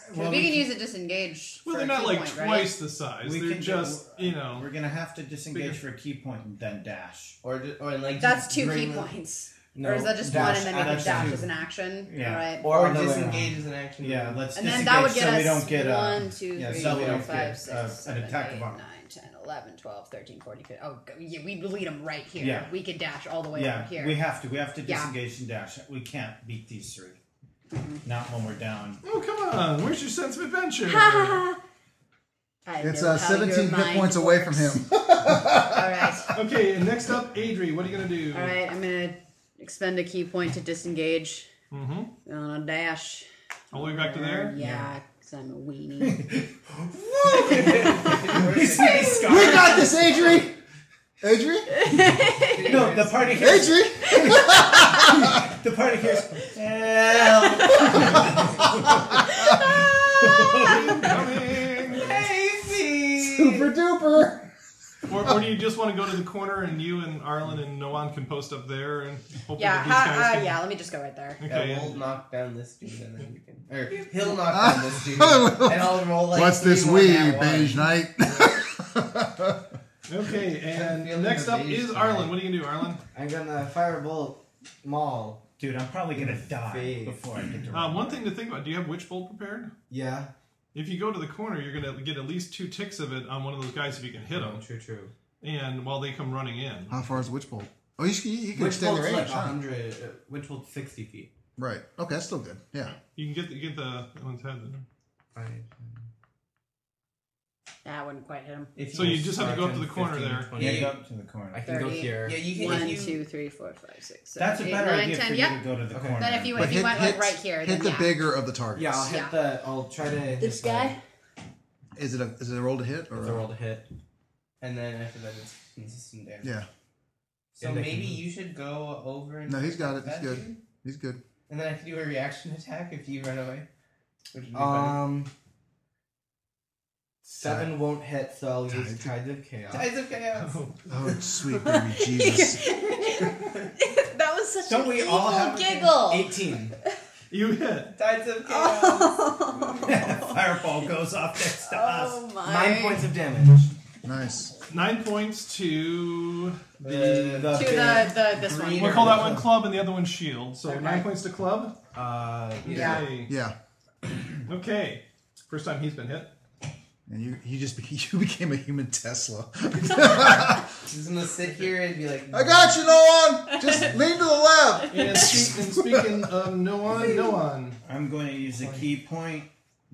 Speaker 3: 'Cause we can use a disengage.
Speaker 6: Well,
Speaker 3: for
Speaker 6: they're
Speaker 3: a
Speaker 6: not
Speaker 3: key
Speaker 6: like
Speaker 3: point, right?
Speaker 6: twice the size.
Speaker 4: We
Speaker 6: They're
Speaker 4: can-
Speaker 6: just, you know.
Speaker 4: We're gonna have to disengage
Speaker 6: Bigger.
Speaker 4: for a key point and then dash.
Speaker 1: Or ju- or like
Speaker 3: That's
Speaker 1: just
Speaker 3: two
Speaker 1: bring
Speaker 3: key
Speaker 1: them-
Speaker 3: points.
Speaker 7: No,
Speaker 3: or is that just one
Speaker 4: dash-
Speaker 3: and then make
Speaker 4: dash
Speaker 3: a dash
Speaker 4: two.
Speaker 3: as an action?
Speaker 4: Yeah.
Speaker 3: All right.
Speaker 1: Or,
Speaker 7: Or the way
Speaker 1: disengage as an action.
Speaker 4: Yeah, let's
Speaker 3: and then
Speaker 4: disengage
Speaker 3: that would get
Speaker 4: so
Speaker 3: us
Speaker 4: we don't get uh,
Speaker 3: one, two,
Speaker 4: yeah,
Speaker 3: three,
Speaker 4: so we
Speaker 3: four,
Speaker 4: don't
Speaker 3: five,
Speaker 4: get,
Speaker 3: six,
Speaker 4: uh,
Speaker 3: seven,
Speaker 4: an attack
Speaker 3: eight,
Speaker 4: of honor.
Speaker 3: 9, 10, 11, 12, 13, 14, 15. Oh, go- yeah, we lead them right here.
Speaker 4: Yeah.
Speaker 3: We could dash all the way
Speaker 4: Yeah,
Speaker 3: over here.
Speaker 4: we have to. We have to
Speaker 3: Yeah.
Speaker 4: disengage and dash. We can't beat these 3
Speaker 3: Mm-hmm.
Speaker 4: Not when we're down.
Speaker 6: Oh, come on. Where's your sense of adventure?
Speaker 3: I
Speaker 2: It's
Speaker 3: know
Speaker 2: uh,
Speaker 3: how your
Speaker 2: seventeen hit
Speaker 3: mind
Speaker 2: points away from
Speaker 3: works.
Speaker 2: him.
Speaker 3: all right.
Speaker 6: okay, and next up, Adri. What are you going to do?
Speaker 3: All right. I'm going to expend a key point to disengage
Speaker 6: Mm-hmm.
Speaker 3: on a dash.
Speaker 6: All the way back to there?
Speaker 3: Yeah, because I'm a weenie.
Speaker 2: We got this, Adri. Adri.
Speaker 4: No, the party.
Speaker 2: Adri.
Speaker 4: The The party hears, help!
Speaker 6: Coming.
Speaker 2: Super duper.
Speaker 6: Or, or do you just want to go to the corner and you and Arlen and Noan can post up there and hopefully
Speaker 3: Yeah,
Speaker 6: that these guys
Speaker 3: ha- uh,
Speaker 6: can-
Speaker 3: yeah. Let me just go right there.
Speaker 6: Okay.
Speaker 1: Yeah, we'll knock down this dude and then you can. Or he'll
Speaker 2: Ah.
Speaker 1: knock down this dude. and I'll roll like.
Speaker 2: What's this
Speaker 1: three, one,
Speaker 2: we,
Speaker 1: nat one.
Speaker 2: beige knight?
Speaker 6: Okay, and
Speaker 1: feeling
Speaker 6: next
Speaker 1: the
Speaker 6: up
Speaker 1: bees
Speaker 6: is
Speaker 1: tonight.
Speaker 6: Arlen. What are you gonna do, Arlen?
Speaker 7: I'm gonna firebolt Maul.
Speaker 4: Dude, I'm probably gonna die
Speaker 7: Face.
Speaker 4: before I get to.
Speaker 6: Uh, one thing to think about: Do you have Witch Bolt prepared?
Speaker 7: Yeah.
Speaker 6: If you go to the corner, you're gonna get at least two ticks of it on one of those guys if you can hit them,
Speaker 7: True, true.
Speaker 6: and while they come running in.
Speaker 2: How far is the witch bolt? Oh, you, can- you can
Speaker 7: Which
Speaker 2: extend the
Speaker 7: bolt's like
Speaker 2: range. huh?
Speaker 7: 100, uh, which bolt's 60 feet.
Speaker 2: Right. Okay, that's still good. Yeah.
Speaker 6: You can get the, get the oh, that one's head there.
Speaker 3: That wouldn't quite hit him.
Speaker 1: If
Speaker 6: So you just have to go up to the
Speaker 7: 10,
Speaker 6: corner
Speaker 7: 15,
Speaker 6: there.
Speaker 7: 20.
Speaker 4: Yeah, go up to the corner.
Speaker 7: I can go
Speaker 3: 30.
Speaker 7: here.
Speaker 1: Yeah, you can.
Speaker 3: One,
Speaker 1: if you,
Speaker 3: two, three, four, five, six, seven,
Speaker 4: That's a
Speaker 3: eight,
Speaker 4: better
Speaker 3: nine,
Speaker 4: idea for
Speaker 3: ten.
Speaker 4: you
Speaker 3: Yep.
Speaker 4: to go to the corner.
Speaker 3: Then if you if you went like right here,
Speaker 2: hit
Speaker 3: then
Speaker 2: the
Speaker 3: yeah.
Speaker 2: bigger of the targets.
Speaker 7: Yeah, I'll hit
Speaker 3: Yeah.
Speaker 7: the. I'll try to. hit
Speaker 3: This
Speaker 7: the-
Speaker 3: guy?
Speaker 2: Is it a is it a roll to hit or
Speaker 7: It's
Speaker 2: a-
Speaker 7: a roll to hit.
Speaker 1: and then after that, it's consistent damage.
Speaker 2: Yeah.
Speaker 1: So
Speaker 7: And I
Speaker 1: maybe
Speaker 7: can-
Speaker 1: you should go over and.
Speaker 2: No, he's got it. He's
Speaker 1: that
Speaker 2: good.
Speaker 1: dude,
Speaker 2: He's good.
Speaker 1: And then I can do a reaction attack if you run away. Which would be better.
Speaker 7: Um. Seven won't hit, so I'll use
Speaker 2: Tides.
Speaker 7: Tides of Chaos.
Speaker 1: Tides of chaos.
Speaker 2: Oh, sweet baby Jesus.
Speaker 3: that was such
Speaker 1: Don't
Speaker 3: an
Speaker 1: we
Speaker 3: evil
Speaker 1: all have a
Speaker 3: giggle.
Speaker 7: 18.
Speaker 6: You hit.
Speaker 1: Tides of chaos.
Speaker 3: Oh,
Speaker 4: Fireball goes off next to us.
Speaker 3: oh my!
Speaker 7: Nine points of damage.
Speaker 2: nice.
Speaker 6: Nine points to
Speaker 1: The-
Speaker 6: the.
Speaker 3: To the, the this
Speaker 1: Green
Speaker 3: one.
Speaker 6: We'll call that one club and the other one shield. So
Speaker 3: Okay.
Speaker 6: nine points to club.
Speaker 7: Uh,
Speaker 3: Yeah.
Speaker 6: Yay.
Speaker 2: Yeah.
Speaker 6: Okay. First time he's been hit.
Speaker 2: And you you just be- you became a human Tesla.
Speaker 1: He's gonna sit here and be like,
Speaker 2: I got you, Nolan. Just lean to the left.
Speaker 6: And, spe- and speaking of no one, no one.
Speaker 3: Oh.
Speaker 4: I'm going to use a key point,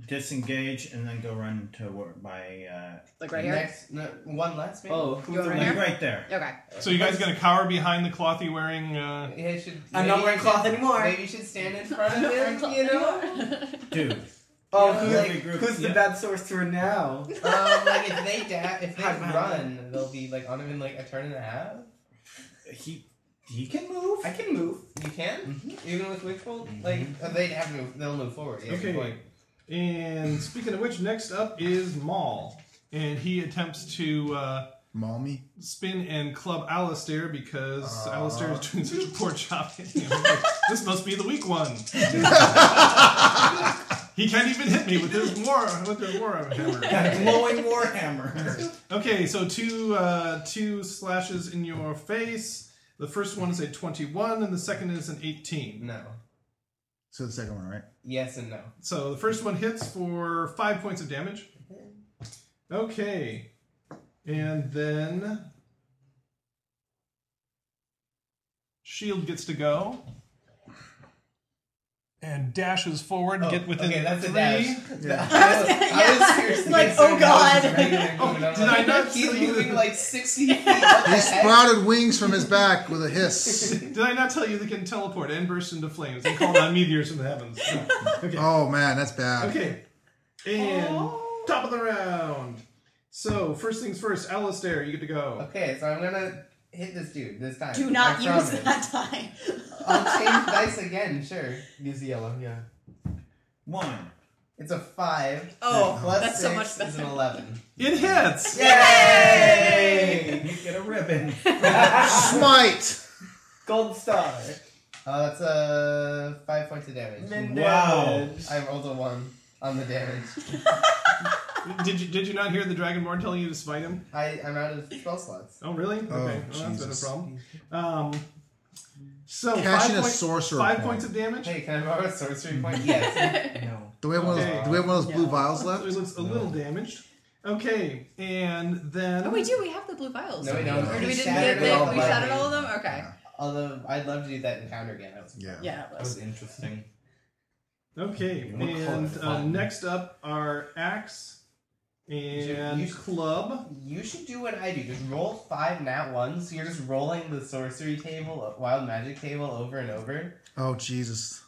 Speaker 4: disengage, and then go run to work by. Uh,
Speaker 3: Like right here.
Speaker 1: next, no, one last maybe?
Speaker 7: Oh,
Speaker 3: You want
Speaker 4: like
Speaker 3: right here?
Speaker 4: right there.
Speaker 3: Okay.
Speaker 6: So you guys gonna cower behind the cloth you wearing? Uh,
Speaker 1: Yeah, you should,
Speaker 7: I'm
Speaker 1: maybe
Speaker 7: not
Speaker 1: you
Speaker 7: wearing
Speaker 1: should-
Speaker 7: cloth anymore.
Speaker 1: Maybe you should stand in front of him, you know?
Speaker 4: Dude,
Speaker 7: Oh,
Speaker 1: Yeah,
Speaker 7: who's,
Speaker 1: like,
Speaker 4: regroup.
Speaker 7: who's the
Speaker 4: Yeah.
Speaker 7: bad sorcerer now?
Speaker 1: um, like, if they da- if they
Speaker 7: Hide behind
Speaker 1: run, they'll be, like, on him in, like, a turn and a half.
Speaker 4: he he can move.
Speaker 1: I can move. You can? Even with Witch Bolt? Like, uh, they'd have to move. They'll move forward. Yeah,
Speaker 6: Okay.
Speaker 1: good point.
Speaker 6: and speaking of which, next up is Maul, and he attempts to uh,
Speaker 2: Maul me.
Speaker 6: spin and club Alistair because
Speaker 1: Aw.
Speaker 6: Alistair is doing such a poor job. this must be the weak one. he can't even hit me with his war with his war hammer.
Speaker 4: That glowing warhammer.
Speaker 6: Okay, so two uh, two slashes in your face. The first one is a twenty-one, and the second is an eighteen.
Speaker 1: No.
Speaker 2: So the second one, right?
Speaker 1: Yes and no.
Speaker 6: So the first one hits for five points of damage. Okay, and then shield gets to go and dashes forward.
Speaker 1: Oh,
Speaker 6: get within
Speaker 1: okay, that's a
Speaker 6: three.
Speaker 1: dash.
Speaker 2: Yeah.
Speaker 1: I was,
Speaker 3: Yeah.
Speaker 1: I was seriously
Speaker 3: Like,
Speaker 1: concerned
Speaker 3: oh,
Speaker 1: that was
Speaker 3: God.
Speaker 1: regular movement. I'm
Speaker 6: did
Speaker 1: like,
Speaker 6: I not
Speaker 1: oh, He's
Speaker 6: see
Speaker 1: moving
Speaker 6: the-
Speaker 1: like sixty feet. What the
Speaker 2: He
Speaker 1: heck?
Speaker 2: sprouted wings from his back with a hiss.
Speaker 6: Did I not tell you they can teleport and burst into flames and call down meteors from the heavens? Okay.
Speaker 2: Oh man, that's bad.
Speaker 6: Okay. And top of the round. So, first things first, Alistair, you get to go.
Speaker 1: Okay, so I'm gonna hit this dude this time.
Speaker 3: Do not
Speaker 1: I
Speaker 3: use
Speaker 1: promise.
Speaker 3: that time.
Speaker 1: I'll change dice again. Sure,
Speaker 7: Use the yellow, yeah.
Speaker 4: One.
Speaker 1: it's a five.
Speaker 3: Oh,
Speaker 1: plus
Speaker 3: that's
Speaker 1: six
Speaker 3: so much
Speaker 1: Is
Speaker 3: better.
Speaker 1: an eleven.
Speaker 6: It hits!
Speaker 1: Yay!
Speaker 4: You get a ribbon.
Speaker 2: Smite.
Speaker 7: Gold star.
Speaker 1: Uh, that's a five points of damage.
Speaker 7: Min
Speaker 4: Wow.
Speaker 7: damage.
Speaker 1: I rolled a one on the damage.
Speaker 6: Did you did you not hear the Dragonborn telling you to smite him?
Speaker 1: I I'm out of spell slots.
Speaker 6: Oh, really? Okay,
Speaker 2: Oh,
Speaker 6: well, that's been a
Speaker 2: Jesus.
Speaker 6: problem. Um, so,
Speaker 2: Cashing
Speaker 6: five,
Speaker 2: a
Speaker 6: point-
Speaker 2: sorcerer.
Speaker 6: five
Speaker 2: point.
Speaker 6: points of damage.
Speaker 1: Hey, can I borrow a sorcery point? Yes.
Speaker 7: No.
Speaker 2: Do we have one of those?
Speaker 6: Okay.
Speaker 2: Do we have one of those blue
Speaker 3: No.
Speaker 2: vials
Speaker 6: So he
Speaker 2: left?
Speaker 6: looks a little damaged. Okay, and then.
Speaker 3: Oh, we do. We have the blue vials.
Speaker 1: No, we don't.
Speaker 3: Or
Speaker 1: We
Speaker 3: do we didn't
Speaker 1: shattered
Speaker 3: get
Speaker 1: all
Speaker 3: them?
Speaker 1: of
Speaker 3: We
Speaker 1: them.
Speaker 3: shouted all of them. Okay.
Speaker 1: Although I'd love to do that encounter again. That was
Speaker 2: Yeah.
Speaker 3: Yeah, it
Speaker 7: That was
Speaker 3: was.
Speaker 7: interesting.
Speaker 6: Okay,
Speaker 7: We'll call it
Speaker 6: and uh,
Speaker 7: fun.
Speaker 6: next up are axe and
Speaker 1: You- you-
Speaker 6: club.
Speaker 1: You should do what I do. Just roll five nat ones. So you're just rolling the sorcery table, uh, wild magic table, over and over.
Speaker 2: Oh Jesus.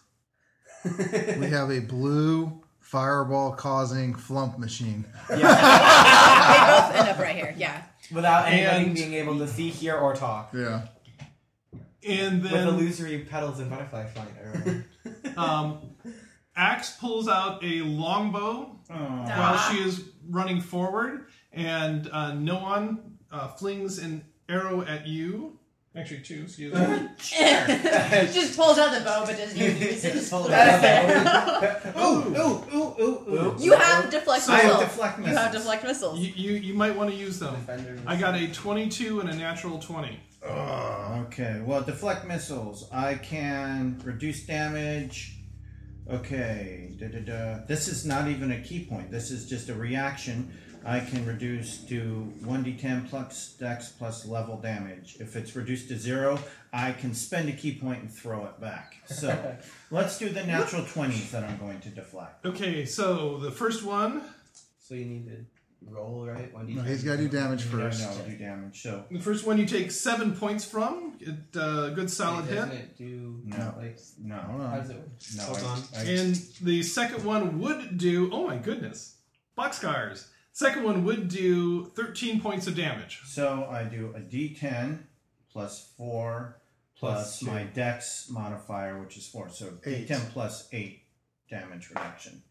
Speaker 2: We have a blue fireball causing flump machine.
Speaker 3: they both end up right here. Yeah.
Speaker 7: Without anybody
Speaker 6: And-
Speaker 7: being able to see, hear, or talk.
Speaker 2: Yeah.
Speaker 6: And
Speaker 7: With
Speaker 6: then
Speaker 7: illusory petals and butterfly flight. I remember.
Speaker 6: um, Axe pulls out a longbow
Speaker 4: Oh,
Speaker 3: Nah.
Speaker 6: while she is running forward, and uh, Noan uh, flings an arrow at you. Actually, two, excuse me.
Speaker 8: just pulls out the bow, but doesn't even use it. Just
Speaker 7: Pull
Speaker 8: pulls
Speaker 7: it
Speaker 8: out
Speaker 7: out.
Speaker 8: the bow.
Speaker 1: Ooh, ooh, ooh, ooh, ooh.
Speaker 8: You have deflect
Speaker 6: So-
Speaker 4: I have
Speaker 8: missile.
Speaker 4: deflect
Speaker 8: You have
Speaker 4: missiles.
Speaker 8: deflect missiles.
Speaker 6: you, you, you might want to use them.
Speaker 7: Defender.
Speaker 6: I got a 22 and a natural 20.
Speaker 4: Okay, well, deflect missiles. I can reduce damage. Okay, da da da. This is not even a key point. This is just a reaction. I can reduce to 1d10 plus dex plus level damage. If it's reduced to zero, I can spend a key point and throw it back. So let's do the natural 20s that I'm going to deflect.
Speaker 6: Okay, so the first one,
Speaker 7: So you need to roll, right? One
Speaker 2: No, he's got to do damage
Speaker 4: No,
Speaker 2: first.
Speaker 4: no, do damage. So,
Speaker 6: the first one you take seven points from. It uh, good solid hit.
Speaker 7: Doesn't it do
Speaker 4: No.
Speaker 7: like
Speaker 4: no.
Speaker 7: how does it work?
Speaker 4: No,
Speaker 6: Hold
Speaker 4: I-
Speaker 6: on.
Speaker 4: I-
Speaker 6: and the second one would do. Oh my goodness, boxcars. Second one would do 13 points of damage.
Speaker 4: So I do a D10 plus four plus,
Speaker 7: Plus two.
Speaker 4: my Dex modifier, which is four. So
Speaker 2: Eight.
Speaker 4: D10 plus eight damage reduction.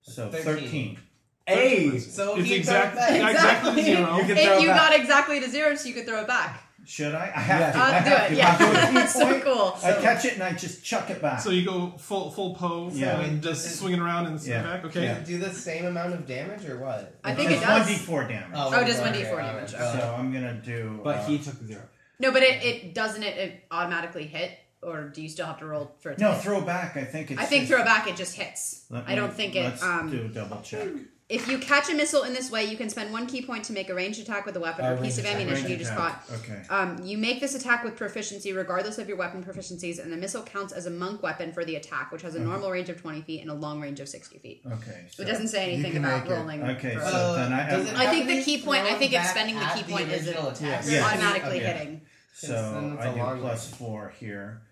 Speaker 4: So
Speaker 7: Thirteen.
Speaker 4: thirteen.
Speaker 7: Hey, so
Speaker 6: It's
Speaker 7: he
Speaker 6: exact-
Speaker 7: does that.
Speaker 6: Exactly zero.
Speaker 7: You can throw
Speaker 8: If you
Speaker 7: it back.
Speaker 8: got exactly to zero, so you could throw it back.
Speaker 4: Should I? I have to. I
Speaker 8: Uh, do
Speaker 4: have
Speaker 8: it.
Speaker 4: to.
Speaker 8: Yeah,
Speaker 4: I do a key
Speaker 8: that's so
Speaker 4: point,
Speaker 8: cool.
Speaker 4: I catch it and I just chuck it back.
Speaker 6: So you go full full poe
Speaker 4: Yeah.
Speaker 6: and just swinging around and
Speaker 4: Yeah.
Speaker 6: yeah. back. Okay,
Speaker 4: Yeah.
Speaker 7: do the same amount of damage or what?
Speaker 8: I think it does.
Speaker 4: It's one D4 damage.
Speaker 3: Oh, just
Speaker 7: okay,
Speaker 3: 1d4
Speaker 7: okay,
Speaker 3: damage. Oh.
Speaker 7: okay.
Speaker 4: So I'm gonna do.
Speaker 7: uh, But
Speaker 4: uh,
Speaker 7: he took zero.
Speaker 3: No, but it, it doesn't it, it automatically hit, or do you still have to roll for it? To
Speaker 4: No,
Speaker 3: hit?
Speaker 4: throw back. I think it's.
Speaker 3: I think
Speaker 4: just-
Speaker 3: throw back it just hits.
Speaker 4: Let
Speaker 3: I don't
Speaker 4: me-
Speaker 3: think it.
Speaker 4: Let's
Speaker 3: Um,
Speaker 4: do a double check.
Speaker 3: If you catch a missile in this way, you can spend one key point to make a ranged attack with a weapon
Speaker 7: Uh,
Speaker 3: or piece
Speaker 7: ranged
Speaker 3: of
Speaker 7: attack.
Speaker 3: ammunition
Speaker 4: Range
Speaker 3: you just
Speaker 4: attack.
Speaker 3: caught.
Speaker 4: Okay.
Speaker 3: Um, you make this attack with proficiency, regardless of your weapon proficiencies, and the missile counts as a monk weapon for the attack, which has a normal range of 20 feet and a long range of 60 feet.
Speaker 4: Okay. So
Speaker 3: So it doesn't say anything
Speaker 2: can
Speaker 3: about
Speaker 2: make it.
Speaker 3: rolling.
Speaker 4: Okay,
Speaker 3: for-
Speaker 4: so then I
Speaker 7: does
Speaker 4: have-
Speaker 7: it
Speaker 3: I think
Speaker 7: have to
Speaker 3: the
Speaker 7: be
Speaker 3: key point- I think
Speaker 7: thrown
Speaker 3: it's spending the
Speaker 7: back
Speaker 3: key
Speaker 7: at
Speaker 3: point is
Speaker 7: original
Speaker 3: it-
Speaker 7: attack.
Speaker 3: you're
Speaker 4: Yes.
Speaker 3: automatically
Speaker 7: Okay.
Speaker 3: hitting.
Speaker 7: Since then
Speaker 4: So
Speaker 7: it's
Speaker 4: I
Speaker 7: a
Speaker 4: do
Speaker 7: long
Speaker 4: plus
Speaker 7: range.
Speaker 4: four here.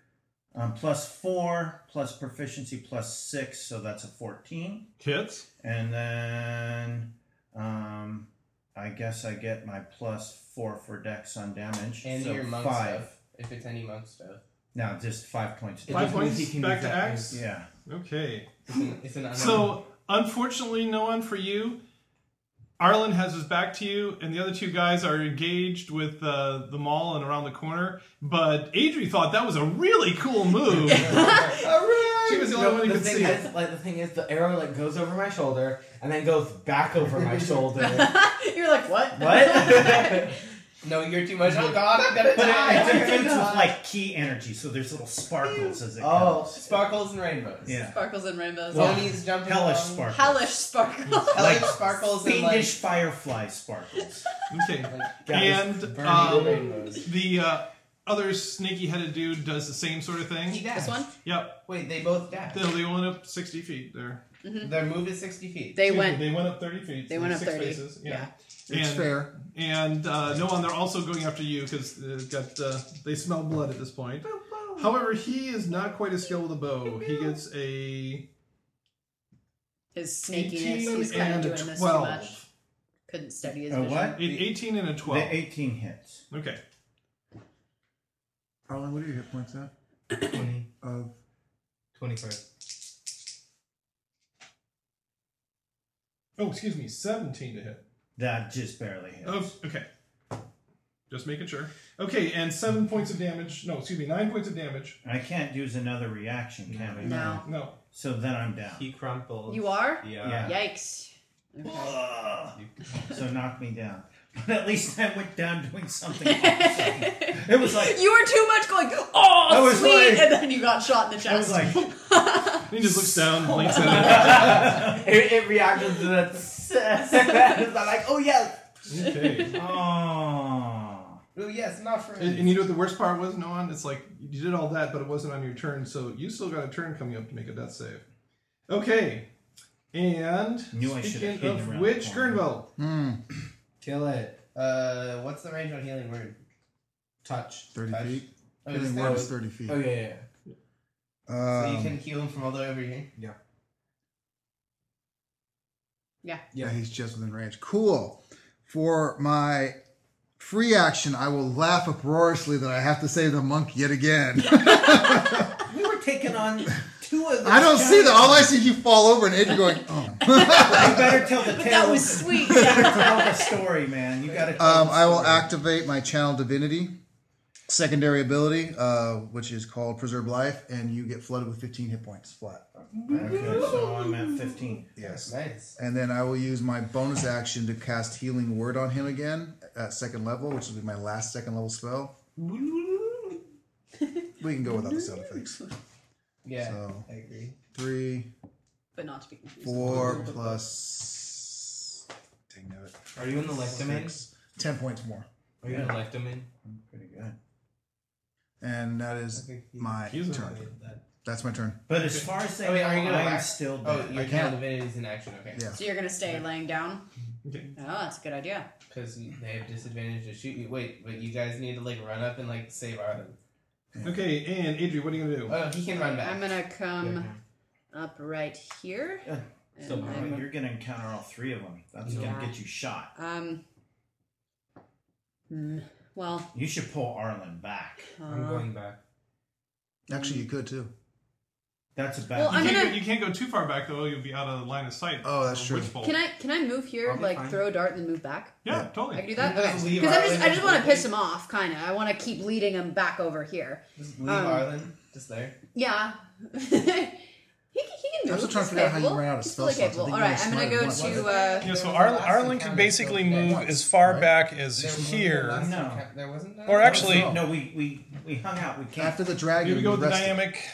Speaker 4: Um, plus four, plus proficiency, plus six, so that's a 14.
Speaker 6: hits.
Speaker 4: And then um, I guess I get my plus four for dex on damage.
Speaker 7: And
Speaker 4: so
Speaker 7: your monk
Speaker 4: five.
Speaker 7: stuff, if it's any monk stuff.
Speaker 4: No, just five points. of
Speaker 7: It
Speaker 6: Five
Speaker 7: doesn't mean
Speaker 6: points
Speaker 7: he can
Speaker 6: back
Speaker 7: use
Speaker 6: to
Speaker 7: that
Speaker 6: axe.
Speaker 4: Yeah.
Speaker 6: Okay,
Speaker 7: It's an, it's an unarmed-
Speaker 6: so unfortunately, no one for you. Arlen has his back to you, and the other two guys are engaged with uh, the mall and around the corner. But Adri thought that was a really cool move. She was the only
Speaker 7: No,
Speaker 6: one who
Speaker 7: the
Speaker 6: could
Speaker 7: thing
Speaker 6: see it.
Speaker 7: is, like the thing is, the arrow like goes over my shoulder and then goes back over my shoulder.
Speaker 8: You're like, what?
Speaker 7: what? no, you're too much. Oh God, I'm gonna
Speaker 4: But
Speaker 7: die.
Speaker 4: it,
Speaker 7: I'm
Speaker 4: it defends
Speaker 7: gonna
Speaker 4: with
Speaker 7: die.
Speaker 4: like key energy, so there's little sparkles as it
Speaker 7: oh,
Speaker 4: goes.
Speaker 7: sparkles and rainbows.
Speaker 4: Yeah.
Speaker 8: Sparkles and rainbows.
Speaker 7: Ponies jumping.
Speaker 4: Hellish
Speaker 7: along.
Speaker 4: sparkles.
Speaker 8: Hellish sparkle.
Speaker 7: Hellish
Speaker 4: Like
Speaker 7: sparkles and like,
Speaker 4: Fiendish firefly sparkles.
Speaker 6: Okay,
Speaker 7: like
Speaker 6: And,
Speaker 7: burning
Speaker 6: um,
Speaker 7: rainbows.
Speaker 6: the uh, other snaky-headed dude does the same sort of thing.
Speaker 7: He dashed.
Speaker 3: This one?
Speaker 6: Yep,
Speaker 7: Wait, they both dashed.
Speaker 6: they they went up sixty feet there.
Speaker 7: Their move is sixty feet.
Speaker 3: They
Speaker 6: Excuse me,
Speaker 3: went.
Speaker 6: They went up thirty feet.
Speaker 3: They
Speaker 6: so
Speaker 3: went up
Speaker 6: six
Speaker 3: 30,
Speaker 6: Paces. Yeah.
Speaker 2: It's
Speaker 6: and,
Speaker 2: fair.
Speaker 6: And uh, no one, they're also going after you because got uh, they smell blood at this point. However, he is not quite as skilled with a bow. He gets a
Speaker 3: His snakiness,
Speaker 6: eighteen
Speaker 3: he's kind of
Speaker 6: and
Speaker 3: doing
Speaker 6: a
Speaker 3: this too much.
Speaker 6: twelve.
Speaker 3: Couldn't study his
Speaker 4: A
Speaker 3: vision.
Speaker 4: what?
Speaker 6: An eighteen and a twelve.
Speaker 4: The 18 hits.
Speaker 6: Okay.
Speaker 2: Arlen, what are your hit points at?
Speaker 7: Twenty.
Speaker 2: Of
Speaker 7: Twenty-five.
Speaker 6: Oh, excuse me, seventeen to hit.
Speaker 4: That just barely hits.
Speaker 6: Oh, okay. Just making sure. Okay, and seven points of damage. No, excuse me, nine points of damage.
Speaker 4: I can't use another reaction, can I?
Speaker 3: No.
Speaker 6: No.
Speaker 4: So then I'm down.
Speaker 7: He crumpled.
Speaker 3: You are?
Speaker 4: Yeah.
Speaker 3: Yikes. Okay.
Speaker 4: Ugh. so knock me down. But at least I went down doing something. awesome. it was like
Speaker 8: You were too much going,
Speaker 4: I
Speaker 8: oh,
Speaker 4: was
Speaker 8: sweet!
Speaker 4: like-
Speaker 8: and then you got shot in the
Speaker 4: I was
Speaker 8: chest.
Speaker 4: like
Speaker 6: He just looks down, blinks at
Speaker 7: It, it reacted to that. it's not like, oh yes,
Speaker 6: it. Okay.
Speaker 4: oh.
Speaker 7: oh yes, not for
Speaker 6: And,
Speaker 7: me.
Speaker 6: and you know what the worst part was, Noan? It's like you did all that, but it wasn't on your turn, so you still got a turn coming up to make a death save. Okay. And
Speaker 4: Knew I should've
Speaker 6: speaking
Speaker 4: hidden around
Speaker 6: of
Speaker 4: the
Speaker 6: which,
Speaker 4: corner.
Speaker 6: Gurnville.
Speaker 7: Kill it. Uh, what's the range on healing word? Touch.
Speaker 2: 30
Speaker 7: Touch.
Speaker 2: feet.
Speaker 7: Oh,
Speaker 2: Hitting
Speaker 7: just
Speaker 2: word
Speaker 7: that
Speaker 2: is 30 feet.
Speaker 7: one. Oh yeah, yeah. yeah. so you
Speaker 2: Um,
Speaker 7: can heal him from all the way over here.
Speaker 2: Yeah, he's just within range. Cool. For my Free action. I will laugh uproariously that I have to save the monk yet again.
Speaker 7: We were taking on two of the
Speaker 2: I don't see that. All I see is you fall over and Adrian going, oh.
Speaker 4: You better tell the tale.
Speaker 8: That was sweet.
Speaker 4: you better tell the story, man. You gotta. Tell
Speaker 2: Um,
Speaker 4: the
Speaker 2: I will
Speaker 4: story.
Speaker 2: activate my channel divinity secondary ability, uh, which is called Preserve Life, and you get flooded with 15 hit points flat.
Speaker 4: Okay, so I'm at 15.
Speaker 2: Yes.
Speaker 1: Nice.
Speaker 2: And then I will use my bonus action to cast Healing Word on him again at second level, which will be my last second level spell. we can go without the sound effects.
Speaker 1: Yeah,
Speaker 2: So-
Speaker 1: I agree.
Speaker 2: Three,
Speaker 8: but not to be confused.
Speaker 2: four plus. Dang it.
Speaker 7: Are you in the left domain?
Speaker 2: Six. Ten points more.
Speaker 7: Are you in the left domain?
Speaker 4: I'm pretty good.
Speaker 2: And that is my
Speaker 6: he's
Speaker 2: turn. That's my turn.
Speaker 4: But as far as they
Speaker 1: Oh, wait, are you gonna
Speaker 4: know, I'm
Speaker 1: laugh?
Speaker 4: still
Speaker 1: Oh,
Speaker 4: dead.
Speaker 1: your channel divinity is in action. Okay.
Speaker 2: Yeah.
Speaker 3: So you're gonna stay laying down?
Speaker 6: Okay.
Speaker 3: Oh, that's a good idea.
Speaker 1: Because they have disadvantage to shoot you. Wait, but you guys need to like run up and like save Arlen.
Speaker 6: Okay, and Adri, what are you gonna do?
Speaker 1: Oh, no, he can run back.
Speaker 3: I'm gonna come up right here.
Speaker 4: Yeah.
Speaker 3: and
Speaker 7: So
Speaker 4: Oh,
Speaker 3: I'm-
Speaker 4: you're gonna encounter all three of them. That's
Speaker 3: Yeah.
Speaker 4: gonna get you shot.
Speaker 3: um. hmm, Well,
Speaker 4: You should pull Arlen back.
Speaker 7: I'm
Speaker 3: uh,
Speaker 7: going back.
Speaker 2: Actually, you could too.
Speaker 4: That's a bad.
Speaker 3: Well,
Speaker 6: You
Speaker 3: I'm
Speaker 6: can't,
Speaker 3: gonna-
Speaker 6: go, you can't go too far back though; you'll be out of line of sight.
Speaker 2: Oh, that's
Speaker 6: for
Speaker 2: true.
Speaker 6: Witchbolt.
Speaker 3: can I can I move here,
Speaker 7: I'll be
Speaker 3: like
Speaker 7: fine.
Speaker 3: throw a dart and then move back?
Speaker 6: Yeah,
Speaker 3: I
Speaker 6: totally.
Speaker 3: can do that.
Speaker 1: You can just leave
Speaker 3: Because I'm just
Speaker 1: Arlen
Speaker 3: I just want to
Speaker 1: completely.
Speaker 3: piss him off, kind of. I want to keep leading him back over here.
Speaker 1: Just leave
Speaker 3: Um,
Speaker 1: Arlen just there.
Speaker 3: Yeah. he, can, he can do
Speaker 2: I was
Speaker 3: it.
Speaker 2: just trying to
Speaker 3: He's
Speaker 2: figure out how you
Speaker 3: capable.
Speaker 2: ran out of
Speaker 3: He's
Speaker 2: spell
Speaker 3: fully
Speaker 2: slots. I
Speaker 3: capable.
Speaker 2: think
Speaker 3: All
Speaker 2: you
Speaker 3: right,
Speaker 2: were
Speaker 3: I'm gonna
Speaker 2: smarter than
Speaker 3: go
Speaker 2: I was.
Speaker 3: to. Uh,
Speaker 9: Yeah, so Ar- Arlen can basically move as far back as here.
Speaker 4: No.
Speaker 1: There wasn't. none?
Speaker 9: Or actually,
Speaker 4: No, we, we we hung out. We can't.
Speaker 2: After the dragon,
Speaker 9: here we go
Speaker 2: we
Speaker 9: with the
Speaker 2: rested.
Speaker 9: dynamic.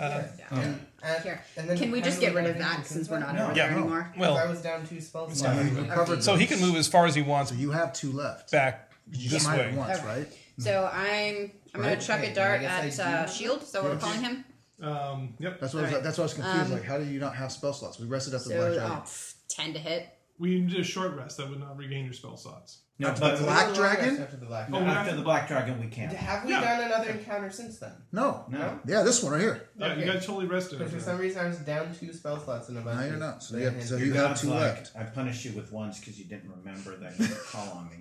Speaker 9: Uh,
Speaker 1: And-
Speaker 3: Here.
Speaker 1: and then
Speaker 3: Can we
Speaker 1: how
Speaker 3: just
Speaker 1: do
Speaker 3: get rid of
Speaker 1: regain
Speaker 3: that
Speaker 1: the
Speaker 3: since we're not
Speaker 1: consent?
Speaker 4: No,
Speaker 3: over
Speaker 9: yeah,
Speaker 3: there
Speaker 2: no.
Speaker 3: anymore?
Speaker 9: well,
Speaker 1: I was down two spells.
Speaker 2: So you
Speaker 1: left.
Speaker 2: recovered.
Speaker 9: so he can move as far as he wants
Speaker 2: You have two left.
Speaker 9: back
Speaker 2: You
Speaker 9: this
Speaker 2: might
Speaker 9: way.
Speaker 2: once,
Speaker 3: Okay.
Speaker 2: right?
Speaker 3: So I'm I'm gonna
Speaker 2: Right.
Speaker 3: chuck
Speaker 1: Okay,
Speaker 3: a
Speaker 1: then I
Speaker 3: dart
Speaker 1: guess
Speaker 3: at
Speaker 1: I
Speaker 3: uh,
Speaker 1: do-
Speaker 3: shield. Is that what we're calling him?
Speaker 6: Um, yep.
Speaker 2: That's what. I was,
Speaker 3: Alright.
Speaker 2: That's what I was confused.
Speaker 3: Um,
Speaker 2: like, how do you not have spell slots? We rested after the black
Speaker 3: So
Speaker 2: dragon.
Speaker 3: oh, pff, ten to hit.
Speaker 6: We did a short rest. That would not regain your spell slots.
Speaker 4: no,
Speaker 2: After
Speaker 4: but
Speaker 2: the black
Speaker 1: Long
Speaker 2: dragon?
Speaker 1: rest After the black
Speaker 6: Oh,
Speaker 1: dragon.
Speaker 4: after the black dragon, we can't.
Speaker 1: Have we
Speaker 6: Yeah.
Speaker 1: done another encounter since then?
Speaker 2: No.
Speaker 4: No.
Speaker 2: Yeah, this one right here.
Speaker 6: Yeah, you
Speaker 1: Okay.
Speaker 6: got totally rested.
Speaker 1: Because for some reason I was down two spell slots in a bunch.
Speaker 2: No, you're
Speaker 1: of-
Speaker 2: not. So
Speaker 1: Yeah,
Speaker 2: you have,
Speaker 1: and
Speaker 2: so
Speaker 1: you're
Speaker 2: you have
Speaker 4: God's
Speaker 2: two
Speaker 4: like,
Speaker 2: left.
Speaker 4: I punished you with ones because you didn't remember that you could call on me.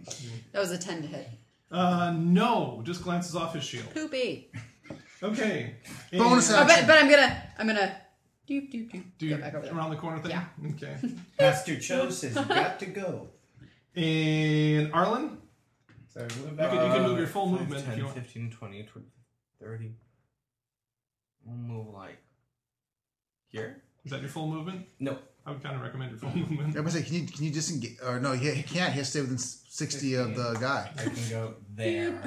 Speaker 3: That was a ten to hit.
Speaker 6: Uh, no, just glances off his shield.
Speaker 3: Poopy.
Speaker 6: Okay.
Speaker 2: Bonus
Speaker 6: And-
Speaker 3: Oh, but
Speaker 2: action.
Speaker 3: but I'm gonna I'm gonna doop doop doop
Speaker 6: Do
Speaker 3: go
Speaker 6: you
Speaker 3: back over there.
Speaker 6: around the corner thing?
Speaker 3: Yeah.
Speaker 6: Okay.
Speaker 4: Pastor Cho says you got to go.
Speaker 6: And Arlen,
Speaker 1: So move
Speaker 6: you
Speaker 1: back.
Speaker 6: can, you can
Speaker 7: Uh,
Speaker 6: move your full
Speaker 7: five,
Speaker 6: movement if
Speaker 7: 10,
Speaker 6: you want.
Speaker 7: 15, 20, 20, 30. We'll move like here.
Speaker 6: Is that your full movement?
Speaker 7: No.
Speaker 6: I would kind of recommend your full movement.
Speaker 2: Everybody say, can you can you disengage? Or no, he he can't. He has to stay within s- sixty of the guy.
Speaker 7: I can go there.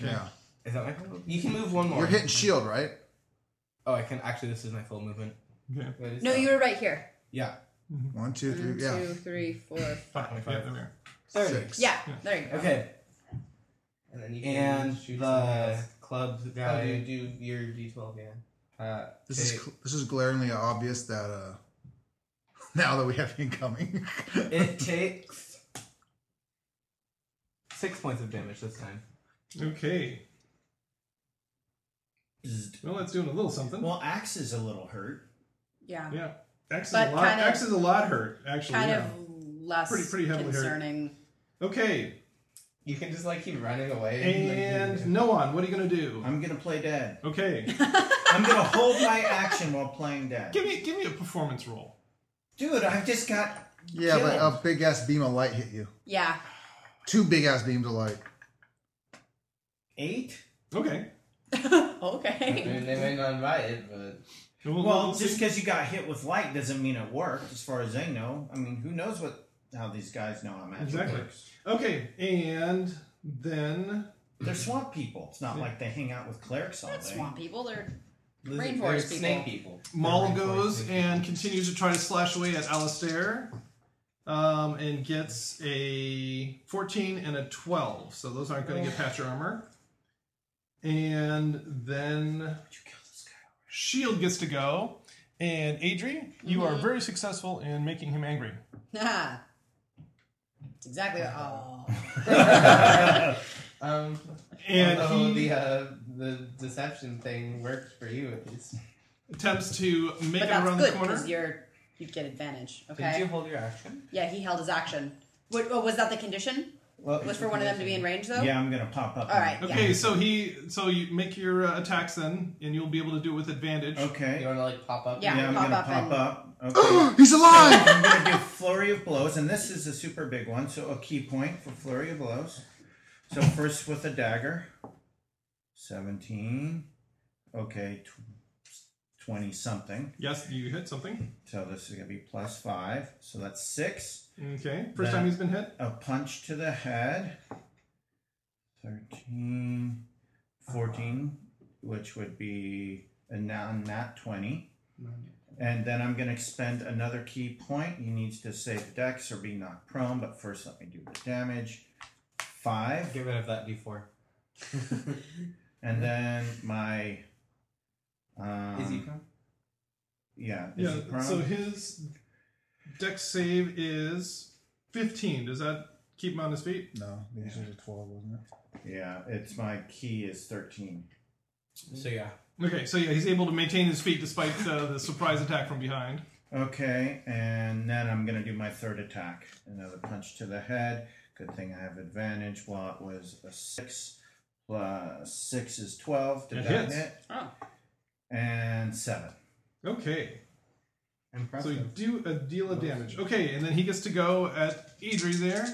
Speaker 2: Yeah.
Speaker 7: Is that my full movement?
Speaker 1: You can move one more.
Speaker 2: You're hitting shield, right?
Speaker 7: Oh, I can actually. This is my full movement.
Speaker 6: Okay.
Speaker 1: That is
Speaker 3: No,
Speaker 1: not-
Speaker 3: you were right here.
Speaker 7: Yeah.
Speaker 2: One,
Speaker 6: uh,
Speaker 2: two,
Speaker 3: One,
Speaker 2: three. Yeah.
Speaker 3: two, three, four.
Speaker 6: Fine. Yeah, there we are.
Speaker 2: Six.
Speaker 3: Yeah, there you go.
Speaker 7: Okay.
Speaker 1: And then you can
Speaker 7: And
Speaker 1: shoot
Speaker 7: the
Speaker 1: something
Speaker 7: club
Speaker 1: else. Oh, you
Speaker 7: guy.
Speaker 1: do your d12, yeah.
Speaker 7: Uh,
Speaker 2: This is cl- this is glaringly obvious that uh, now that we have incoming.
Speaker 7: It takes six points of damage this time.
Speaker 6: Okay. Well, that's doing a little something.
Speaker 4: Well, Axe is a little hurt.
Speaker 3: Yeah,
Speaker 6: Yeah. Axe is, a
Speaker 3: But
Speaker 6: lot,
Speaker 3: kind of-
Speaker 6: Axe is a lot hurt, actually.
Speaker 3: kind
Speaker 6: yeah.
Speaker 3: of less
Speaker 6: Pretty- pretty heavily hurt.
Speaker 3: concerning.
Speaker 6: Okay.
Speaker 1: You can just like keep running away. like,
Speaker 6: And
Speaker 1: you-
Speaker 6: Noan, what are you going to do?
Speaker 4: I'm gonna play dead.
Speaker 6: Okay.
Speaker 4: I'm gonna hold my action while playing dead.
Speaker 6: give me give me a performance roll.
Speaker 4: Dude, I've just got
Speaker 2: yeah, but
Speaker 4: Killed.
Speaker 2: a big ass beam of light hit you.
Speaker 3: Yeah,
Speaker 2: Two big ass beams of light.
Speaker 4: eight.
Speaker 6: Okay.
Speaker 1: I mean,
Speaker 3: okay.
Speaker 1: they may not buy it, but
Speaker 6: We'll-
Speaker 4: Well,
Speaker 6: we'll
Speaker 4: just
Speaker 6: see.
Speaker 4: because you got hit with light doesn't mean it worked, as far as they know. I mean, who knows what how these guys know how magic
Speaker 6: Exactly.
Speaker 4: works?
Speaker 6: Okay, and then
Speaker 4: They're swamp people. It's not like they hang out with clerics all
Speaker 3: Not
Speaker 4: day.
Speaker 3: swamp people. They're
Speaker 1: lizard-
Speaker 3: Rainforest
Speaker 1: they're
Speaker 3: people.
Speaker 1: snake people.
Speaker 6: Maul
Speaker 7: Very
Speaker 6: goes
Speaker 7: pointy.
Speaker 6: and continues to try to slash away at Alistair. Um, and gets a 14 and a 12. So those aren't going to get past your armor. And then Shield gets to go. And Adri, you are
Speaker 4: Mm-hmm.
Speaker 6: very successful in making him angry.
Speaker 4: Oh,
Speaker 3: nah. It's exactly. What, oh,
Speaker 1: Um,
Speaker 6: And
Speaker 1: although
Speaker 6: he
Speaker 1: the uh, the deception thing worked for you at least.
Speaker 6: attempts to make
Speaker 3: but
Speaker 6: it
Speaker 3: that's
Speaker 6: around
Speaker 3: good
Speaker 6: the corner.
Speaker 3: because you're you get advantage.
Speaker 7: Did you
Speaker 3: Okay.
Speaker 7: hold your action?
Speaker 3: Yeah, he held his action. What, oh, was that the condition?
Speaker 4: Well,
Speaker 3: Was for one of them to be in range though.
Speaker 4: yeah, I'm gonna pop up.
Speaker 3: All right.
Speaker 6: Okay, so he, so you make your uh, attacks then, and you'll be able to do it with advantage.
Speaker 1: You
Speaker 4: Okay.
Speaker 1: want to like pop up?
Speaker 3: Yeah,
Speaker 4: I'm
Speaker 3: pop
Speaker 4: gonna
Speaker 3: up
Speaker 4: pop
Speaker 3: and-
Speaker 4: up. Okay.
Speaker 2: Oh, he's alive!
Speaker 4: I'm gonna do flurry of blows, and this is a super big one, so a key point for flurry of blows. So first with a dagger, seventeen. Okay, tw- twenty something.
Speaker 6: Yes, you hit something.
Speaker 4: So this is gonna be plus five. So that's six.
Speaker 6: Okay, first
Speaker 4: That-
Speaker 6: time he's been hit.
Speaker 4: A punch to the head. 13, 14, which would be a non nat 20. And then I'm going to expend another key point. He needs to save dex or be knocked prone, but first let me do the damage. Five.
Speaker 7: Get rid of that d4.
Speaker 4: And then my. Um,
Speaker 7: Is he
Speaker 2: Hmm.
Speaker 7: prone?
Speaker 4: Yeah. Is
Speaker 6: Yeah,
Speaker 4: he prone?
Speaker 6: so his dex save is 15. Does that keep him on his feet?
Speaker 2: No, these was a 12, wasn't it?
Speaker 4: yeah, it's my key is 13.
Speaker 7: So yeah.
Speaker 6: Okay, so yeah, he's able to maintain his feet despite uh, the surprise attack from behind.
Speaker 4: Okay, and then I'm gonna do my third attack. Another punch to the head. Good thing I have advantage. Well, it was a six plus six is twelve. Did
Speaker 6: It
Speaker 4: that
Speaker 6: hits.
Speaker 4: hit?
Speaker 3: Oh.
Speaker 4: And seven.
Speaker 6: Okay, so you
Speaker 7: Impressive.
Speaker 6: do a deal of damage. Okay, and then he gets to go at Idri there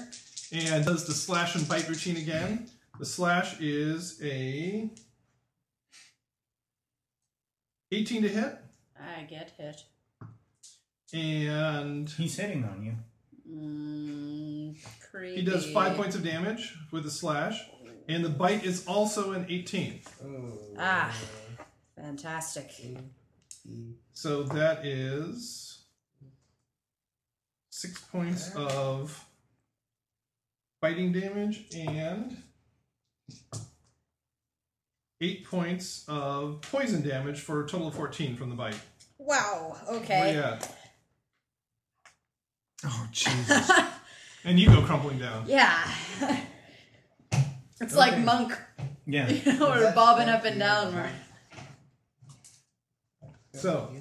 Speaker 6: and does the slash and bite routine again. The slash is a 18 to hit,
Speaker 3: I get hit.
Speaker 6: and
Speaker 4: He's hitting on you.
Speaker 3: Mm,
Speaker 6: he does 5 points of damage with the slash, and the bite is also an 18.
Speaker 3: Ah, fantastic.
Speaker 6: So that is six points of biting damage and eight points of poison damage for a total of 14 from the bite.
Speaker 3: Wow.
Speaker 6: Where
Speaker 3: Okay.
Speaker 6: you at?
Speaker 2: Oh, Jesus.
Speaker 6: And you go crumpling down.
Speaker 3: Yeah. it's like monk,
Speaker 4: Yeah.
Speaker 3: you know, or bobbing up and down. Or...
Speaker 6: So,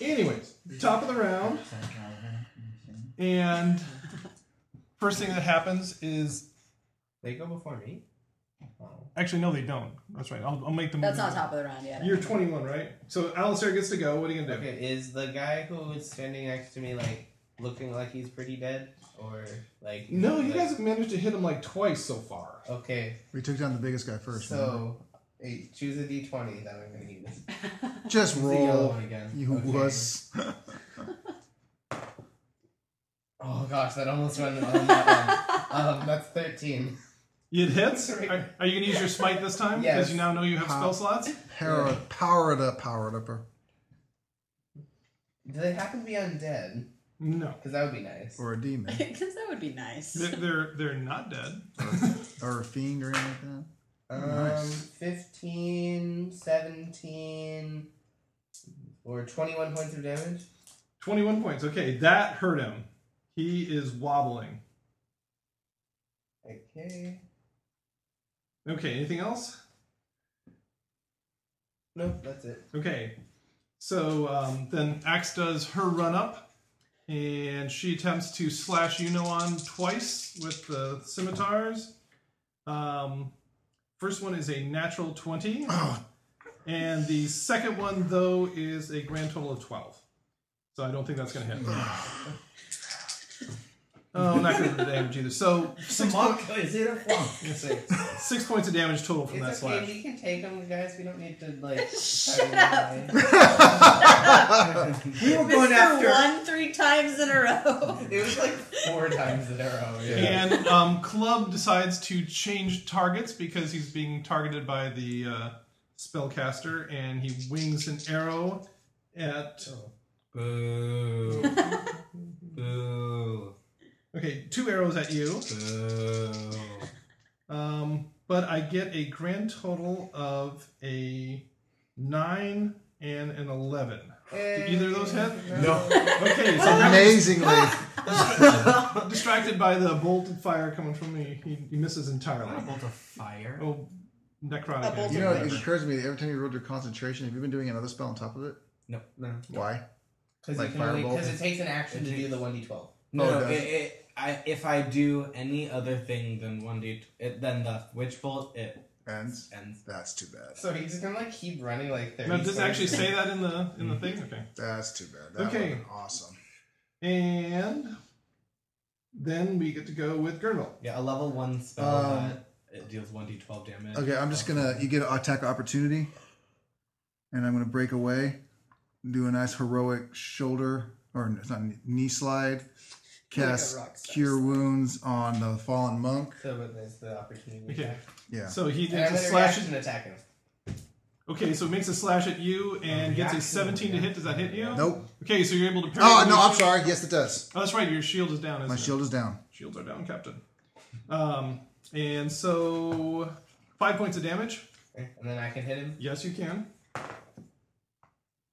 Speaker 6: anyways, top of the round. And first thing that happens is
Speaker 7: They go before me.
Speaker 6: actually, no, they don't. That's right. I'll, I'll make them.
Speaker 3: That's not top of the round yet.
Speaker 6: You're 21, right? So Alistair gets to go. What are you gonna do?
Speaker 1: Okay, is the guy who is standing next to me like looking like he's pretty dead, or like?
Speaker 6: No, you
Speaker 1: like-
Speaker 6: guys have managed to hit him like twice so far.
Speaker 1: Okay,
Speaker 2: we took down the biggest guy first. remember?
Speaker 1: so hey, choose a d20 that I'm gonna use.
Speaker 2: Just
Speaker 1: The yellow
Speaker 2: roll.
Speaker 1: one again.
Speaker 2: You
Speaker 1: Okay.
Speaker 2: was.
Speaker 1: Oh gosh, that almost went on that one. Um, that's thirteen.
Speaker 6: It hits. Are, are you gonna use your smite this time? Because
Speaker 1: Yes.
Speaker 6: you now know you have spell slots.
Speaker 2: Power, power it up, power it up.
Speaker 1: Do they happen to be undead?
Speaker 6: No,
Speaker 1: Because that would be nice.
Speaker 2: Or a demon.
Speaker 3: Because that would be nice.
Speaker 6: they're they're, they're not dead.
Speaker 2: or a fiend or anything like that.
Speaker 1: Um,
Speaker 2: Nice.
Speaker 1: 15, 17, or 21 points of damage.
Speaker 6: Twenty-one points. Okay, that hurt him. He is wobbling.
Speaker 1: Okay.
Speaker 6: Okay, anything else?
Speaker 1: Nope, that's it.
Speaker 6: Okay, so um, then Axe does her run up, and she attempts to slash Unoan twice with the scimitars. Um, first one is a natural twenty.
Speaker 2: Oh,
Speaker 6: And the second one, though, is a grand total of 12. So I don't think that's going to hit. oh, not good for the damage either. So six, po-
Speaker 4: Is it a flunk?
Speaker 6: six points of damage total from that
Speaker 1: It's okay,
Speaker 6: slash.
Speaker 1: we can take them, guys. We don't need to, like.
Speaker 3: Shut
Speaker 1: have them
Speaker 4: We were going
Speaker 3: Mister
Speaker 4: after.
Speaker 3: one three times in a row.
Speaker 1: die. It was like four times in a row. Yeah.
Speaker 6: And um, Club decides to change targets because he's being targeted by the uh, spellcaster, and he wings an arrow at.
Speaker 7: Oh. Boo. Boo.
Speaker 6: Okay, two arrows at you.
Speaker 7: Boo.
Speaker 6: Um, but I get a grand total of a nine and an eleven. Did either of those hit?
Speaker 7: No.
Speaker 6: Okay, so now
Speaker 2: amazingly.
Speaker 6: he's distracted by the bolt of fire coming from me, he, he misses entirely.
Speaker 7: A bolt of fire.
Speaker 6: Oh, necrotic.
Speaker 3: A bolt
Speaker 2: you
Speaker 6: damage.
Speaker 2: know, it occurs to me that every time you rolled your concentration, have you been doing another spell on top of it?
Speaker 7: No, no.
Speaker 2: Why?
Speaker 1: Because
Speaker 2: Like
Speaker 1: can only-
Speaker 2: Firebolt?
Speaker 1: it takes an action
Speaker 7: It
Speaker 1: to do
Speaker 7: takes-
Speaker 1: the 1d12.
Speaker 7: No,
Speaker 2: Oh, it
Speaker 7: no,
Speaker 2: does.
Speaker 7: it, it, I if I do any other thing than one d it, then the witch bolt it
Speaker 2: And
Speaker 7: ends.
Speaker 2: that's too bad.
Speaker 1: So he's gonna like keep running like thirty.
Speaker 6: No, does it actually
Speaker 1: seconds.
Speaker 6: say that in the in the
Speaker 2: Mm-hmm.
Speaker 6: thing? Okay.
Speaker 2: That's too bad. That
Speaker 6: Okay.
Speaker 2: okay. would awesome.
Speaker 6: And then we get to go with Gernville.
Speaker 7: Yeah, a level one spell
Speaker 2: Um,
Speaker 7: that it deals one d twelve damage. Oh,
Speaker 2: Okay, I'm just gonna. You get an attack opportunity, and I'm gonna break away, do a nice heroic shoulder or it's not knee- knee slide, cast
Speaker 1: rock star
Speaker 2: cure wounds on the fallen monk.
Speaker 1: So but there's the opportunity.
Speaker 6: Okay.
Speaker 1: attack.
Speaker 2: Yeah.
Speaker 6: So he
Speaker 1: And I'm
Speaker 6: takes a
Speaker 1: gonna
Speaker 6: slash.
Speaker 1: slash and attack him.
Speaker 6: Okay, so makes a slash at you and gets a
Speaker 7: reaction,
Speaker 6: 17 to hit. Does that hit you?
Speaker 2: nope.
Speaker 6: Okay, so you're able to parry.
Speaker 2: Oh
Speaker 6: with
Speaker 2: no,
Speaker 6: your
Speaker 2: I'm
Speaker 6: shield.
Speaker 2: sorry. Yes, it does.
Speaker 6: Oh, that's right. Your shield is down. Isn't
Speaker 2: My
Speaker 6: it?
Speaker 2: shield is down.
Speaker 6: Shields are down, Captain. Um, and so five points of damage.
Speaker 1: Okay, And then I can hit him.
Speaker 6: Yes, you can.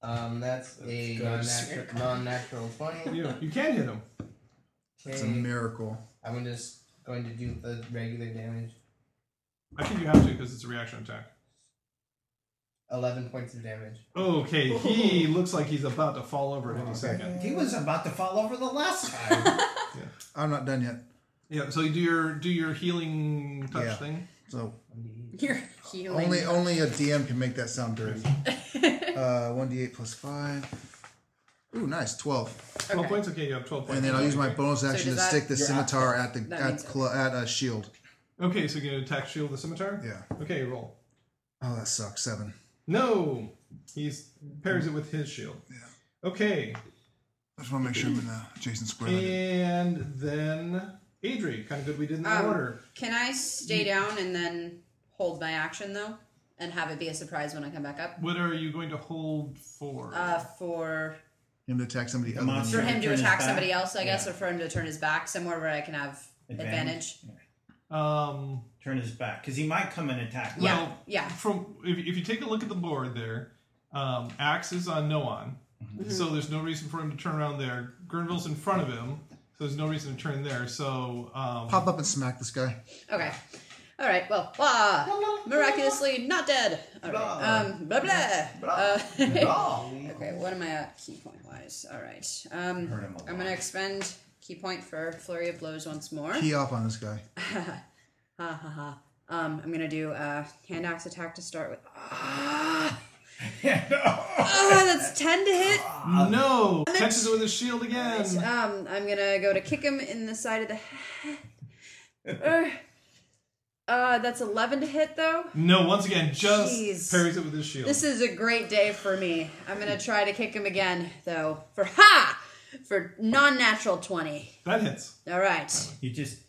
Speaker 1: Um, that's a non-natural, non-natural twenty.
Speaker 6: You you can hit him.
Speaker 2: It's a
Speaker 1: Okay.
Speaker 2: miracle.
Speaker 1: I'm just going to do the regular damage.
Speaker 6: I think you have to because it's a reaction attack.
Speaker 1: Eleven points of damage.
Speaker 6: Okay,
Speaker 2: Oh.
Speaker 6: he looks like he's about to fall over at any second.
Speaker 4: He was about to fall over the last time.
Speaker 2: I'm not done yet.
Speaker 6: Yeah. So you do your do your healing touch
Speaker 2: Yeah.
Speaker 6: thing.
Speaker 2: So
Speaker 3: You're healing.
Speaker 2: only only a DM can make that sound dirty. Uh, one d8 plus five. Ooh, nice, twelve.
Speaker 6: Twelve points. Okay, you have twelve points.
Speaker 2: And then I'll use my bonus action
Speaker 3: does
Speaker 2: to
Speaker 3: that-
Speaker 2: stick the scimitar at the
Speaker 3: that
Speaker 2: at
Speaker 3: means-
Speaker 2: cl- at a shield.
Speaker 6: Okay, so you can attack shield the scimitar.
Speaker 2: Yeah.
Speaker 6: Okay, roll.
Speaker 2: Oh, that sucks. Seven.
Speaker 6: No, he's parries it with his shield. Yeah. Okay,
Speaker 2: I just want to make sure I'm in the Jason Square.
Speaker 6: and then Adri. Kind of good we did in that
Speaker 3: Um,
Speaker 6: order.
Speaker 3: Can I stay down and then hold my action though, and have it be a surprise when I come back up?
Speaker 6: What are you going to hold for?
Speaker 3: Uh, for
Speaker 2: Him to attack somebody. Other
Speaker 4: monster.
Speaker 2: than
Speaker 3: for
Speaker 2: you.
Speaker 3: him
Speaker 4: turn
Speaker 3: to
Speaker 4: his
Speaker 3: attack
Speaker 4: back?
Speaker 3: somebody else, I guess,
Speaker 4: Yeah.
Speaker 3: or for him to turn his back somewhere where I can have advantage.
Speaker 4: Advantage.
Speaker 6: um,
Speaker 4: Turn his back because he might come and attack.
Speaker 3: Yeah,
Speaker 6: Well-
Speaker 3: yeah.
Speaker 6: from if, if you take a look at the board there, um, Axe is on Noan, so there's no reason for him to turn around there. Gurnville's in front of him, so there's no reason to turn there. So um,
Speaker 2: Pop up and smack this guy.
Speaker 3: Okay. All right. Well, blah. Miraculously not dead. All right. Um, blah blah. Uh, okay. What am I at key point wise? All right. Um,
Speaker 4: Hurt him a
Speaker 3: I'm
Speaker 4: lot.
Speaker 3: gonna expend key point for flurry of blows once more.
Speaker 2: Key off on this guy.
Speaker 3: Ha ha ha. Um, I'm gonna do a hand axe attack to start with. Ah, Ah, that's ten to hit.
Speaker 6: no catches it with his shield again.
Speaker 3: Um, I'm gonna go to kick him in the side of the head. uh, that's eleven to hit though.
Speaker 6: No, once again, just
Speaker 3: Jeez.
Speaker 6: parries it with his shield.
Speaker 3: This is a great day for me. I'm gonna try to kick him again, though. For ha, for non-natural twenty.
Speaker 6: that hits.
Speaker 3: All right,
Speaker 4: You just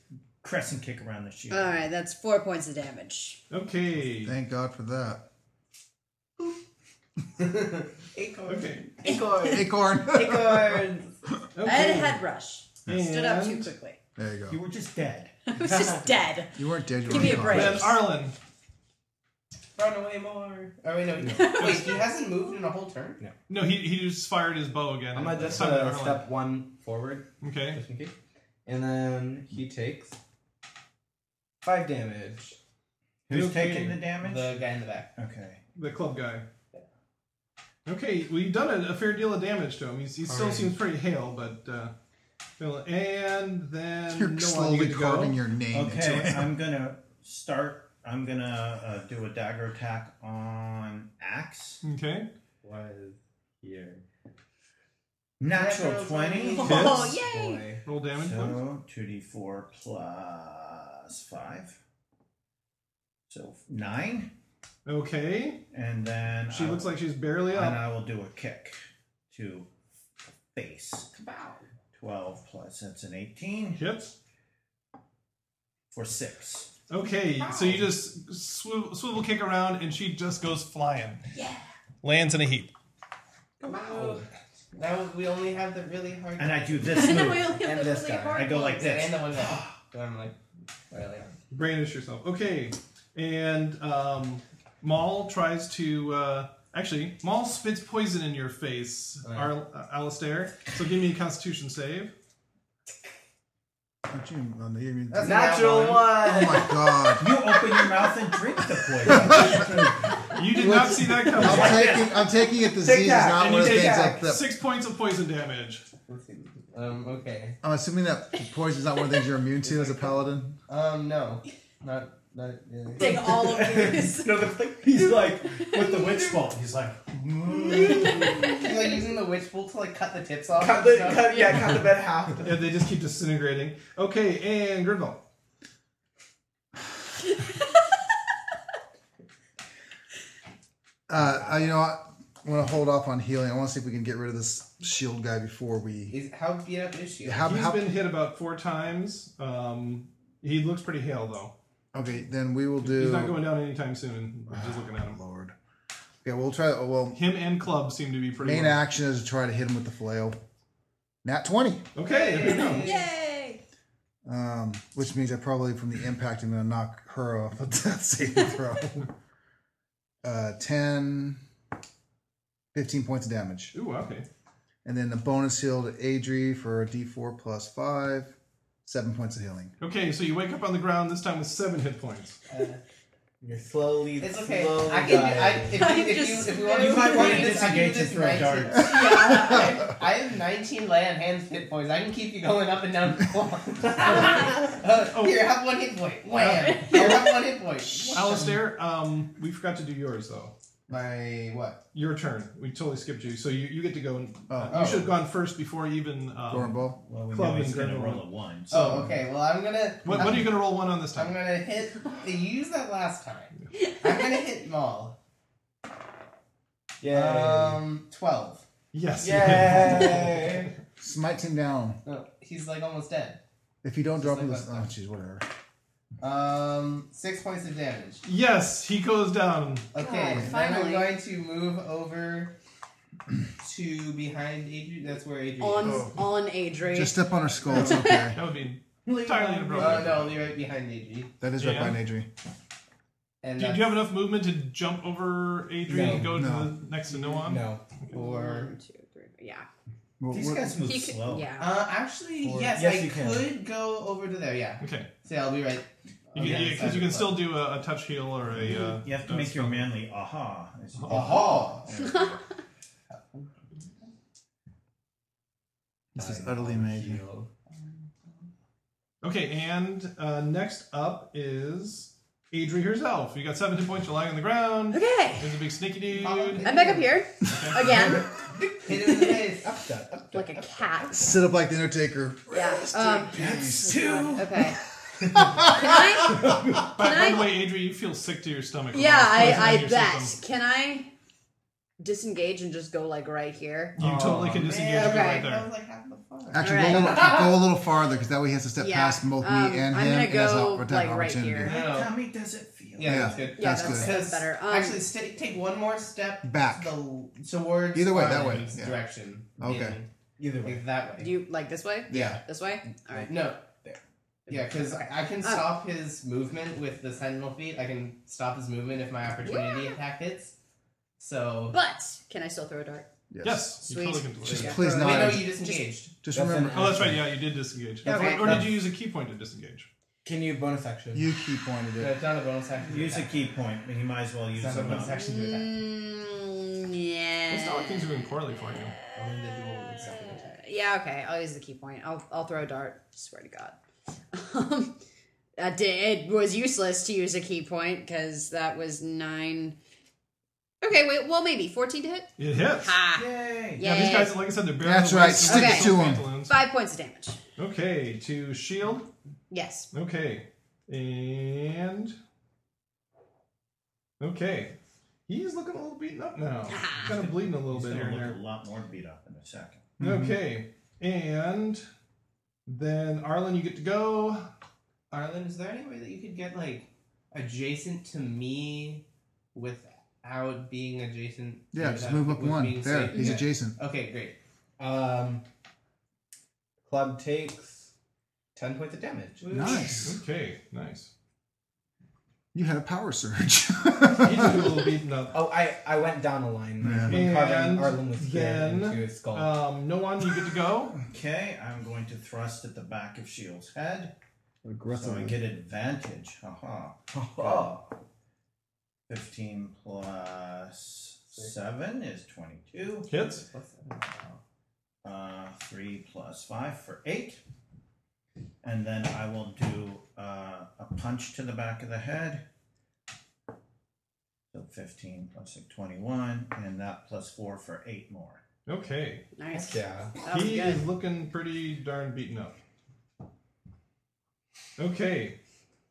Speaker 4: crescent kick around the shield.
Speaker 3: all right. That's four points of damage.
Speaker 6: Okay.
Speaker 2: Thank God for that.
Speaker 6: Okay.
Speaker 2: Acorn.
Speaker 3: I had a head rush. I stood up too
Speaker 6: And-
Speaker 3: quickly.
Speaker 2: there you
Speaker 4: You
Speaker 2: go.
Speaker 4: were just dead.
Speaker 3: I was just dead.
Speaker 2: You weren't dead. You
Speaker 3: Give
Speaker 2: were
Speaker 3: me a
Speaker 2: unconscious.
Speaker 3: break.
Speaker 6: Then Arlen.
Speaker 1: Run away more. Oh wait, no. no. Wait, he hasn't moved in a whole turn. No.
Speaker 6: No, he, he just fired his bow again.
Speaker 7: I'm gonna just
Speaker 6: Time to
Speaker 7: uh,
Speaker 6: Arlen.
Speaker 7: step one forward
Speaker 6: Okay.
Speaker 7: just in case, and then he takes five damage.
Speaker 4: Who's
Speaker 6: Okay.
Speaker 4: taking the damage?
Speaker 1: The guy in the back.
Speaker 4: okay.
Speaker 6: The club guy. Okay, well, you've done a, a fair deal of damage to him. He's, he still seems pretty hale, but. Uh, well, and then.
Speaker 2: You're
Speaker 6: Noah, you
Speaker 2: slowly
Speaker 6: get to go.
Speaker 2: carving your name into
Speaker 4: Okay,
Speaker 2: it.
Speaker 4: I'm gonna start. I'm gonna uh, do a dagger attack on axe.
Speaker 6: Okay.
Speaker 7: Was here.
Speaker 4: Natural twenty.
Speaker 3: Oh,
Speaker 4: hits.
Speaker 3: yay!
Speaker 7: Boy.
Speaker 6: Roll damage. please.
Speaker 4: So two d four plus five. So nine,
Speaker 6: Okay.
Speaker 4: and then
Speaker 6: She
Speaker 4: I-
Speaker 6: looks like she's barely
Speaker 4: And
Speaker 6: up.
Speaker 4: I will do a kick to face. Twelve plus that's an eighteen
Speaker 6: Hits.
Speaker 4: for six.
Speaker 6: Okay, so you just swivel, swivel kick around and she just goes flying.
Speaker 9: Lands in a heap.
Speaker 1: Now we only have the really hard.
Speaker 4: And I do this
Speaker 3: And then we
Speaker 4: move.
Speaker 3: only have
Speaker 7: And
Speaker 3: the
Speaker 7: this
Speaker 3: really
Speaker 7: guy.
Speaker 3: hard
Speaker 4: I go like
Speaker 3: ones.
Speaker 4: this.
Speaker 1: and the one that. And I'm like, really.
Speaker 6: Brandish yourself. Okay, and um, Maul tries to. Uh, actually, Maul spits poison in your face, Ar- uh, Alistair. So give me a constitution save.
Speaker 2: Aren't you, oh, no, you're-
Speaker 1: That's
Speaker 7: Natural
Speaker 1: one.
Speaker 2: oh
Speaker 7: one.
Speaker 2: my God.
Speaker 4: You open your mouth and drink the poison.
Speaker 6: You did not see that coming.
Speaker 2: I'm taking. I'm taking it. Disease is
Speaker 7: that,
Speaker 2: not
Speaker 6: And
Speaker 2: one
Speaker 6: you
Speaker 2: of the
Speaker 6: take
Speaker 2: things like the
Speaker 6: six points of poison damage.
Speaker 1: Um, okay.
Speaker 2: I'm assuming that poison's not one of the things you're immune to as a paladin.
Speaker 1: Um, no. Not, not really.
Speaker 8: Take all of these.
Speaker 4: No, the, he's like with the witch bolt. He's like,
Speaker 1: He's, like using the witch bolt to like cut the tips off.
Speaker 4: cut
Speaker 1: and
Speaker 4: the,
Speaker 1: stuff.
Speaker 4: cut, yeah, cut the bed half.
Speaker 6: Yeah, they just keep disintegrating. Okay, and Grinville.
Speaker 2: Uh, I, you know, I want to hold off on healing. I want to see if we can get rid of this shield guy before we.
Speaker 1: Is, how beat up is she?
Speaker 2: How,
Speaker 6: He's
Speaker 2: how,
Speaker 6: been hit about four times. Um, he looks pretty hale though.
Speaker 2: okay, then we will do.
Speaker 6: He's not going down anytime soon. I'm just looking at him.
Speaker 2: Lord. Yeah, we'll try. oh, Well,
Speaker 6: Him and Club seem to be pretty.
Speaker 2: main
Speaker 6: well.
Speaker 2: action is to try to hit him with the flail. Nat 20,
Speaker 6: Okay, there you go.
Speaker 3: Yay!
Speaker 2: um, which means I probably, from the impact, I'm going to knock her off a death saving throw. uh, 10, 15 points of damage.
Speaker 6: Ooh, okay.
Speaker 2: And then the bonus heal to Adri for a d4 plus 5, 7 points of healing.
Speaker 6: Okay, so you wake up on the ground this time with seven hit points.
Speaker 7: You're slowly.
Speaker 1: It's okay.
Speaker 7: slowly
Speaker 1: I can. I,
Speaker 7: dying.
Speaker 1: if,
Speaker 3: I'm
Speaker 1: you, if,
Speaker 3: just-
Speaker 1: you, if you want,
Speaker 3: You
Speaker 1: to
Speaker 4: might
Speaker 1: do
Speaker 4: wanna
Speaker 1: this, I can
Speaker 4: disengage
Speaker 1: do this
Speaker 4: and throw a
Speaker 1: 19.
Speaker 4: dart.
Speaker 1: Yeah, I, I have 19 lay on hands hit points. I can keep you going up and down. the floor. uh,
Speaker 3: Oh.
Speaker 1: Here, have one hit point. Wham! Here, have one hit point.
Speaker 6: Alistair, um, we forgot to do yours though.
Speaker 1: My what?
Speaker 6: Your turn. We totally skipped you, so you, you get to go. And, uh,
Speaker 2: Oh.
Speaker 6: you should have gone first before even.
Speaker 2: Doran
Speaker 6: Um,
Speaker 2: Ball.
Speaker 4: Well, we
Speaker 6: Club
Speaker 4: know he's
Speaker 6: and
Speaker 4: gonna
Speaker 6: Grindelwald.
Speaker 4: roll a one. So
Speaker 1: Oh, okay. Well, I'm gonna.
Speaker 6: what,
Speaker 1: I'm,
Speaker 6: what are you going to roll one on this time?
Speaker 1: I'm gonna hit. Use that last time. I'm gonna hit Maul.
Speaker 7: Yay.
Speaker 1: Um, 12.
Speaker 6: yes.
Speaker 7: Yay.
Speaker 2: Smites him down.
Speaker 1: No, he's like almost dead.
Speaker 2: If you don't drop him,
Speaker 1: like
Speaker 2: this.
Speaker 1: that.
Speaker 2: Oh, jeez, whatever.
Speaker 1: Um, six points of damage.
Speaker 6: yes, he goes down.
Speaker 1: Okay,
Speaker 3: God,
Speaker 1: then I'm
Speaker 3: finally.
Speaker 1: going to move over to behind Adrian. That's where Adrian.
Speaker 3: On
Speaker 6: Oh,
Speaker 1: is.
Speaker 3: on Adri.
Speaker 2: Just step on her skull. It's okay.
Speaker 6: That would be entirely
Speaker 1: Oh
Speaker 6: inappropriate.
Speaker 1: no, I'll be right behind Adrian.
Speaker 2: That is right
Speaker 6: Yeah.
Speaker 2: by Adri.
Speaker 1: And
Speaker 6: Do, do
Speaker 1: that's
Speaker 6: you have enough movement to jump over Adrian and go to
Speaker 2: no.
Speaker 6: the next to Noam?
Speaker 7: No.
Speaker 1: four.
Speaker 3: One, two, three. four. Yeah.
Speaker 2: Well,
Speaker 4: these
Speaker 2: what-
Speaker 4: guys move
Speaker 3: He could,
Speaker 4: slow.
Speaker 3: yeah.
Speaker 1: Uh, actually,
Speaker 7: Four.
Speaker 1: yes,
Speaker 7: Yes,
Speaker 1: I
Speaker 7: you can.
Speaker 1: could go over to there. Yeah.
Speaker 6: Okay.
Speaker 1: So yeah, I'll be right.
Speaker 6: Because you,
Speaker 1: Okay,
Speaker 6: you, 'cause you can still do a, a touch heal or a. Uh,
Speaker 4: You have to
Speaker 6: uh,
Speaker 4: make your
Speaker 6: spell.
Speaker 4: manly aha. as you-
Speaker 1: Aha!
Speaker 2: This is utterly amazing.
Speaker 6: Okay, and uh, next up is Adri herself. You got seven hit points. You're lying on the ground.
Speaker 3: Okay.
Speaker 6: There's a big sneaky dude.
Speaker 1: Hit
Speaker 3: I'm back up here again,
Speaker 1: him in the face.
Speaker 3: like a cat.
Speaker 2: Sit up like the Undertaker.
Speaker 3: Yeah. Um,
Speaker 2: Yes.
Speaker 3: okay. Can I?
Speaker 6: By,
Speaker 3: Can
Speaker 6: by
Speaker 3: I-
Speaker 6: the way, Adri, you feel sick to your stomach.
Speaker 3: Yeah,
Speaker 6: Almost
Speaker 3: I,
Speaker 6: poison in
Speaker 3: I
Speaker 6: your
Speaker 3: bet.
Speaker 6: system.
Speaker 3: Can I disengage and just go like right here?
Speaker 6: You totally can disengage
Speaker 1: Man,
Speaker 6: it right
Speaker 3: okay.
Speaker 1: That was
Speaker 6: there.
Speaker 1: like half the fun.
Speaker 2: Actually,
Speaker 3: All
Speaker 2: go, a
Speaker 3: right.
Speaker 2: little, go a little farther because that way he has to step
Speaker 3: Yeah.
Speaker 2: past both
Speaker 3: Um,
Speaker 2: me and
Speaker 3: I'm
Speaker 2: him.
Speaker 3: gonna
Speaker 2: and has a
Speaker 3: go,
Speaker 2: attack
Speaker 3: like, right
Speaker 2: opportunity.
Speaker 3: here.
Speaker 1: No, no.
Speaker 4: Tell me, does it feel?
Speaker 1: Yeah, that's
Speaker 2: Yeah.
Speaker 1: good.
Speaker 3: Yeah,
Speaker 2: That's
Speaker 3: that's,
Speaker 2: good.
Speaker 3: that's better. Um,
Speaker 1: Actually, stay, take one more step
Speaker 2: Back.
Speaker 1: to the towards
Speaker 2: Either way, that way,
Speaker 1: Arlen's
Speaker 2: yeah.
Speaker 1: direction.
Speaker 2: Okay.
Speaker 7: Either
Speaker 1: In,
Speaker 7: way.
Speaker 1: like that way.
Speaker 3: do you like this way?
Speaker 2: Yeah.
Speaker 3: This way? All right.
Speaker 1: No. Yeah, because I, I can
Speaker 3: Oh.
Speaker 1: stop his movement with the sentinel feet. I can stop his movement if my opportunity attack hits. So
Speaker 3: But can I still throw a dart?
Speaker 6: Yes, you
Speaker 3: Sweet.
Speaker 6: totally can
Speaker 2: Just
Speaker 6: disengage.
Speaker 2: please
Speaker 1: wait,
Speaker 2: not.
Speaker 1: no, you disengaged.
Speaker 2: just
Speaker 7: That's
Speaker 2: remember,
Speaker 7: an-
Speaker 6: Oh, that's right. Yeah, you did disengage.
Speaker 3: Okay.
Speaker 6: Or, or did you use a key point to disengage?
Speaker 7: Can you bonus action?
Speaker 2: you key pointed
Speaker 1: no,
Speaker 2: it.
Speaker 1: it's not a bonus action. to
Speaker 4: Use a
Speaker 1: attack.
Speaker 4: key point, but he might as well use
Speaker 1: It's not a
Speaker 4: them.
Speaker 1: bonus
Speaker 4: up.
Speaker 1: action to attack.
Speaker 3: Mm,
Speaker 6: It's not like things
Speaker 3: yeah.
Speaker 6: are going poorly for you.
Speaker 1: Only the dual is second attack.
Speaker 3: Uh, Yeah. Okay. I'll use the key point. I'll I'll throw a dart. Swear to God. Um, that did, it was useless to use a key point because that was nine. Okay. Wait. Well, maybe fourteen to hit.
Speaker 6: It hits.
Speaker 3: Ha.
Speaker 4: Yay!
Speaker 6: Yeah, these
Speaker 3: Yay.
Speaker 6: guys, like I said, they're barely.
Speaker 2: That's right, stick
Speaker 3: it to
Speaker 2: 'em.
Speaker 3: Five points of damage.
Speaker 6: Okay, to shield.
Speaker 3: Yes.
Speaker 6: Okay. And Okay. He's looking a little beaten up now. kind of bleeding a little
Speaker 4: He's
Speaker 6: bit
Speaker 4: gonna
Speaker 6: here and
Speaker 4: look a
Speaker 6: there.
Speaker 4: lot more beat up in a second.
Speaker 7: Mm-hmm.
Speaker 6: Okay. And then Arlen, you get to go.
Speaker 1: Arlen, is there any way that you could get like adjacent to me without being adjacent?
Speaker 2: Yeah, just
Speaker 1: without-
Speaker 2: move up
Speaker 1: with
Speaker 2: one.
Speaker 1: being
Speaker 2: There,
Speaker 1: safe?
Speaker 2: he's
Speaker 1: Yeah.
Speaker 2: adjacent.
Speaker 1: Okay, great.
Speaker 7: Um, club takes 10 points of damage.
Speaker 2: Nice.
Speaker 6: Okay, nice.
Speaker 2: You had a power surge.
Speaker 6: He's a little beaten up.
Speaker 7: Oh, I, I went down a line.
Speaker 2: Yeah.
Speaker 7: When Carlin-
Speaker 6: And
Speaker 7: Arlen was here
Speaker 6: then,
Speaker 7: into his skull.
Speaker 6: Um, no one, you get to go.
Speaker 4: Okay, I'm going to thrust at the back of Shield's head, so I
Speaker 2: Aggressive.
Speaker 4: get advantage. Haha. Haha. Fifteen plus seven is twenty-two.
Speaker 6: Hits.
Speaker 1: What's that?
Speaker 4: uh, three plus five for eight. And then I will do uh, a punch to the back of the head. So 15 plus six, 21, and that plus four for eight more.
Speaker 6: Okay.
Speaker 3: Nice.
Speaker 7: Yeah.
Speaker 3: That was
Speaker 6: he
Speaker 3: good.
Speaker 6: is looking pretty darn beaten up. Okay.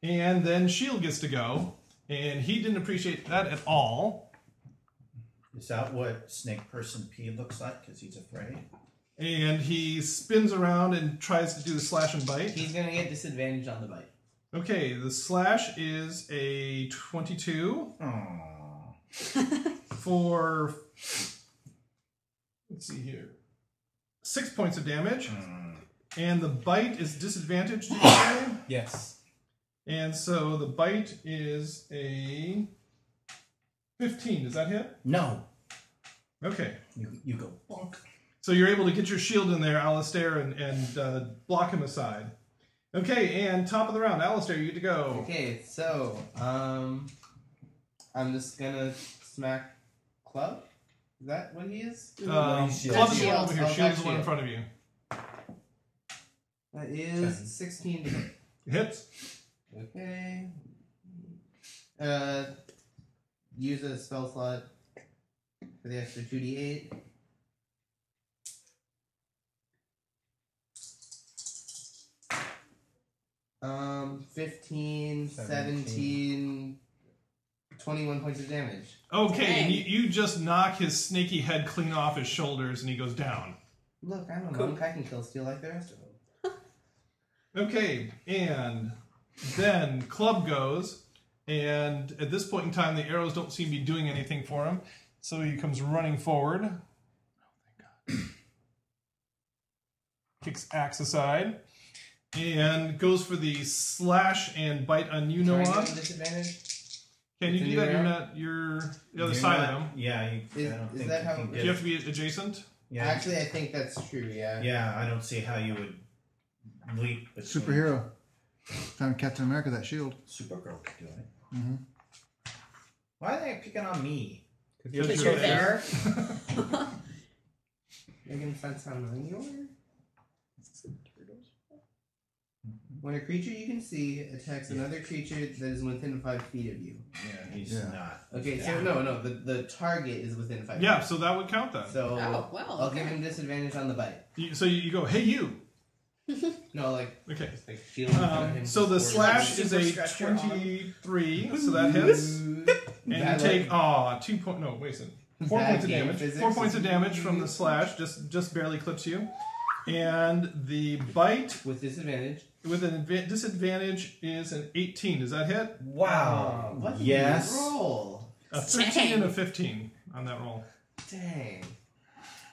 Speaker 6: And then Shield E gets to go, and he didn't appreciate that at all.
Speaker 4: Is that what Snake Person P looks like? Because he's afraid.
Speaker 6: And he spins around and tries to do the slash and bite.
Speaker 1: He's gonna get disadvantage on the bite.
Speaker 6: Okay, the slash is a 22
Speaker 4: Aww.
Speaker 6: for. Let's see here. Six points of damage.
Speaker 4: Hmm.
Speaker 6: And the bite is disadvantage, did you say?
Speaker 7: Yes.
Speaker 6: And so the bite is a 15. Does that hit?
Speaker 4: No.
Speaker 6: Okay.
Speaker 4: You, you go bonk.
Speaker 6: So you're able to get your shield in there, Alistair, and, and uh, block him aside. Okay, and top of the round, Alistair, you get to go.
Speaker 1: Okay, so um, I'm just gonna smack club. Is that what he is?
Speaker 6: Um,
Speaker 7: Shield.
Speaker 6: club is the one over here,
Speaker 1: Oh,
Speaker 6: shield is the
Speaker 1: shield.
Speaker 6: one in front of you.
Speaker 1: That is 16 to hit.
Speaker 6: Hits.
Speaker 1: Okay. Uh, use a spell slot for the extra 2d8. Um, 15, 17, 21 points of damage.
Speaker 6: Okay,
Speaker 3: Dang.
Speaker 6: and you, you just knock his snaky head clean off his shoulders and he goes down.
Speaker 1: Look, I'm a monk. I can kill steel like the rest of them.
Speaker 6: Okay, and then Club goes, and at this point in time, the arrows don't seem to be doing anything for him, so he comes running forward. Oh, thank God. Kicks axe aside, and goes for the slash and bite on you,
Speaker 1: Can I
Speaker 6: Noah.
Speaker 1: give him disadvantage?
Speaker 6: Can you
Speaker 1: It's a
Speaker 6: do
Speaker 1: new
Speaker 6: that? You're
Speaker 1: round?
Speaker 6: not, you're the other
Speaker 4: You're
Speaker 6: side
Speaker 4: not-
Speaker 6: of him.
Speaker 4: Yeah, you,
Speaker 1: Is-
Speaker 4: I don't
Speaker 1: is
Speaker 4: think
Speaker 1: that
Speaker 4: you
Speaker 1: how-
Speaker 4: can
Speaker 1: Do
Speaker 6: Do
Speaker 4: get
Speaker 6: you have to be adjacent?
Speaker 4: yeah,
Speaker 1: Actually, I think that's true, yeah.
Speaker 4: yeah, I don't see how you would leap. between-
Speaker 2: Superhero. Found Captain America that shield.
Speaker 4: Supergirl could do it.
Speaker 1: Mm-hmm.
Speaker 2: Mhm.
Speaker 4: Why are they picking on me?
Speaker 6: Because
Speaker 3: you're
Speaker 6: you're
Speaker 3: there.
Speaker 1: Making sense how annoying you are? When a creature you can see attacks another creature that is within five feet of you.
Speaker 4: Yeah, he's
Speaker 2: Yeah.
Speaker 4: not.
Speaker 1: Okay,
Speaker 4: Yeah.
Speaker 1: so no, no, the, the target is within five
Speaker 6: Yeah,
Speaker 1: feet.
Speaker 6: so that would count then.
Speaker 1: So
Speaker 3: Oh, well,
Speaker 1: I'll
Speaker 3: okay.
Speaker 1: give him disadvantage on the bite.
Speaker 6: You- So you you go, hey, you.
Speaker 1: No, like,
Speaker 6: Okay.
Speaker 1: like shield.
Speaker 6: Um, so the slash is
Speaker 4: super
Speaker 6: a
Speaker 4: stretch your arm.
Speaker 6: 23, so that hits. And you take ah two point no wait a second four
Speaker 1: Bad
Speaker 6: points of
Speaker 1: game
Speaker 6: damage
Speaker 1: physics.
Speaker 6: four points of damage from the slash just just barely clips you, and the bite
Speaker 1: with disadvantage.
Speaker 6: with an adva- disadvantage is an eighteen. Does that hit?
Speaker 4: Wow.
Speaker 1: What did
Speaker 4: yes.
Speaker 1: you roll?
Speaker 6: A thirteen and a fifteen on that roll.
Speaker 1: Dang.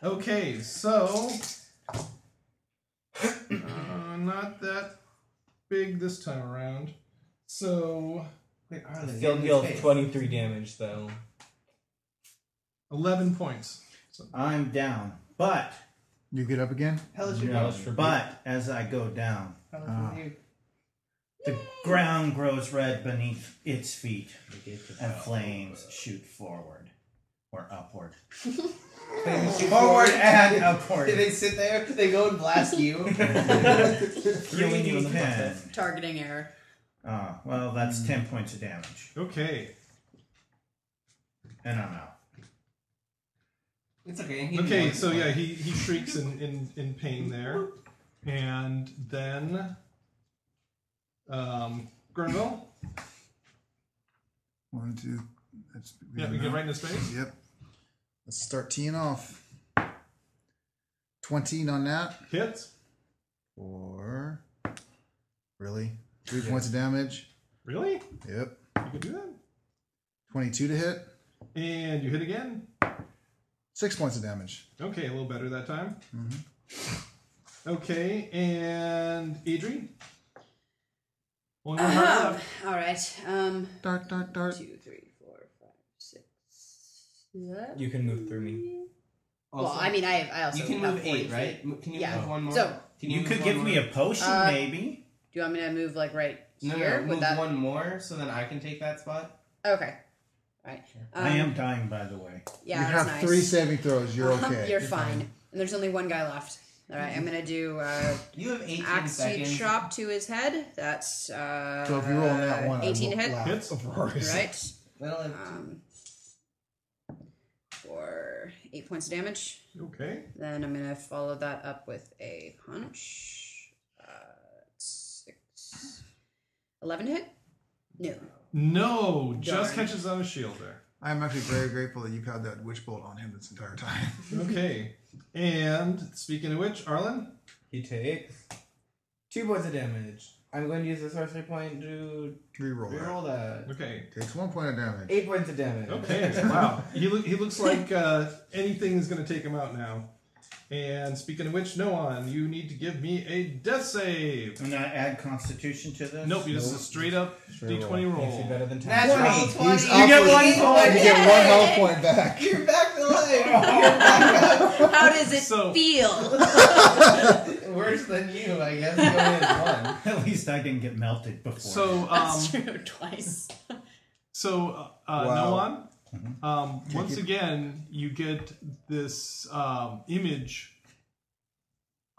Speaker 6: Okay, so uh, not that big this time around. So
Speaker 1: Wait, Arlen,
Speaker 7: Still
Speaker 1: you're in
Speaker 7: deals
Speaker 1: his face.
Speaker 7: 23 damage, though.
Speaker 6: eleven points.
Speaker 4: I'm down. But,
Speaker 2: You get up again?
Speaker 1: Hell is your
Speaker 7: That was for
Speaker 4: but, as I go down,
Speaker 1: Hell is
Speaker 2: Ah.
Speaker 1: you.
Speaker 4: the ground grows red beneath its feet
Speaker 7: big.
Speaker 4: and flames shoot forward or upward.
Speaker 1: Forward.
Speaker 4: Forward and
Speaker 1: They
Speaker 4: upward.
Speaker 1: sit there, they go and blast you.
Speaker 4: Killing you in the pen.
Speaker 3: Targeting error.
Speaker 4: Oh, well,
Speaker 6: Hmm.
Speaker 4: that's 10 points of damage.
Speaker 6: Okay.
Speaker 4: And I'm out.
Speaker 1: It's okay. he can
Speaker 6: Okay,
Speaker 1: walk
Speaker 6: so
Speaker 1: away.
Speaker 6: yeah, he, he shrieks in, in, in pain there. And then um Grenville.
Speaker 2: One, two. That's,
Speaker 6: Yeah, we get right in his face.
Speaker 2: Yep. Let's start teeing off. 20 on that.
Speaker 6: Hits.
Speaker 2: Four. Really? Three points of damage.
Speaker 6: Really? You
Speaker 2: Yep.
Speaker 6: can do that?
Speaker 2: 22 to hit.
Speaker 6: And you hit again.
Speaker 2: Six points of damage.
Speaker 6: Okay, a little better that time. Okay, and Adri. Only one heart
Speaker 3: Um,
Speaker 6: left.
Speaker 3: all right. Um,
Speaker 2: Dart, dart, dart.
Speaker 3: two, three, four, five, six, seven.
Speaker 7: You can move through me.
Speaker 3: Well,
Speaker 1: Also-
Speaker 3: I mean, I I also
Speaker 1: you can
Speaker 3: have
Speaker 1: move eight,
Speaker 3: 40
Speaker 1: right?
Speaker 3: feet.
Speaker 1: M- Can you
Speaker 3: Yeah.
Speaker 1: move one more?
Speaker 3: So-
Speaker 1: can
Speaker 4: You
Speaker 1: move
Speaker 4: could
Speaker 1: one
Speaker 4: give
Speaker 1: more?
Speaker 4: me a potion,
Speaker 3: Uh,
Speaker 4: maybe?
Speaker 3: Do you want me to move like right
Speaker 1: no,
Speaker 3: here?
Speaker 1: no,
Speaker 3: Would
Speaker 1: move
Speaker 3: that?
Speaker 1: one more, so then I can take that spot.
Speaker 3: Okay. All right. Um,
Speaker 4: I am dying, by the way.
Speaker 3: Yeah,
Speaker 2: you
Speaker 3: that's
Speaker 2: have
Speaker 3: nice.
Speaker 2: three saving throws. You're okay.
Speaker 3: You're fine. And there's only one guy left. All right, I'm gonna do uh,
Speaker 1: You have 18
Speaker 3: axe to
Speaker 1: seconds.
Speaker 3: chop to his head. That's uh,
Speaker 2: So if you roll on that one,
Speaker 3: 18
Speaker 2: I
Speaker 3: to
Speaker 2: will
Speaker 3: hit,
Speaker 2: laugh.
Speaker 6: Hits.
Speaker 2: Of course.
Speaker 3: right?
Speaker 1: Well, if-
Speaker 3: Um, for eight points of damage.
Speaker 6: Okay.
Speaker 3: Then I'm gonna follow that up with a punch. Uh, six, eleven to hit. No,
Speaker 6: No, just
Speaker 3: Darn.
Speaker 6: catches on his shield there.
Speaker 2: I'm actually very grateful that you've had that witch bolt on him this entire time.
Speaker 6: Okay. and speaking of which, Arlen,
Speaker 7: He takes two points of damage. I'm going to use the sorcery point to
Speaker 2: Reroll that.
Speaker 7: reroll that.
Speaker 6: okay.
Speaker 2: Takes one point of damage.
Speaker 7: Eight points of damage.
Speaker 6: Okay, wow. He, loo- he looks like uh, anything is going to take him out now. And speaking of which, Noan, you need to give me a death save.
Speaker 4: And I add Constitution to this.
Speaker 6: Nope, this is a straight up d20
Speaker 7: Makes you better
Speaker 6: roll.
Speaker 7: than ten.
Speaker 1: Natural 20.
Speaker 2: He's up with- You get one health point back.
Speaker 1: You're back to life. You're
Speaker 7: Oh.
Speaker 1: back up.
Speaker 3: How does it
Speaker 6: So-
Speaker 3: feel?
Speaker 1: Worse than you, I guess. You only had one.
Speaker 4: At least I didn't get melted before.
Speaker 6: So, um,
Speaker 8: true. Twice.
Speaker 6: so uh, uh,
Speaker 2: Wow.
Speaker 6: Noan, um, once again, you get this um, image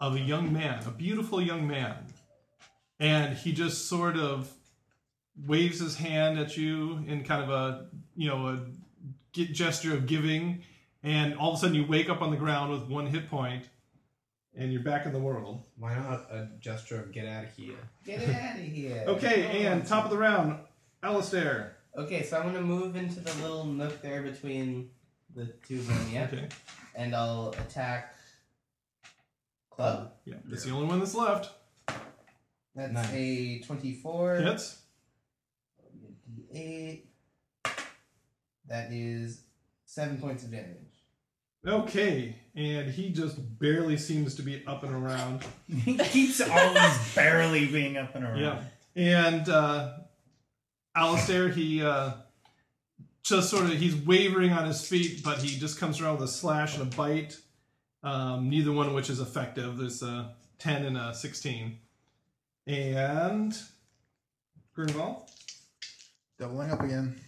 Speaker 6: of a young man, a beautiful young man. And he just sort of waves his hand at you in kind of a, you know, a ge- gesture of giving. And all of a sudden you wake up on the ground with one hit point and you're back in the world.
Speaker 7: Why not a gesture of get out of here?
Speaker 1: Get out of here.
Speaker 6: Okay, and top of the round, Alistair.
Speaker 1: Okay, so I'm gonna move into the little nook there between the two of them, yeah?
Speaker 6: Okay.
Speaker 1: And I'll attack club.
Speaker 6: Yeah, that's the only one that's left.
Speaker 1: That's
Speaker 7: Nice.
Speaker 1: a 24.
Speaker 6: Hits.
Speaker 1: D8. That is seven points of damage.
Speaker 6: Okay, and he just barely seems to be up and around.
Speaker 4: he keeps always barely being up and around.
Speaker 6: Yeah, and uh, Alistair, he uh, just sort of he's wavering on his feet, but he just comes around with a slash and a bite. Um, neither one of which is effective. There's a ten and a sixteen, and Grinval.
Speaker 2: Doubling up again.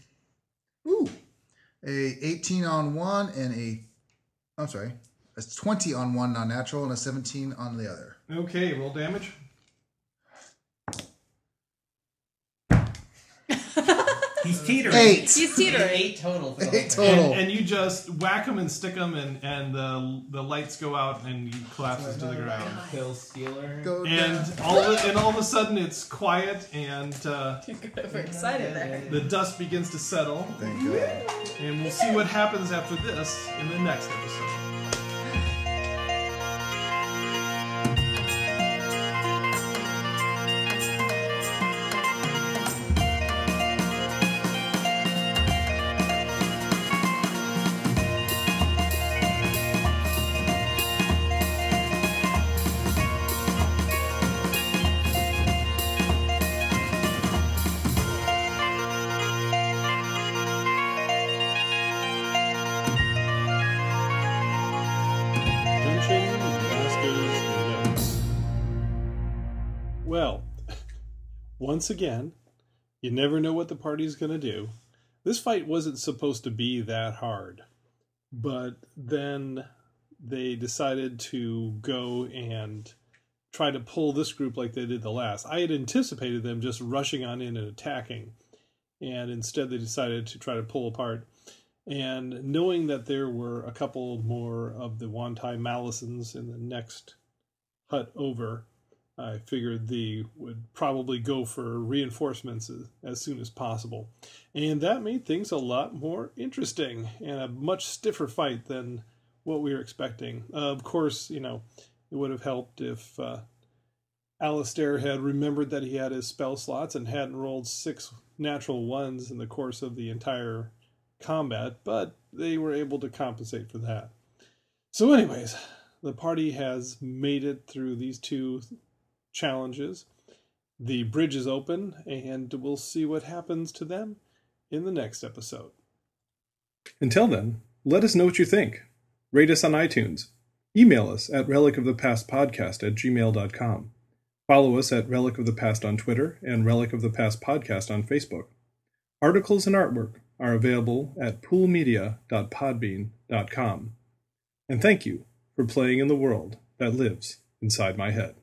Speaker 2: Ooh. A 18 on one and a, I'm sorry, a 20 on one non-natural and a 17 on the other.
Speaker 6: Okay, roll damage.
Speaker 4: He's teetering.
Speaker 2: Eight.
Speaker 3: He's teetering.
Speaker 1: Eight total. For the whole
Speaker 2: Eight
Speaker 1: thing.
Speaker 2: total.
Speaker 6: And, and you just whack him and stick him, and and the the lights go out, and he collapses to the ground.
Speaker 1: Kill Stealer.
Speaker 2: Go down.
Speaker 6: and all of, and all of a sudden it's quiet and uh,
Speaker 8: We're excited there.
Speaker 6: the dust begins to settle
Speaker 2: Thank God.
Speaker 6: and we'll see what happens after this in the next episode
Speaker 5: Dungeon Masters Notes. Well, once again, you never know what the party's going to do. This fight wasn't supposed to be that hard, but then they decided to go and try to pull this group like they did the last. I had anticipated them just rushing on in and attacking, and instead they decided to try to pull apart and knowing that there were a couple more of the Wantai Malisons in the next hut over, I figured they would probably go for reinforcements as, as soon as possible. And that made things a lot more interesting and a much stiffer fight than what we were expecting. of course, you know, it would have helped if uh, Alistair had remembered that he had his spell slots and hadn't rolled six natural ones in the course of the entire combat, but they were able to compensate for that. So, anyways, the party has made it through these two challenges. The bridge is open, and we'll see what happens to them in the next episode. Until then, let us know what you think. Rate us on iTunes. Email us at relicofthepastpodcast at gmail.com. Follow us at Relic of the Past on Twitter and Relic of the Past Podcast on Facebook. Articles and artwork are available at poolmedia.podbean.com. And thank you
Speaker 6: for playing in the world that lives inside my head.